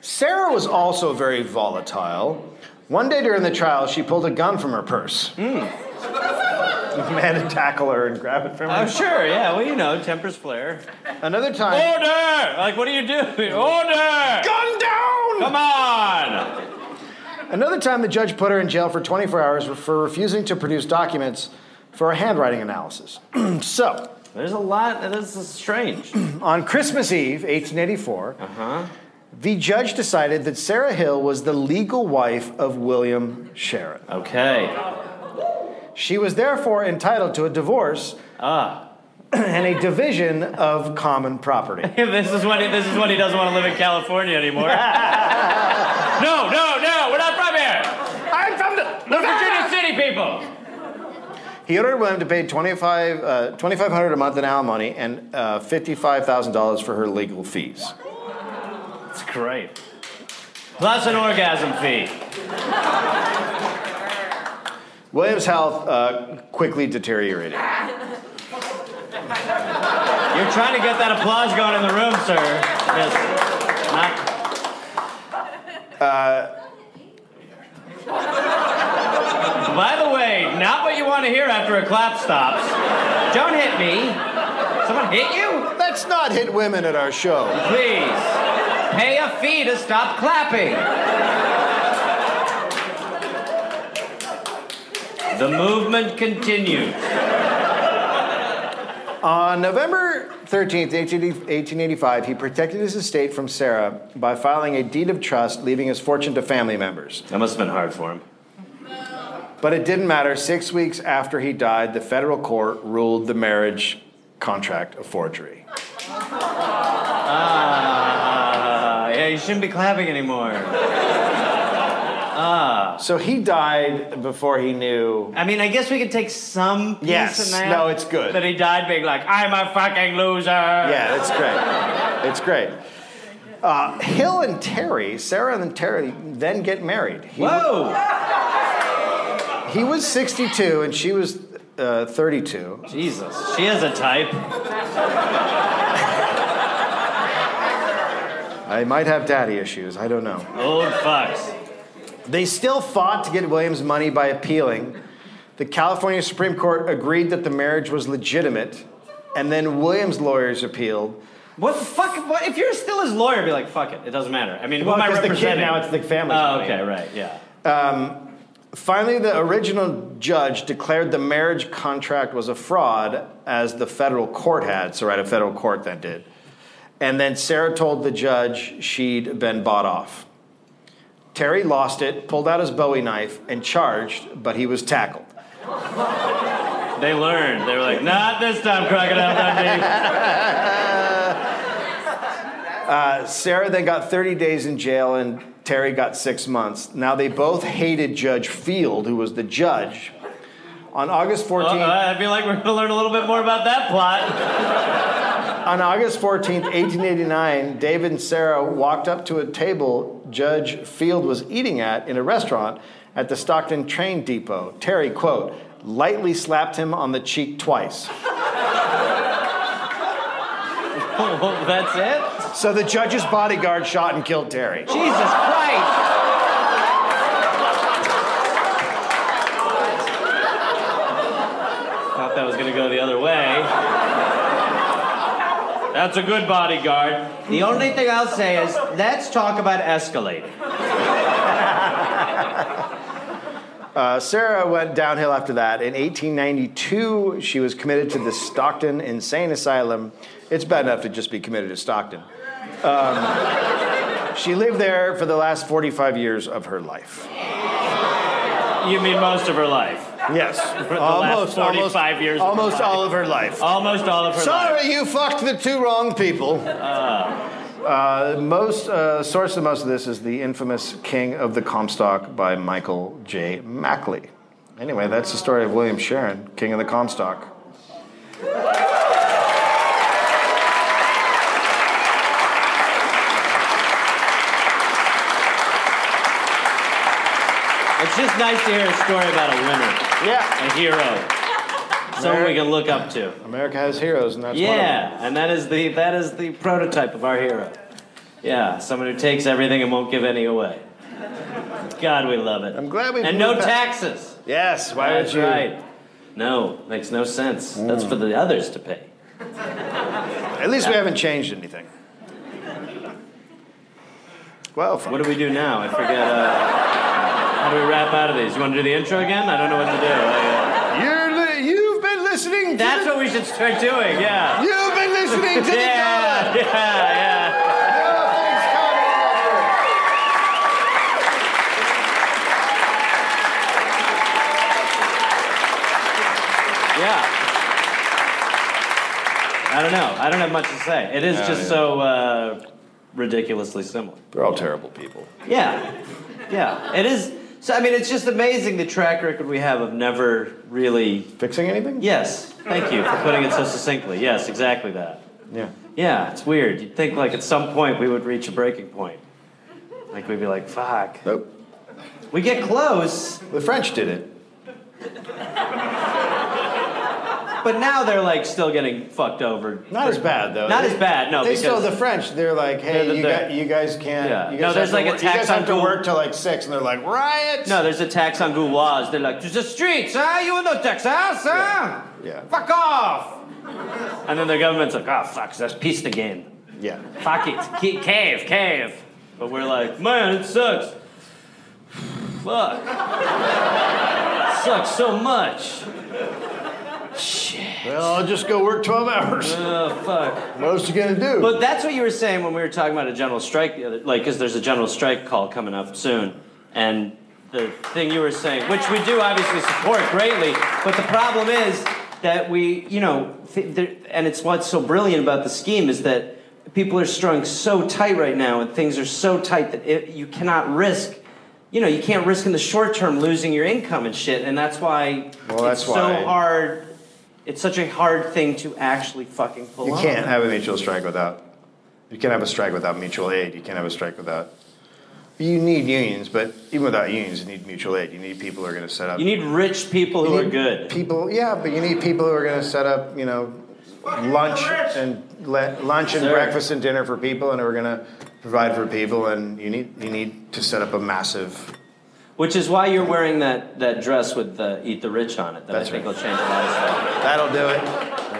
Speaker 1: Sarah was also very volatile. One day during the trial, she pulled a gun from her purse. Man had to tackle her and grab it from
Speaker 2: Oh,
Speaker 1: her.
Speaker 2: sure, yeah, well, you know, tempers flare.
Speaker 1: Another time.
Speaker 2: Order! Like, what are you doing? Order!
Speaker 1: Gun down!
Speaker 2: Come on!
Speaker 1: Another time, the judge put her in jail for 24 hours for refusing to produce documents for a handwriting analysis. so,
Speaker 2: There's a lot, this is strange.
Speaker 1: on Christmas Eve, 1884, the judge decided that Sarah Hill was the legal wife of William Sharon.
Speaker 2: Okay.
Speaker 1: She was therefore entitled to a divorce
Speaker 2: Ah.
Speaker 1: and a division of common property.
Speaker 2: This is when he, this is when he doesn't want to live in California anymore. no, no, no, we're not from here!
Speaker 1: I'm from the
Speaker 2: We're Virginia City people!
Speaker 1: He ordered William to pay 25, uh, 2500 a month in alimony and uh, $55,000 for her legal fees.
Speaker 2: It's great. Plus an orgasm fee.
Speaker 1: William's health uh, quickly deteriorated.
Speaker 2: You're trying to get that applause going in the room, sir. Yes. Not- Uh. By the way, not what you want to hear after a clap stops. Don't hit me. Someone hit you?
Speaker 1: Let's not hit women at our show.
Speaker 2: Please. Pay a fee to stop clapping. The movement continues.
Speaker 1: On November 13th, 1885, he protected his estate from Sarah by filing a deed of trust, leaving his fortune to family members.
Speaker 2: That must have been hard for him.
Speaker 1: But it didn't matter. Six weeks after he died, the federal court ruled the marriage contract a forgery.
Speaker 2: Uh, yeah, you shouldn't be clapping anymore.
Speaker 1: So he died before he knew.
Speaker 2: I mean, I guess we could take some piece
Speaker 1: Yes.
Speaker 2: in that.
Speaker 1: No, it's good.
Speaker 2: That he died being like, I'm a fucking loser.
Speaker 1: Yeah, it's great. It's great. Uh, Hill and Terry, Sarah and Terry, then get married. He,
Speaker 2: Whoa!
Speaker 1: he was 62 and she was uh, 32.
Speaker 2: Jesus. She has a type.
Speaker 1: I might have daddy issues. I don't know.
Speaker 2: Old fucks.
Speaker 1: They still fought to get Williams' money by appealing. The California Supreme Court agreed that the marriage was legitimate, and then Williams' lawyers appealed.
Speaker 2: What the fuck? What, if you're still his lawyer, be like, fuck it. It doesn't matter. I mean, what am I
Speaker 1: Well, 'cause the kid
Speaker 2: representing?
Speaker 1: now, it's the family's
Speaker 2: Oh,
Speaker 1: money.
Speaker 2: okay, right, yeah.
Speaker 1: Finally, the original judge declared the marriage contract was a fraud, as the federal court had. So, right, a federal court then did. And then Sarah told the judge she'd been bought off. Terry lost it, pulled out his Bowie knife, and charged, but he was tackled.
Speaker 2: They learned. They were like, not this time, crocodile Dundee.
Speaker 1: Sarah then got 30 days in jail and Terry got six months. Now they both hated Judge Field, who was the judge. On August 14th,
Speaker 2: Well, I feel like we're gonna learn a little bit more about that plot.
Speaker 1: on August 14th, 1889, David and Sarah walked up to a table Judge Field was eating at in a restaurant at the Stockton train depot. Terry, quote, lightly slapped him on the cheek twice.
Speaker 2: That's it?
Speaker 1: So the judge's bodyguard shot and killed Terry.
Speaker 2: Jesus Christ! Thought that was gonna go the other way. That's a good bodyguard.
Speaker 4: The only thing I'll say is, let's talk about escalating.
Speaker 1: Uh, Sarah went downhill after that. In 1892, she was committed to the Stockton Insane Asylum. It's bad enough to just be committed to Stockton. Um, she lived there for the last 45 years of her life.
Speaker 2: You mean most of her life?
Speaker 1: Yes,
Speaker 2: the last 45 years of her
Speaker 1: almost
Speaker 2: life.
Speaker 1: all of her life.
Speaker 2: Almost all of her life. Ah.
Speaker 1: Sorry, you fucked the two wrong people. Uh, most uh, source of most of this is the infamous King of the Comstock by Michael J. Mackley. Anyway, that's the story of William Sharon, King of the Comstock.
Speaker 2: It's just nice to hear a story about a winner,
Speaker 1: Yeah,
Speaker 2: a hero, someone we can look up to.
Speaker 1: America has heroes, and that's one of them.
Speaker 2: Yeah, and that is the that is the prototype of our hero. Yeah, someone who takes everything and won't give any away. God, we love it.
Speaker 1: I'm glad we
Speaker 2: and no
Speaker 1: moved past-
Speaker 2: taxes.
Speaker 1: Yes, why
Speaker 2: That's
Speaker 1: would you?
Speaker 2: right. No, makes no sense. That's for the others to pay.
Speaker 1: At least we haven't changed anything. Well, fuck.
Speaker 2: What do we do now? I forget. Uh, how do we wrap out of these? You want to do the intro again? I don't know what to do. I, uh,
Speaker 1: You're li- you've been listening. To
Speaker 2: that's what we should start doing. Yeah.
Speaker 1: you've been listening to
Speaker 2: Yeah. Yeah. Yeah.
Speaker 1: the All Things Comedy Network.
Speaker 2: Yeah. I don't know. I don't have much to say. It is just so uh, ridiculously similar.
Speaker 1: They're all terrible people.
Speaker 2: Yeah. Yeah. It is. So, I mean, it's just amazing the track record we have of never really.
Speaker 1: Fixing anything?
Speaker 2: Yes. Thank you for putting it so succinctly. Yes, exactly that.
Speaker 1: Yeah.
Speaker 2: Yeah, it's weird. You'd think, like, at some point we would reach a breaking point. Like, we'd be like, fuck.
Speaker 1: Nope.
Speaker 2: We get close,
Speaker 1: The French did it.
Speaker 2: but now they're, like, still getting fucked over.
Speaker 1: Not as bad though.
Speaker 2: Not
Speaker 1: They-
Speaker 2: as bad, no,
Speaker 1: They still
Speaker 2: because-
Speaker 1: the French. They're like, hey,
Speaker 2: They're the-
Speaker 1: you,
Speaker 2: they're-
Speaker 1: got, you guys can't.
Speaker 2: Yeah.
Speaker 1: You
Speaker 2: No,
Speaker 1: guys
Speaker 2: there's
Speaker 1: have to
Speaker 2: like a
Speaker 1: wor- You guys
Speaker 2: tax
Speaker 1: have
Speaker 2: on
Speaker 1: to
Speaker 2: gold.
Speaker 1: work till like six, and they're like, riot.
Speaker 2: No, there's a tax on gouloirs. They're like, to the streets, huh? You know Texas, huh?
Speaker 1: Yeah.
Speaker 2: Fuck off! And then the government's like, oh, fuck, that's peace again.
Speaker 1: Yeah.
Speaker 2: Fuck it. Ki- Cave, cave. But we're like, man, it sucks. Fuck. sucks so much.
Speaker 1: Well, I'll just go work 12 hours.
Speaker 2: Oh, fuck.
Speaker 1: What else you gonna do?
Speaker 2: But that's what you were saying when we were talking about a general strike the other, like, because there's a general strike call coming up soon, and the thing you were saying, which we do obviously support greatly, but the problem is that we, you know, th- there, and it's what's so brilliant about the scheme is that people are strung so tight right now, and things are so tight that it, you cannot risk. You know, you can't risk in the short term losing your income and shit, and that's why
Speaker 1: Well, that's
Speaker 2: it's so
Speaker 1: why-
Speaker 2: hard. It's such a hard thing to actually fucking pull
Speaker 1: you
Speaker 2: off.
Speaker 1: can't have a mutual strike without. You can't have a strike without mutual aid. You can't have a strike without. You need unions, but even without unions, you need mutual aid. You need people who are gonna set up.
Speaker 2: You need rich people who
Speaker 1: You
Speaker 2: are
Speaker 1: need
Speaker 2: good.
Speaker 1: People, yeah, but you need people who are going to set up, you know, lunch and le- lunch and
Speaker 2: Sir.
Speaker 1: breakfast and dinner for people, and who are going to provide for people. And you need you need to set up a massive.
Speaker 2: Which is why you're wearing that, that dress with the Eat the Rich on it. That
Speaker 1: That's
Speaker 2: I think
Speaker 1: right.
Speaker 2: will change a lot of stuff.
Speaker 1: That'll do it.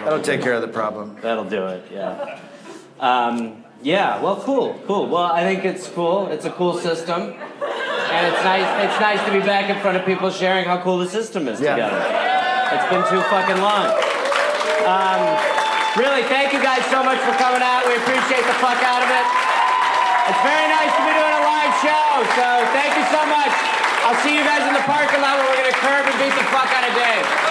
Speaker 1: That'll take care of the problem.
Speaker 2: That'll do it, yeah. Um, yeah, well, cool, cool. Well, I think it's cool. It's a cool system. And it's nice, it's nice to be back in front of people sharing how cool the system is
Speaker 1: Yeah.
Speaker 2: together. It's been too fucking long. Um, really, thank you guys so much for coming out. We appreciate the fuck out of it. It's very nice to be doing a live show, so thank you so much. I'll see you guys in the parking lot where we're gonna curb and beat the fuck out of Dave.